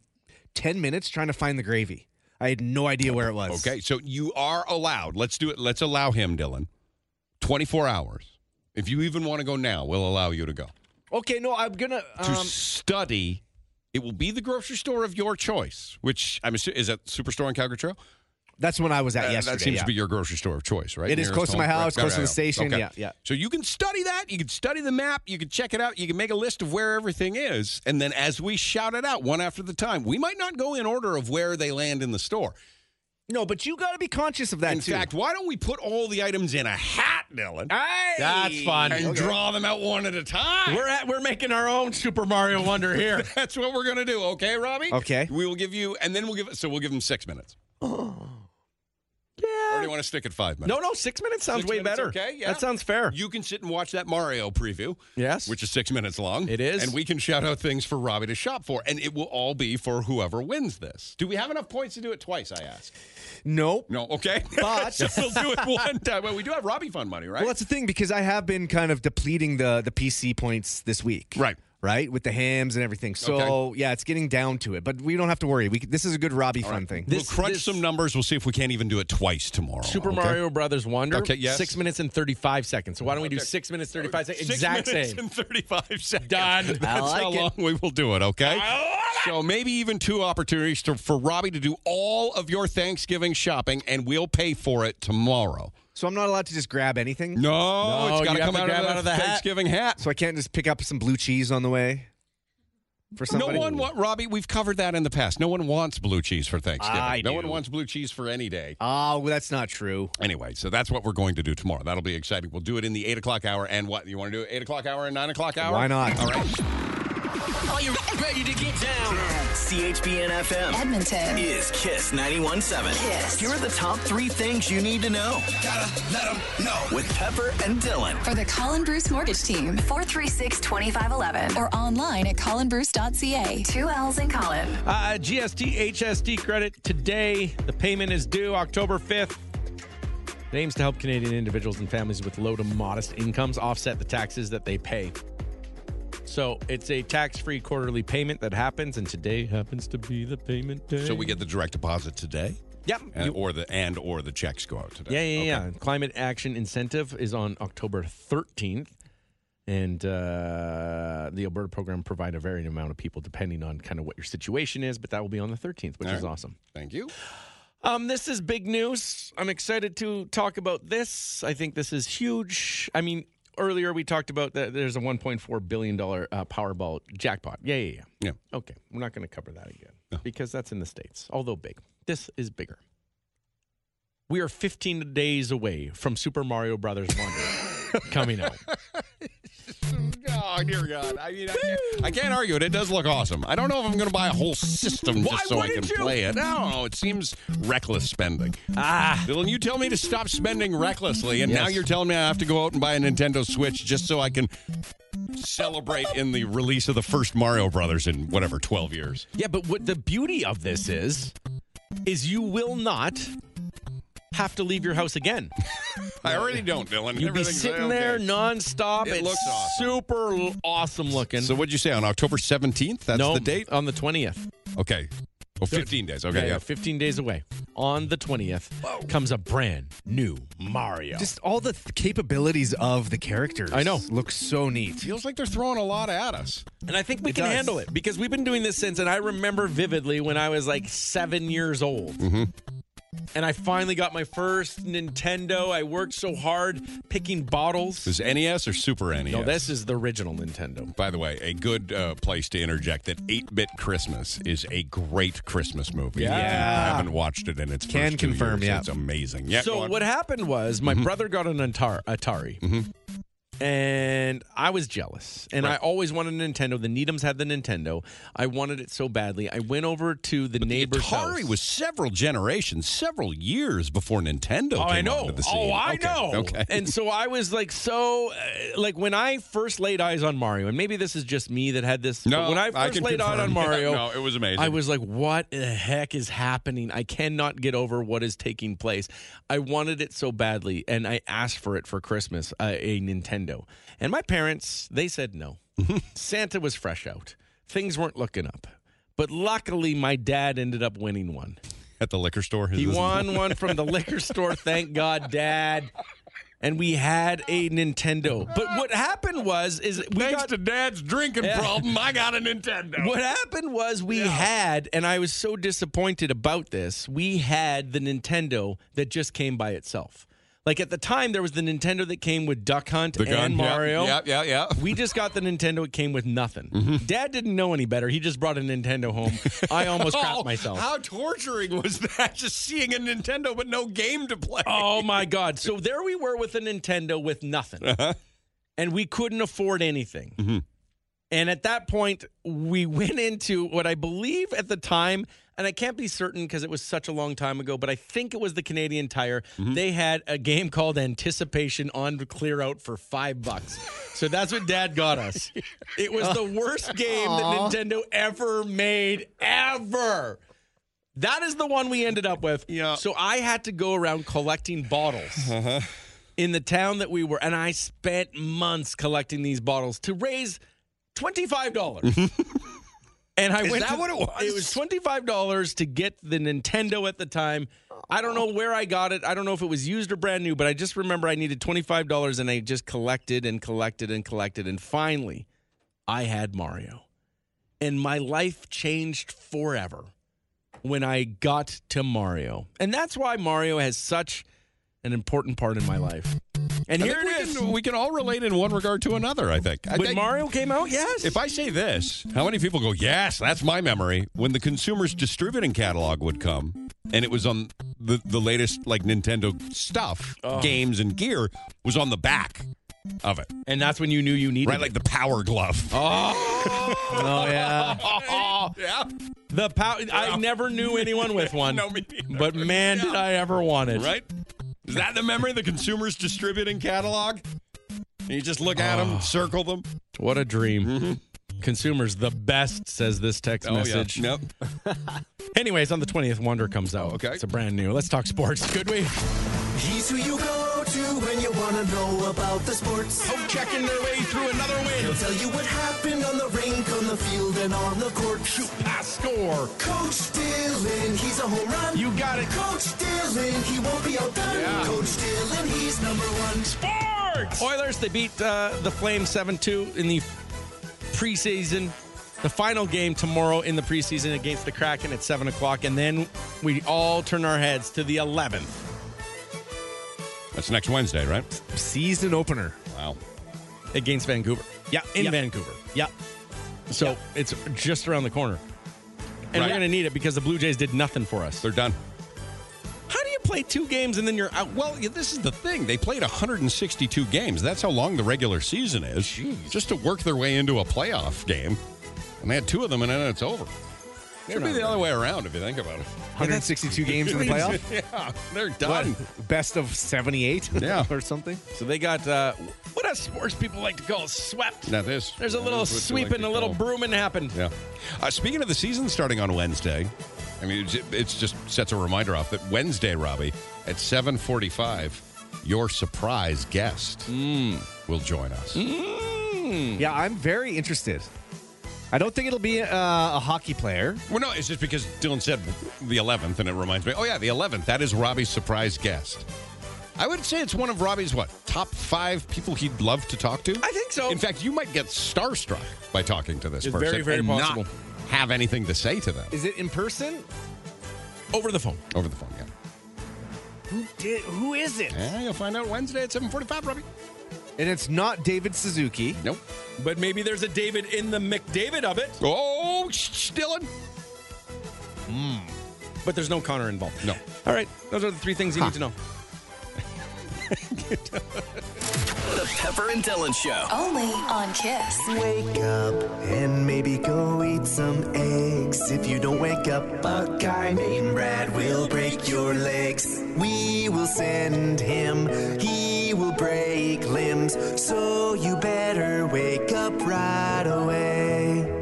D: ten minutes trying to find the gravy. I had no idea where it was.
C: Okay, so you are allowed. Let's do it. Let's allow him, Dylan. 24 hours. If you even want to go now, we'll allow you to go.
D: Okay. No, I'm gonna.
C: To
D: Um,
C: study, it will be the grocery store of your choice, which I'm assuming is that Superstore in Calgary Trail?
D: that's when I was at
C: Uh,
D: yesterday.
C: that seems
D: yeah.
C: to be your grocery store of choice, right?
D: It is
C: Nearest
D: close to my
C: home,
D: house,
C: right?
D: close to the
C: Right, right, right.
D: station, yeah, yeah.
C: So you can study that. You can study the map. You can check it out. You can make a list of where everything is. And then as we shout it out one after the time, we might not go in order of where they land in the store.
D: No, but you got to be conscious of that.
C: In fact, why don't we put all the items in a hat, Dylan?
B: That's fun.
C: And
B: Okay.
C: draw them out one at a time.
B: We're at, we're making our own Super Mario Wonder here.
C: That's what we're gonna do. Okay, Robbie.
B: Okay.
C: We will give you, and then we'll give. So we'll give them six minutes. yeah. Or do you want to stick at five minutes?
B: No, no, six minutes sounds
C: Six
B: way
C: minutes,
B: better.
C: Okay. Yeah.
B: That sounds fair.
C: You can sit and watch that Mario preview.
B: Yes.
C: Which is six minutes long. It
B: is.
C: And we can shout out things for Robbie to shop for, and it will all be for whoever wins this. Do we have enough points to do it twice? I ask.
D: Nope.
C: No. Okay.
D: But-
C: So we'll do it one time. Well, we do have Robbie Fund money, right?
D: Well, that's the thing because I have been kind of depleting the the PC points this week. Right. Right with the hams and everything. So yeah, it's getting down to it, but we don't have to worry. We c- this is a good Robbie fun thing.
C: we'll crunch some numbers. We'll see if we can't even do it twice tomorrow.
B: Super
C: Oh, okay?
B: Mario Brothers Wonder.
C: Okay, yes.
B: Six minutes and 35 seconds. So why don't we do
C: Okay.
B: six minutes, 35 seconds?
C: Six
B: Exact
C: minutes
B: same.
C: and 35 seconds.
B: Done.
C: That's
B: I like
C: how
B: it.
C: long we will do it, okay? So maybe even two opportunities to, for Robbie to do all of your Thanksgiving shopping, and we'll pay for it tomorrow.
D: So I'm not allowed to just grab anything.
C: No, it's got to come out, of the Thanksgiving hat.
D: So I can't just pick up some blue cheese on the way for somebody.
C: No one want Robbie. We've covered that in the past. No one wants blue cheese for Thanksgiving.
D: I
C: no
D: do.
C: one wants blue cheese for any day.
D: Oh, well, that's not true.
C: Anyway, so that's what we're going to do tomorrow. That'll be exciting. We'll do it in the eight o'clock hour. And what you want to do? it Eight o'clock hour and nine o'clock hour.
D: Why not?
C: All right.
J: Are you ready to get down? CHBN FM.
A: Edmonton.
J: Is Kiss 91.7.
A: Kiss.
J: Here are the top three things you need to know. Gotta let them know. With Pepper and Dylan.
A: For the Colin Bruce Mortgage Team, 436 2511 or online at colinbruce.ca. Two L's in Colin.
B: Uh, GST HSD credit today. The payment is due October 5th. It aims to help Canadian individuals and families with low to modest incomes offset the taxes that they pay. So it's a tax free quarterly payment that happens, and today happens to be the payment day.
C: So we get the direct deposit today.
B: Yep.
C: And,
B: You-
C: or the and or the checks go out today.
B: Yeah, yeah, yeah. Climate Action Incentive is on October 13th. And uh, the Alberta program provide a varying amount of people depending on kind of what your situation is, but that will be on the 13th, which
C: All
B: is
C: right.
B: awesome.
C: Thank you.
B: Um, this is big news. I'm excited to talk about this. I think this is huge. I mean, earlier we talked about that there's a 1.4 billion dollar uh, Powerball jackpot. Yeah, yeah, yeah.
C: Yeah.
B: Okay, we're not going to cover that again because that's in the states. Although big, this is bigger. We are 15 days away from Super Mario Brothers Wonder coming out.
C: Oh dear God! I mean, I can't, I can't argue it. It does look awesome. I don't know if I'm going to buy a whole system
B: Why
C: just so I can
B: wouldn't you?
C: play it. I don't know. It seems reckless spending. Ah, Dylan, you tell me to stop spending recklessly, and now
B: Yes.
C: you're telling me I have to go out and buy a Nintendo Switch just so I can celebrate in the release of the first Mario Brothers in whatever 12 years.
B: Yeah, but what the beauty of this is, is you will not have to leave your house again.
C: I already don't, Dylan.
B: You'd be
C: Everything's
B: sitting
C: okay.
B: there nonstop.
C: It
B: Um, it's
C: looks awesome.
B: super l- awesome looking.
C: So what'd you say on October 17th? That's
B: no,
C: the date.
B: on the twentieth.
C: Okay. Oh, 15 days. Okay. yeah.
B: fifteen days away. On the twentieth comes a brand new Mario.
D: Just all the th- capabilities of the characters. I
B: know.
D: Looks so neat.
C: Feels like they're throwing a lot at us.
B: and I think we
D: It
B: can
D: does.
B: handle it because we've been doing this since, and I remember vividly when I was like seven years old.
C: Mm-hmm.
B: And I finally got my first Nintendo. I worked so hard picking bottles.
C: Is NES E or Super NES?
B: No, this is the original Nintendo.
C: By the way, a good uh, place to interject that 8 Bit Christmas is a great Christmas movie.
B: Yeah.
C: If you haven't watched it in its
D: Can
C: first two
D: confirm,
C: years,
D: yeah.
C: It's amazing. Yeah,
B: so
C: go on. Mm-hmm.
B: what happened was my brother got an Atari, Atari and I was jealous. And I always wanted a Nintendo. The Needhams had the Nintendo. I wanted it so badly. I went over to the neighbor's
C: Atari
B: house.
C: was several generations, several years before Nintendo
B: Oh,
C: came
B: I know.
C: onto the scene.
B: Oh, I
C: Okay,
B: know.
C: Okay.
B: And so I was like, so, uh, like when I first laid eyes on Mario, and maybe this is just me that had this.
C: No,
B: but when I first
C: I can
B: laid eyes
C: confirm.
B: on Mario,
C: No, it was amazing.
B: I was like, what the heck is happening? I cannot get over what is taking place. I wanted it so badly, and I asked for it for Christmas, uh, a Nintendo. And my parents, they said no. Santa was fresh out. Things weren't looking up. But luckily, my dad ended up winning one.
C: At the liquor store.
B: He won one from the liquor store. Thank God, Dad. And we had a Nintendo. But what happened was, is we
C: Thanks
B: got.
C: to Dad's drinking
B: Yeah.
C: problem, I got a Nintendo.
B: What happened was we had, and I was so disappointed about this. We had the Nintendo that just came by itself. Like at the time, there was the Nintendo that came with Duck Hunt
Q: The
B: and
Q: gun, yeah,
B: Mario.
Q: yeah, yeah, yeah. Mm-hmm.
B: We just got the Nintendo. It came with nothing. Dad didn't know any better. He just brought a Nintendo home. I almost
Q: Oh,
B: crapped myself.
Q: How torturing was that? Just seeing a Nintendo but no game to play.
B: Oh my God! So there we were with a Nintendo with nothing, and we couldn't afford anything. And at that point, we went into what I believe at the time, and I can't be certain because it was such a long time ago, but I think it was the Canadian Tire. They had a game called Anticipation on clear out for five bucks. so that's what Dad got us. It was the worst game
J: Aw.
B: that Nintendo ever made, ever. That is the one we ended up with. Yeah. So I had to go around collecting bottles
J: Uh-huh.
B: in the town that we were, and I spent months collecting these bottles to raise twenty five dollars. And I
J: Is
B: went.
J: that
B: to-
J: what it was?
B: It was twenty five dollars to get the Nintendo at the time. I don't know where I got it. I don't know if it was used or brand new, but I just remember I needed twenty five dollars, and I just collected and collected and collected, and finally, I had Mario, and my life changed forever when I got to Mario, and that's why Mario has such an important part in my life. And
C: I
B: here
C: think
B: it
C: we
B: is.
C: Can, we can all relate in one regard to another, I think. I
B: When
C: think-
B: Mario came out, yes.
C: If I say this, how many people go, yes, that's my memory? When the consumer's distributing catalog would come and it was on the, the latest like Nintendo stuff, games and gear was on the back of it.
B: And that's when you knew you needed
C: Right, like the power glove.
B: Oh, oh yeah.
C: yeah.
B: The power. I never knew anyone with one.
C: No, me
B: But man, did I ever want it.
C: Right? Is that the memory of the consumer's distributing catalog? And you just look at
B: Ah.
C: them, circle them.
B: What a dream. Consumers the best, says this text
C: Mm-hmm. Oh, yeah.
B: message.
C: Nope.
B: Anyways, on the 20th, Wonder comes
C: Oh,
B: out. okay. It's a brand new. Let's talk sports. Good week.
J: He's who you go to when you want to know about the sports. Hope Oh, checking their way through another win. He'll tell you what happened on the rink, on the field, and on the court. Shoot,
B: pass, score.
J: Coach Dylan, he's a home run. You got it. Coach Dylan, he won't be outdone. Coach Dylan, he's number one. Sports!
B: Oilers, they beat uh, the Flames 7 2 in the preseason. The final game tomorrow in the preseason against the Kraken at 7 o'clock. And then we all turn our heads to the 11th.
C: That's next Wednesday, right?
B: Season opener.
C: Wow.
B: Against Vancouver. Yeah, in
C: Yeah.
B: Vancouver. Yeah. So it's just around the corner. And
C: Right.
B: we're going to need it because the Blue Jays did nothing for us.
C: They're done.
B: How do you play two games and then you're out?
C: Well, yeah, this is the thing. They played 162 games. That's how long the regular season is. Just to work their way into a playoff game. And they had two of them, and then it's over. Should be the other way around if you think about it.
D: 162 games in the playoff?
C: yeah, they're done.
D: Best of 78
C: Yeah.
D: or something?
B: So they got uh, what us sports people like to call swept.
C: Now this.
B: There's a
C: that
B: little
C: is what they like
B: sweeping,
C: to
B: a little
C: call.
B: brooming happened.
C: Yeah. Uh, speaking of the season starting on Wednesday, I mean, it's, it's just sets a reminder off that Wednesday, Robbie, at 7:45, your surprise guest
B: Mm.
C: will join us.
D: Yeah, I'm very interested. I don't think it'll be uh, a hockey player.
C: Well, no, it's just because Dylan said the 11th, and it reminds me. Oh yeah, the 11th. That is Robbie's surprise guest. I would say it's one of Robbie's what top five people he'd love to talk to. I
B: think so.
C: In fact, you might get starstruck by talking to this
B: It's
C: person.
B: very, very
C: and not
B: possible.
C: have anything to say to them
D: Is it in person?
B: Over the phone.
C: over the phone. Yeah.
D: Who did? Who is it?
C: Yeah, you'll find out Wednesday at 7:45, Robbie.
D: And it's not David Suzuki.
C: Nope.
B: But maybe there's a David in the McDavid of it.
C: Oh, Dylan.
B: Hmm. But there's no Connor involved.
C: No.
B: All right. Those are the three things you need to know.
R: The Pepper and Dylan Show.
A: Only on Kiss.
J: Wake up and maybe go eat some eggs. If you don't wake up, a guy named Brad will break your legs. We will send him, he will break limbs. So you better wake up right away.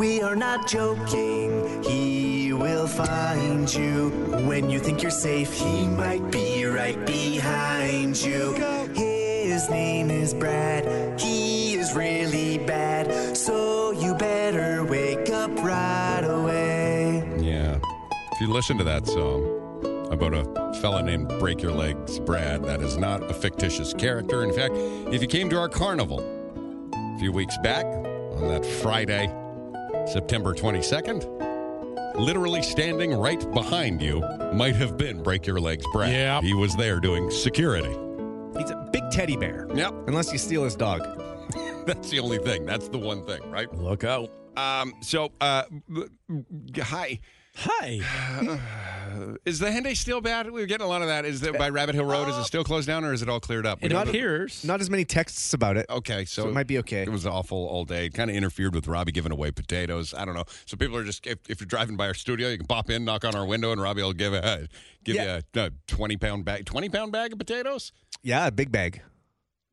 J: We are not joking, he will find you. When you think you're safe, he might be right behind you. His name is Brad, he is really bad. So you better wake up right away.
C: Yeah. If you listen to that song about a fella named Break Your Legs Brad, that is not a fictitious character. In fact, if you came to our carnival a few weeks back on that Friday, September 22nd, literally standing right behind you, might have been Break Your Legs Brad.
D: Yep.
C: He was there doing security.
D: He's a big teddy bear.
C: Yep.
D: Unless you steal his dog.
C: That's the only thing. That's the one thing, right?
B: Look out.
C: Um, so, uh, b- b- hi.
B: Hi.
C: is the Henday still bad? We were getting a lot of that. Is that by Rabbit Hill Road?
B: Uh,
C: is it still closed down or is it all cleared up? We don't know.
D: Not as many texts about it.
C: Okay, so,
D: it might be okay.
C: It was awful all day. It kind of interfered with Robbie giving away potatoes. I don't know. So people are just if, if you're driving by our studio, you can pop in, knock on our window, and Robbie will give a give
D: Yeah.
C: you a, a twenty pound bag twenty pound bag of potatoes.
D: Yeah, a big bag.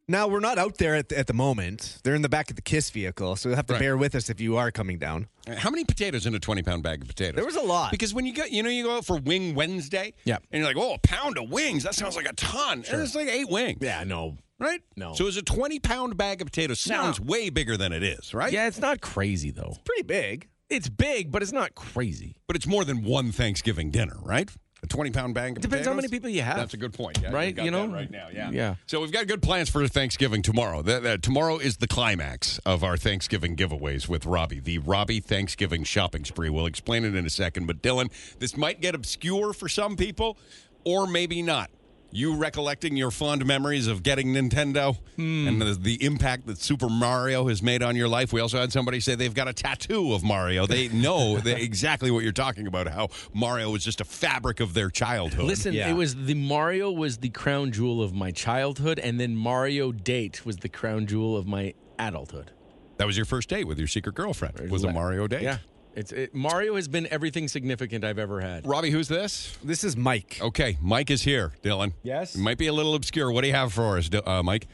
D: Now we're not out there at the, at the moment. They're in the back of the Kiss vehicle, so you'll have to
C: Right.
D: bear with us if you are coming down.
C: How many potatoes in a twenty pound bag of potatoes?
D: There was a lot.
C: because when you go, you know, you go out for Wing Wednesday.
B: Yeah.
C: and you're like, oh, a pound of wings. That sounds like a ton. And it's like eight wings.
B: Yeah, no.
C: Right?
B: No.
C: So it's a 20 pound bag of potatoes. Sounds way bigger than it is, right?
B: Yeah, it's not crazy though.
D: Pretty big.
B: It's big, but it's not crazy.
C: But it's more than one Thanksgiving dinner, right? A 20 pound bag of
B: Depends how
C: potatoes?
B: many people you have.
C: That's a good point. Yeah,
B: Right,
C: got
B: you know?
C: that right now, yeah.
B: Yeah.
C: So we've got good plans for Thanksgiving tomorrow. That, that- tomorrow is the climax of our Thanksgiving giveaways with Robbie. The Robbie Thanksgiving shopping spree. We'll explain it in a second. But Dylan, this might get obscure for some people, or maybe not. You recollecting your fond memories of getting Nintendo
B: Hmm.
C: and the, the impact that Super Mario has made on your life. We also had somebody say they've got a tattoo of Mario. They know they, exactly what you're talking about. How Mario was just a fabric of their childhood.
B: Listen, it was the Mario was the crown jewel of my childhood, and then Mario date was the crown jewel of my adulthood.
C: That was your first date with your secret girlfriend. Was a Mario date.
B: Yeah, it's it, Mario has been everything significant I've ever had.
C: Robbie, who's this?
D: This is Mike.
C: Okay, Mike is here. Dylan.
B: Yes?
C: It might be a little obscure. What do you have for us, Dy- uh, Mike?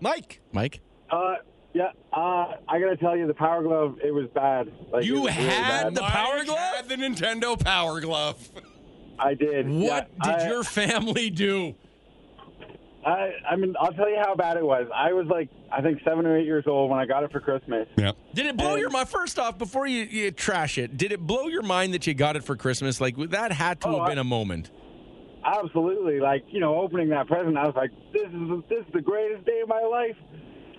D: Mike.
B: Mike.
O: Uh, yeah, uh, I gotta tell you, the Power Glove, it was bad. Like, it
C: You
O: was really
C: had
O: bad.
C: the Power Glove? Had the Nintendo Power Glove.
O: I did.
B: What
O: yeah,
B: did
O: I-
B: your family do?
O: I, I mean, I'll tell you how bad it was. I was like, I think seven or eight years old when I got it for Christmas.
C: Yep.
B: Did it blow your mind? First off, before you, you trash it, did it blow your mind that you got it for Christmas? Like that had to have been a moment.
O: Absolutely, like you know, opening that present, I was like, this is this is the greatest day of my life.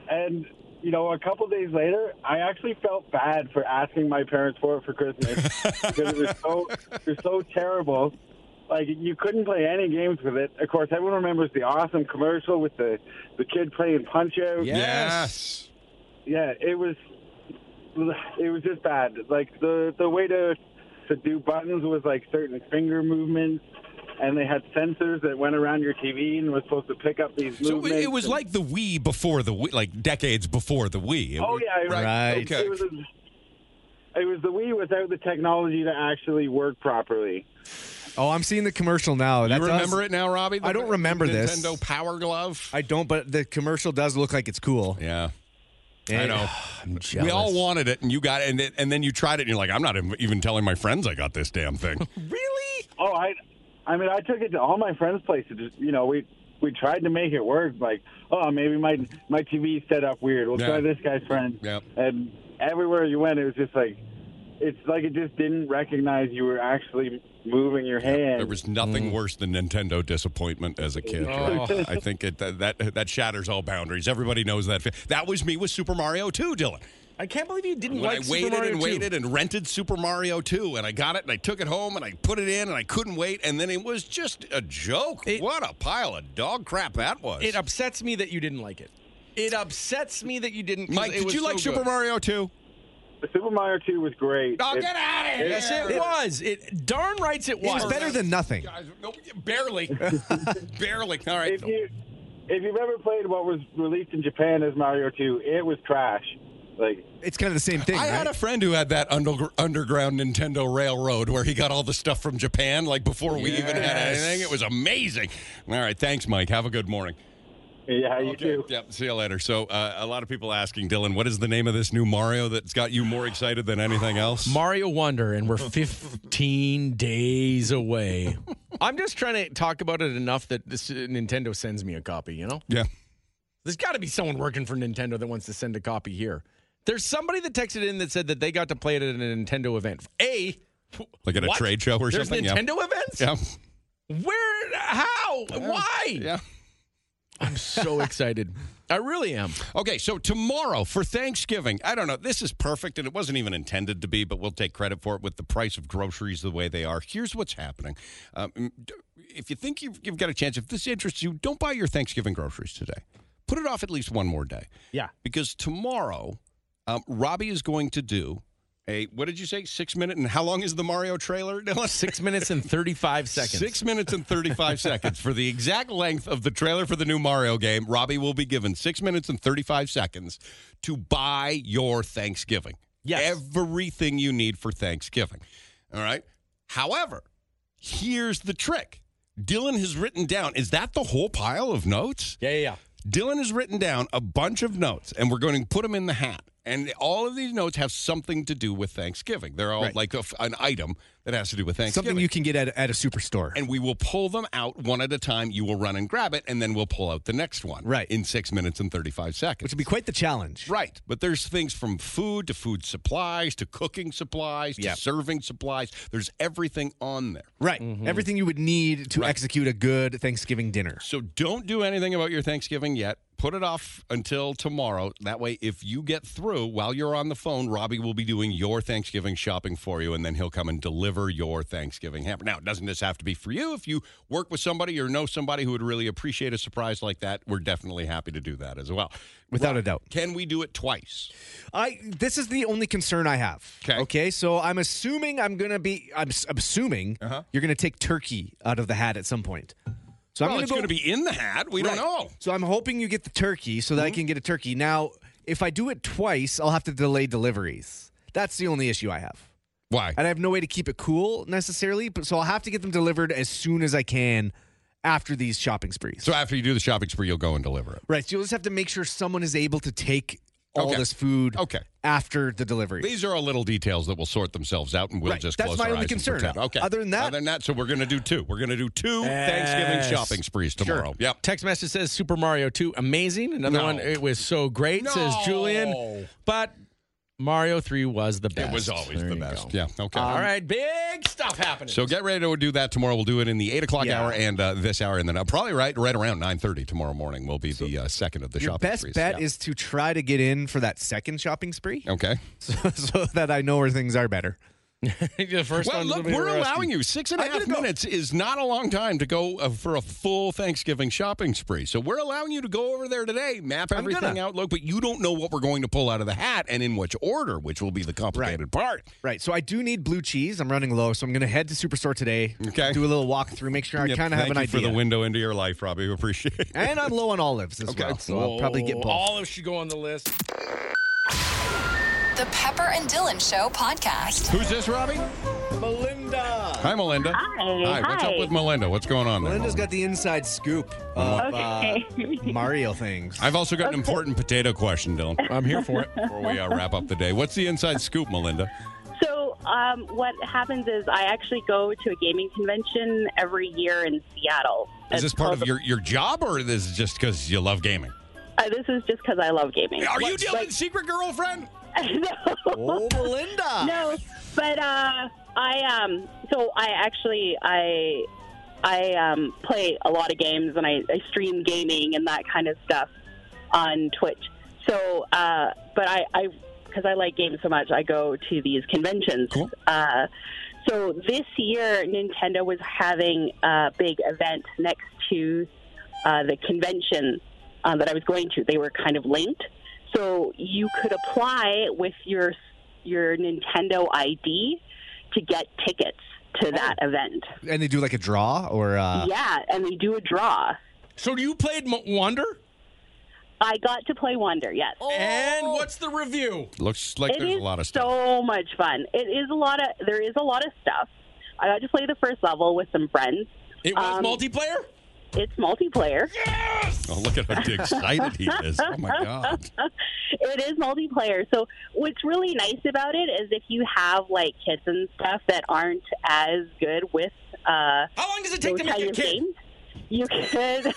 O: And you know, a couple days later, I actually felt bad for asking my parents for it for Christmas because it was so it was so terrible. Like you couldn't play any games with it. Of course, everyone remembers the awesome commercial with the the kid playing Punch Out.
C: Yes.
O: Yeah, it was it was just bad. Like the the way to to do buttons was like certain finger movements, and they had sensors that went around your TV and was supposed to pick up these
C: So
O: movements.
C: it- it was
O: and-
C: like the Wii before the Wii, like decades before the Wii. It
O: oh
C: was-
O: yeah, it was,
C: Right.
O: It was, a- it was the Wii without the technology to actually work properly.
D: Oh, I'm seeing the commercial now. That
C: You
D: does-
C: remember it now, Robbie? The
D: I don't remember this.
C: Nintendo Power Glove.
D: I don't, but the commercial does look like it's cool.
C: Yeah. I
D: And-
C: know.
B: I'm jealous.
C: We all wanted it, and you got it, and, then- and then you tried it, and you're like, I'm not ev- even telling my friends I got this damn thing.
O: Oh, I, I mean, I took it to all my friends' places. Just, You know, we we tried to make it work. Like, oh, maybe my my TV set up weird. We'll
C: Yeah.
O: try this guy's friend.
C: Yep.
O: And everywhere you went, it was just like, it's like it just didn't recognize you were actually moving your hand.
C: There was nothing worse than Nintendo disappointment as a kid.
O: Oh.
C: right? I think it, that, that that shatters all boundaries. Everybody knows that. That was me with Super Mario 2, Dylan.
B: I can't believe you didn't
C: When
B: like
C: I
B: Super
C: waited
B: Mario
C: and
B: 2.
C: waited and rented Super Mario 2, and I got it, and I took it home, and I put it in, and I couldn't wait, and then it was just a joke. what a pile of dog crap that was.
B: It upsets me that you didn't like it. It upsets me that you didn't. 'cause
C: Mike,
B: it
C: did
B: was
C: you
B: so
C: like Super
B: good.
C: Mario 2?
O: Super Mario Two was great.
C: Oh,
O: It-
C: get out of here!
B: Yes, it was. It darn rights it
D: It was
B: was.
D: better than nothing.
C: No, barely. barely. All right.
O: If you if you've ever played what was released in Japan as Mario Two, it was trash. Like.
D: It's kind of the same thing.
C: I
D: right?
C: had a friend who had that under, underground Nintendo Railroad where he got all the stuff from Japan, like before we even had anything. It was amazing. All right, thanks, Mike. Have a good morning.
O: Yeah, you too.
C: Yep. See you later. So, uh, a lot of people asking Dylan, what is the name of this new Mario that's got you more excited than anything else?
B: Mario Wonder, and we're 15 days away. I'm just trying to talk about it enough that this uh, Nintendo sends me a copy. You know,
C: yeah.
B: there's got to be someone working for Nintendo that wants to send a copy here. There's somebody that texted in that said that they got to play it at a Nintendo event. A,
C: Like at a
B: what?
C: trade show or
B: There's
C: something? Yeah.
B: Nintendo events.
C: Yeah.
B: Where? How? Why?
C: Yeah.
B: I'm so excited. I really am.
C: Okay, so tomorrow for Thanksgiving, I don't know. This is perfect, and it wasn't even intended to be, but we'll take credit for it with the price of groceries the way they are. Here's what's happening. Um, d- if you think you've, you've got a chance, if this interests you, don't buy your Thanksgiving groceries today. Put it off at least one more day.
B: Yeah.
C: Because tomorrow, um, Robbie is going to do a, what did you say, six minute, and how long is the Mario trailer? Dylan?
B: Six minutes and 35 seconds.
C: Six minutes and 35 seconds. For the exact length of the trailer for the new Mario game, Robbie will be given six minutes and 35 seconds to buy your Thanksgiving. Yes. Everything you need for Thanksgiving. All right. However, here's the trick Dylan has written down, is that the whole pile of notes?
B: Yeah, yeah, yeah.
C: Dylan has written down a bunch of notes, and we're going to put them in the hat. And all of these notes have something to do with Thanksgiving. They're all
D: Right.
C: like a f an item that has to do with Thanksgiving.
D: Something you can get at, at a superstore.
C: And we will pull them out one at a time. You will run and grab it, and then we'll pull out the next one. Right. In six minutes and 35 seconds. Which
D: would be quite the challenge.
C: Right. But there's things from food to food supplies to cooking supplies to serving supplies. There's everything on there.
D: Right. Everything you would need to execute a good Thanksgiving dinner.
C: So don't do anything about your Thanksgiving yet. Put it off until tomorrow. That way, if you get through while you're on the phone, Robbie will be doing your Thanksgiving shopping for you, and then he'll come and deliver your Thanksgiving hamper. Now, doesn't this have to be for you? If you work with somebody or know somebody who would really appreciate a surprise like that, we're definitely happy to do that as well.
D: Without a doubt.
C: Can we do it twice?
D: I this is the only concern I have. Okay. Okay. So I'm assuming I'm gonna be. I'm, s- I'm assuming
C: Uh-huh.
D: you're gonna take turkey out of the hat at some point. So
C: Well,
D: I'm gonna
C: it's
D: go,
C: gonna be in the hat. We don't
D: Right.
C: know. Mm-hmm.
D: So I'm hoping you get the turkey so that I can get a turkey. Now, if I do it twice, I'll have to delay deliveries. That's the only issue I have.
C: Why?
D: And I have no way to keep it cool necessarily, but so I'll have to get them delivered as soon as I can after these shopping sprees.
C: So after you do the shopping spree, you'll go and deliver it.
D: Right. So you'll just have to make sure someone is able to take all
C: Okay.
D: this food
C: Okay.
D: after the delivery.
C: These are all little details that will sort themselves out, and we'll
D: Right.
C: just
D: That's
C: close
D: my
C: our
D: only
C: eyes and
D: concern.
C: pretend. Okay.
D: Other than that-
C: other than that, so we're going to do two. We're going to do two
B: Yes.
C: Thanksgiving shopping sprees tomorrow.
B: Sure.
C: Yep.
B: Text message says Super Mario 2, amazing. Another
C: No.
B: one, it was so great, says Julian. But Mario 3 was the best.
C: was always
B: There
C: the
B: you
C: best.
B: go.
C: Yeah. Okay.
D: Um,
B: All right, big stuff happening.
C: So get ready to do that tomorrow. We'll do it in the eight o'clock
B: Yeah.
C: hour and uh, this hour, and then uh, probably right right around nine thirty tomorrow morning will be the uh, second of the
D: Your
C: shopping
D: best
C: sprees.
D: bet
C: Yeah.
D: is to try to get in for that second shopping spree
C: okay.
D: so, so that I know where things are better.
B: the first
C: well,
B: one's
C: look,
B: gonna be
C: we're
B: rusty.
C: allowing you six and a
B: I
C: half
B: didn't know.
C: minutes is not a long time to go uh, for a full Thanksgiving shopping spree. So we're allowing you to go over there today, map
D: I'm
C: everything
D: gonna.
C: out, look, but you don't know what we're going to pull out of the hat and in which order, which will be the complicated part.
D: Right. So I do need blue cheese. I'm running low, so I'm going to head to Superstore today.
C: Okay.
D: Do a little walkthrough, make sure I
C: Yep,
D: kind of have
C: thank
D: an
C: you
D: idea.
C: for the window into your life, Robbie. We appreciate it.
D: and I'm low on olives as
C: Okay.
D: well, so I'll probably get
B: Oh,
D: both.
B: Olive should go on the list.
A: The Pepper and Dylan Show podcast.
C: Who's this, Robbie?
D: Melinda.
C: Hi, Melinda.
D: Hi,
C: What's up
D: hi.
C: with Melinda? What's going on there?
D: Melinda's got the inside scoop of uh, Mario things.
C: I've also got an important potato question, Dylan. I'm here for it. Before we uh, wrap up the day, what's the inside scoop, Melinda?
S: So, um, what happens is I actually go to a gaming convention every year in Seattle.
C: Is this part of your, your job, or this is just because you love gaming?
S: Uh, this is just because I love gaming.
C: Are you Dylan's secret girlfriend?
S: no.
D: Oh, Melinda.
S: No, but uh, I um, so I actually I I um, play a lot of games and I, I stream gaming and that kind of stuff on Twitch. So, uh, but I I because I like games so much, I go to these conventions. Uh, so this year, Nintendo was having a big event next to uh, the convention uh, that I was going to. They were kind of linked, so you could apply with your your Nintendo ID to get tickets to that event.
D: And they do like a draw or. Uh,
S: yeah, and they do a draw.
B: So you played M- Wonder?
S: I got to play Wonder, yes. Oh.
B: And what's the review?
C: Looks like
S: It
C: there's
S: is
C: a lot of stuff.
S: So much fun. It is a lot of there is a lot of stuff. I got to play the first level with some friends. Um,
B: It was multiplayer?
S: It's multiplayer.
C: Oh, look at how excited he is. Oh, my God.
S: it is multiplayer. So what's really nice about it is if you have like kids and stuff that aren't as good with uh
B: How long does it take to make a kid?
S: You could.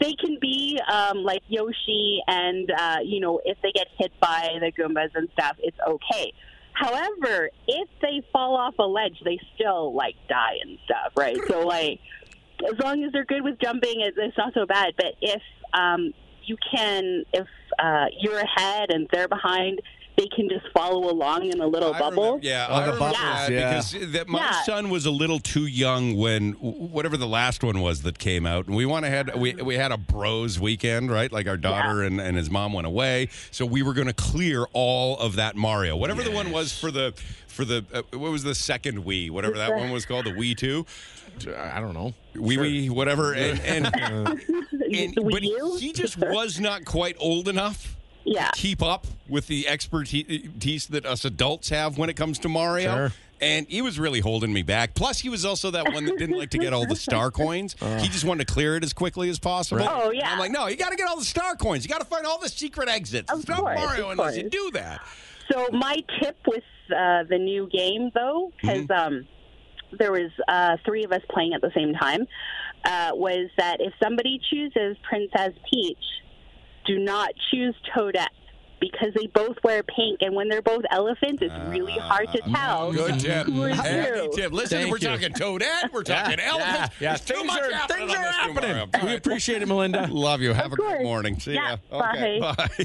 S: they can be um, like Yoshi, and uh, you know, if they get hit by the Goombas and stuff, it's okay. However, if they fall off a ledge, they still like die and stuff, right? So like, as long as they're good with jumping, it- it's not so bad. But if um, you can, if uh, you're ahead and they're behind, they can just follow along in a little bubble.
C: Yeah, I remember that because that my
S: Yeah.
C: son was a little too young when whatever the last one was that came out, and we went ahead. We we had a bros weekend, right? Like our daughter and, and his mom went away, so we were going to clear all of that Mario, whatever the one was for the for the uh, what was the second Wii, whatever that one was called, the Wii two.
B: I don't know.
C: Wii Wii, whatever, and, and
S: And-
C: but he just was not quite old enough
S: Yeah.
C: to keep up with the expertise that us adults have when it comes to Mario.
B: Sure.
C: And he was really holding me back. Plus, he was also that one that didn't like to get all the star coins.
D: Uh.
C: He just wanted to clear it as quickly as possible.
S: Right. Oh,
C: And
S: yeah.
C: I'm like, no, you got to get all the star coins. You got to find all the secret exits.
S: Of
C: it's not
S: course,
C: Mario
S: of
C: unless you
S: course.
C: do that.
S: So my tip with uh, the new game, though, because um, there was uh, three of us playing at the same time, uh, was that if somebody chooses Princess Peach, do not choose Toadette because they both wear pink, and when they're both elephants, it's really hard to tell.
C: Uh, Good tip.
S: who is
C: Happy
S: who.
C: tip. Listen,
B: Thank
C: we're
B: you.
C: talking Toadette. We're
B: Yeah,
C: talking
B: yeah,
C: elephants.
B: yeah.
C: There's too
B: Things
C: much
B: are-
C: happening
B: things
C: on
B: are
C: this new
B: happening.
C: Mario.
B: We
C: All right.
B: appreciate it, Melinda.
C: Love you. Have a
B: course.
C: great morning. See
B: Yeah,
C: ya. Okay.
B: bye.
C: Bye.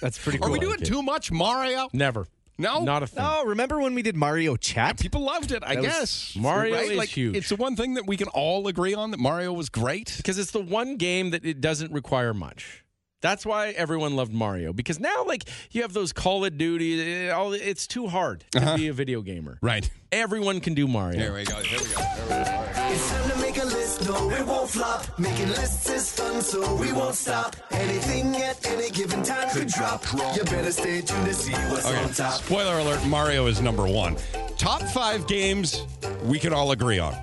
D: That's pretty cool.
C: Are we doing too much Mario?
B: Never.
C: No,
B: Not a thing.
D: No, remember when we did Mario Chat?
C: people loved it. I
D: That was-
C: guess
B: Mario
C: Right?
B: is
C: Like,
B: huge.
C: It's the one thing that we can all agree on that Mario was great.
B: because it's the one game that it doesn't require much. That's why everyone loved Mario because now, like, you have those Call of Duty. eh, All it's too hard to be a video gamer.
C: Uh-huh. Right.
B: Everyone can do Mario.
C: Here we go. Here we go.
J: It's time to make a list, no, it won't flop. Making lists is fun, so we won't stop. Anything at any given time could drop. You better stay tuned to see what's on
C: Okay.
J: top.
C: Spoiler alert: Mario is number one. Top five games we can all agree on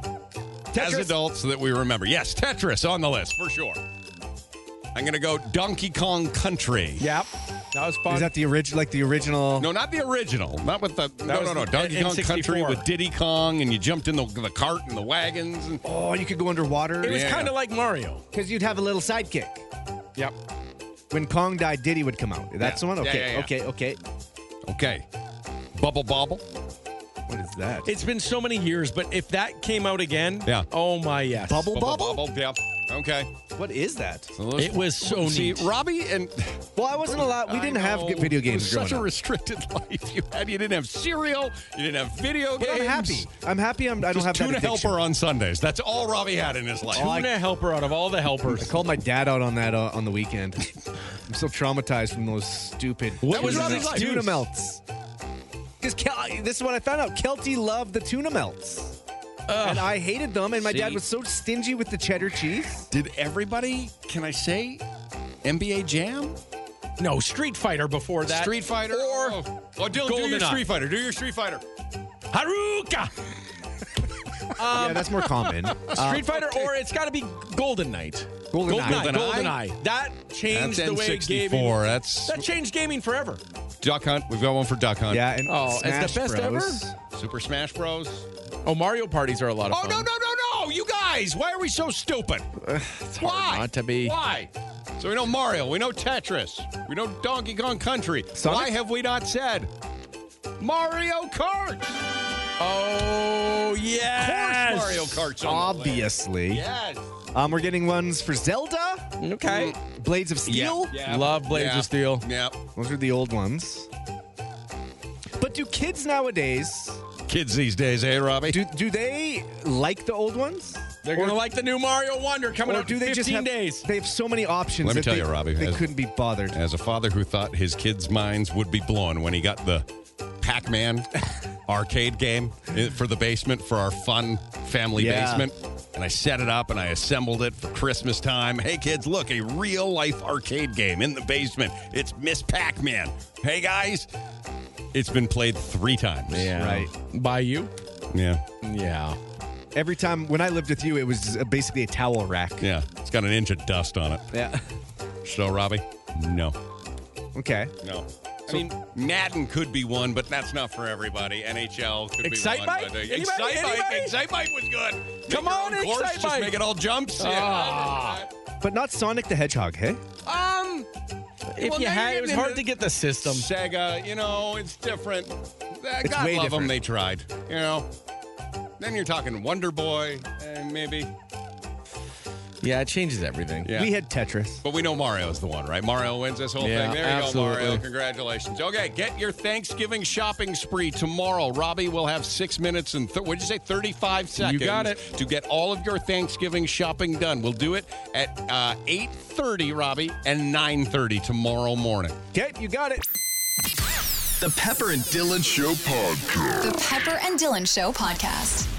C: as adults that we remember. Yes, Tetris on the list for sure. I'm gonna go Donkey Kong Country.
B: Yep. That was fun.
D: Is that the original? Like the original?
C: No, not the original. Not with the no,
B: was
C: no, no.
B: the
C: Donkey Kong
B: N64.
C: Country with Diddy Kong, and you jumped in the, the cart and the wagons. And,
D: Oh, you could go underwater.
B: it was
C: Yeah.
B: kind of like Mario.
D: Because you'd have a little sidekick.
B: Yep.
D: When Kong died, Diddy would come out. That's the one?
C: Yeah,
D: Okay,
C: yeah, yeah.
D: okay, okay.
C: okay, Bubble Bobble.
D: What is that?
B: It's been so many years, but if that came out again,
C: Yeah.
B: Oh my yes.
D: Bubble Bubble?
C: Yeah. Oh, Okay.
D: What is that?
C: So those-
B: It was so
C: See,
B: neat.
C: Robbie and
D: Well, I wasn't allowed. We
C: I
D: didn't have
C: know,
D: g- video
C: it was
D: games growing
C: Such a
D: up.
C: restricted life you had. You didn't have cereal. You didn't have video
D: But
C: games.
D: I'm happy. I'm happy. I'm, I don't
C: Just
D: have
C: tuna
D: that addiction.
C: helper on Sundays. That's all Robbie had in his life.
D: Oh, I-
B: Tuna helper out of all the
D: I
B: helpers.
D: called my dad out on that uh, on the weekend. I'm still traumatized from those stupid
B: What was
D: tuna
B: his
D: melts.
B: excuse?
D: tuna melts. Because Kel- this is what I found out. Kelty loved the tuna melts, and I hated them. And my dad
C: See?
D: was so stingy with the cheddar cheese.
C: Did everybody? Can I say? NBA Jam,
B: no, Street Fighter before that.
C: Street Fighter, or oh, oh, Dylan, do your
B: GoldenEye.
C: Street Fighter. Do your Street Fighter.
B: Haruka. Um,
D: yeah, that's more common. Uh,
B: Street Fighter, or it's got to be Golden Knight.
D: Golden
B: Goldeneye.
C: Knight. Goldeneye.
B: Goldeneye. That changed
C: That's
B: the way gaming.
C: N64. That's
B: That changed gaming forever.
C: Duck Hunt. We've got one for Duck Hunt.
D: yeah, and
B: Oh, it's the
D: Smash
B: best
D: Bros.
C: Super Smash Bros.
B: Oh, Mario parties are a lot of
C: Oh
B: fun.
C: no no no no! You guys, why are we so stupid?
B: It's hard
C: Why?
B: not to be.
C: Why? So we know Mario, we know Tetris, we know Donkey Kong Country.
D: Sonic?
C: Why have we not said Mario Kart?
B: Oh yes.
C: Of course, Mario Kart's on the list.
D: Obviously,
C: Yes.
D: um, we're getting ones for Zelda,
B: Okay.
D: Blades of Steel.
C: Yeah.
B: Love Blades
C: Yeah.
B: of Steel.
C: Yeah.
D: Those are the old ones. But do kids nowadays
C: Kids these days, eh, Robbie?
D: do do they like the old ones?
B: They're gonna like the new Mario Wonder coming
D: Or
B: out
D: do
B: in
D: they
B: 15
D: just have,
B: days.
D: They have so many options.
C: Let me
D: that
C: tell
D: they-
C: you, Robbie,
D: they
C: as-
D: couldn't be bothered.
C: As a father who thought his kids' minds would be blown when he got the Pac-Man arcade game i- for the basement for our fun family
D: Yeah.
C: basement. And I set it up and I assembled it for Christmas time. Hey kids, look, a real life arcade game in the basement. It's Miss Pac-Man. Hey guys, it's been played 3 times.
D: Right.
B: By you?
C: Yeah.
B: Yeah.
D: Every time when I lived with you, it was uh, basically a towel rack.
C: Yeah. It's got an inch of dust on it.
D: Yeah.
C: So Robbie, no.
D: Okay.
C: No. I mean, Madden could be one, but that's not for everybody. NHL could be one.
B: Excitebike?
C: but, uh,
B: Anybody?
C: Excitebike.
B: Anybody?
C: Excitebike was good.
B: Come
C: your
B: on,
C: own course, Just
B: Excitebike.
C: make it all jumps.
B: Ah.
D: But not Sonic the Hedgehog, hey?
C: Yeah. Um,
B: If
C: Well,
B: you
C: now
B: had,
C: you're
B: it was
C: getting
B: hard
C: into
B: to get the system.
C: Sega, you know, it's different. Uh,
D: It's
C: God
D: way
C: love them.
D: different.
C: They tried. You know. Then you're talking Wonder Boy, eh, maybe.
B: Yeah, it changes everything.
C: Yeah.
D: We had Tetris.
C: But we know Mario's the one, right? Mario wins this whole
B: Yeah,
C: thing. There you go, Mario.
B: absolutely.
C: Congratulations. Okay, get your Thanksgiving shopping spree tomorrow. Robbie will have six minutes and, th- what'd you say, 35 seconds.
B: got it.
C: To get all of your Thanksgiving shopping done. We'll do it at uh, 8.30, Robbie, and 9.30 tomorrow morning.
D: Okay, you got it.
H: The Pepper and Dylan Show podcast.
A: The Pepper and Dylan Show podcast.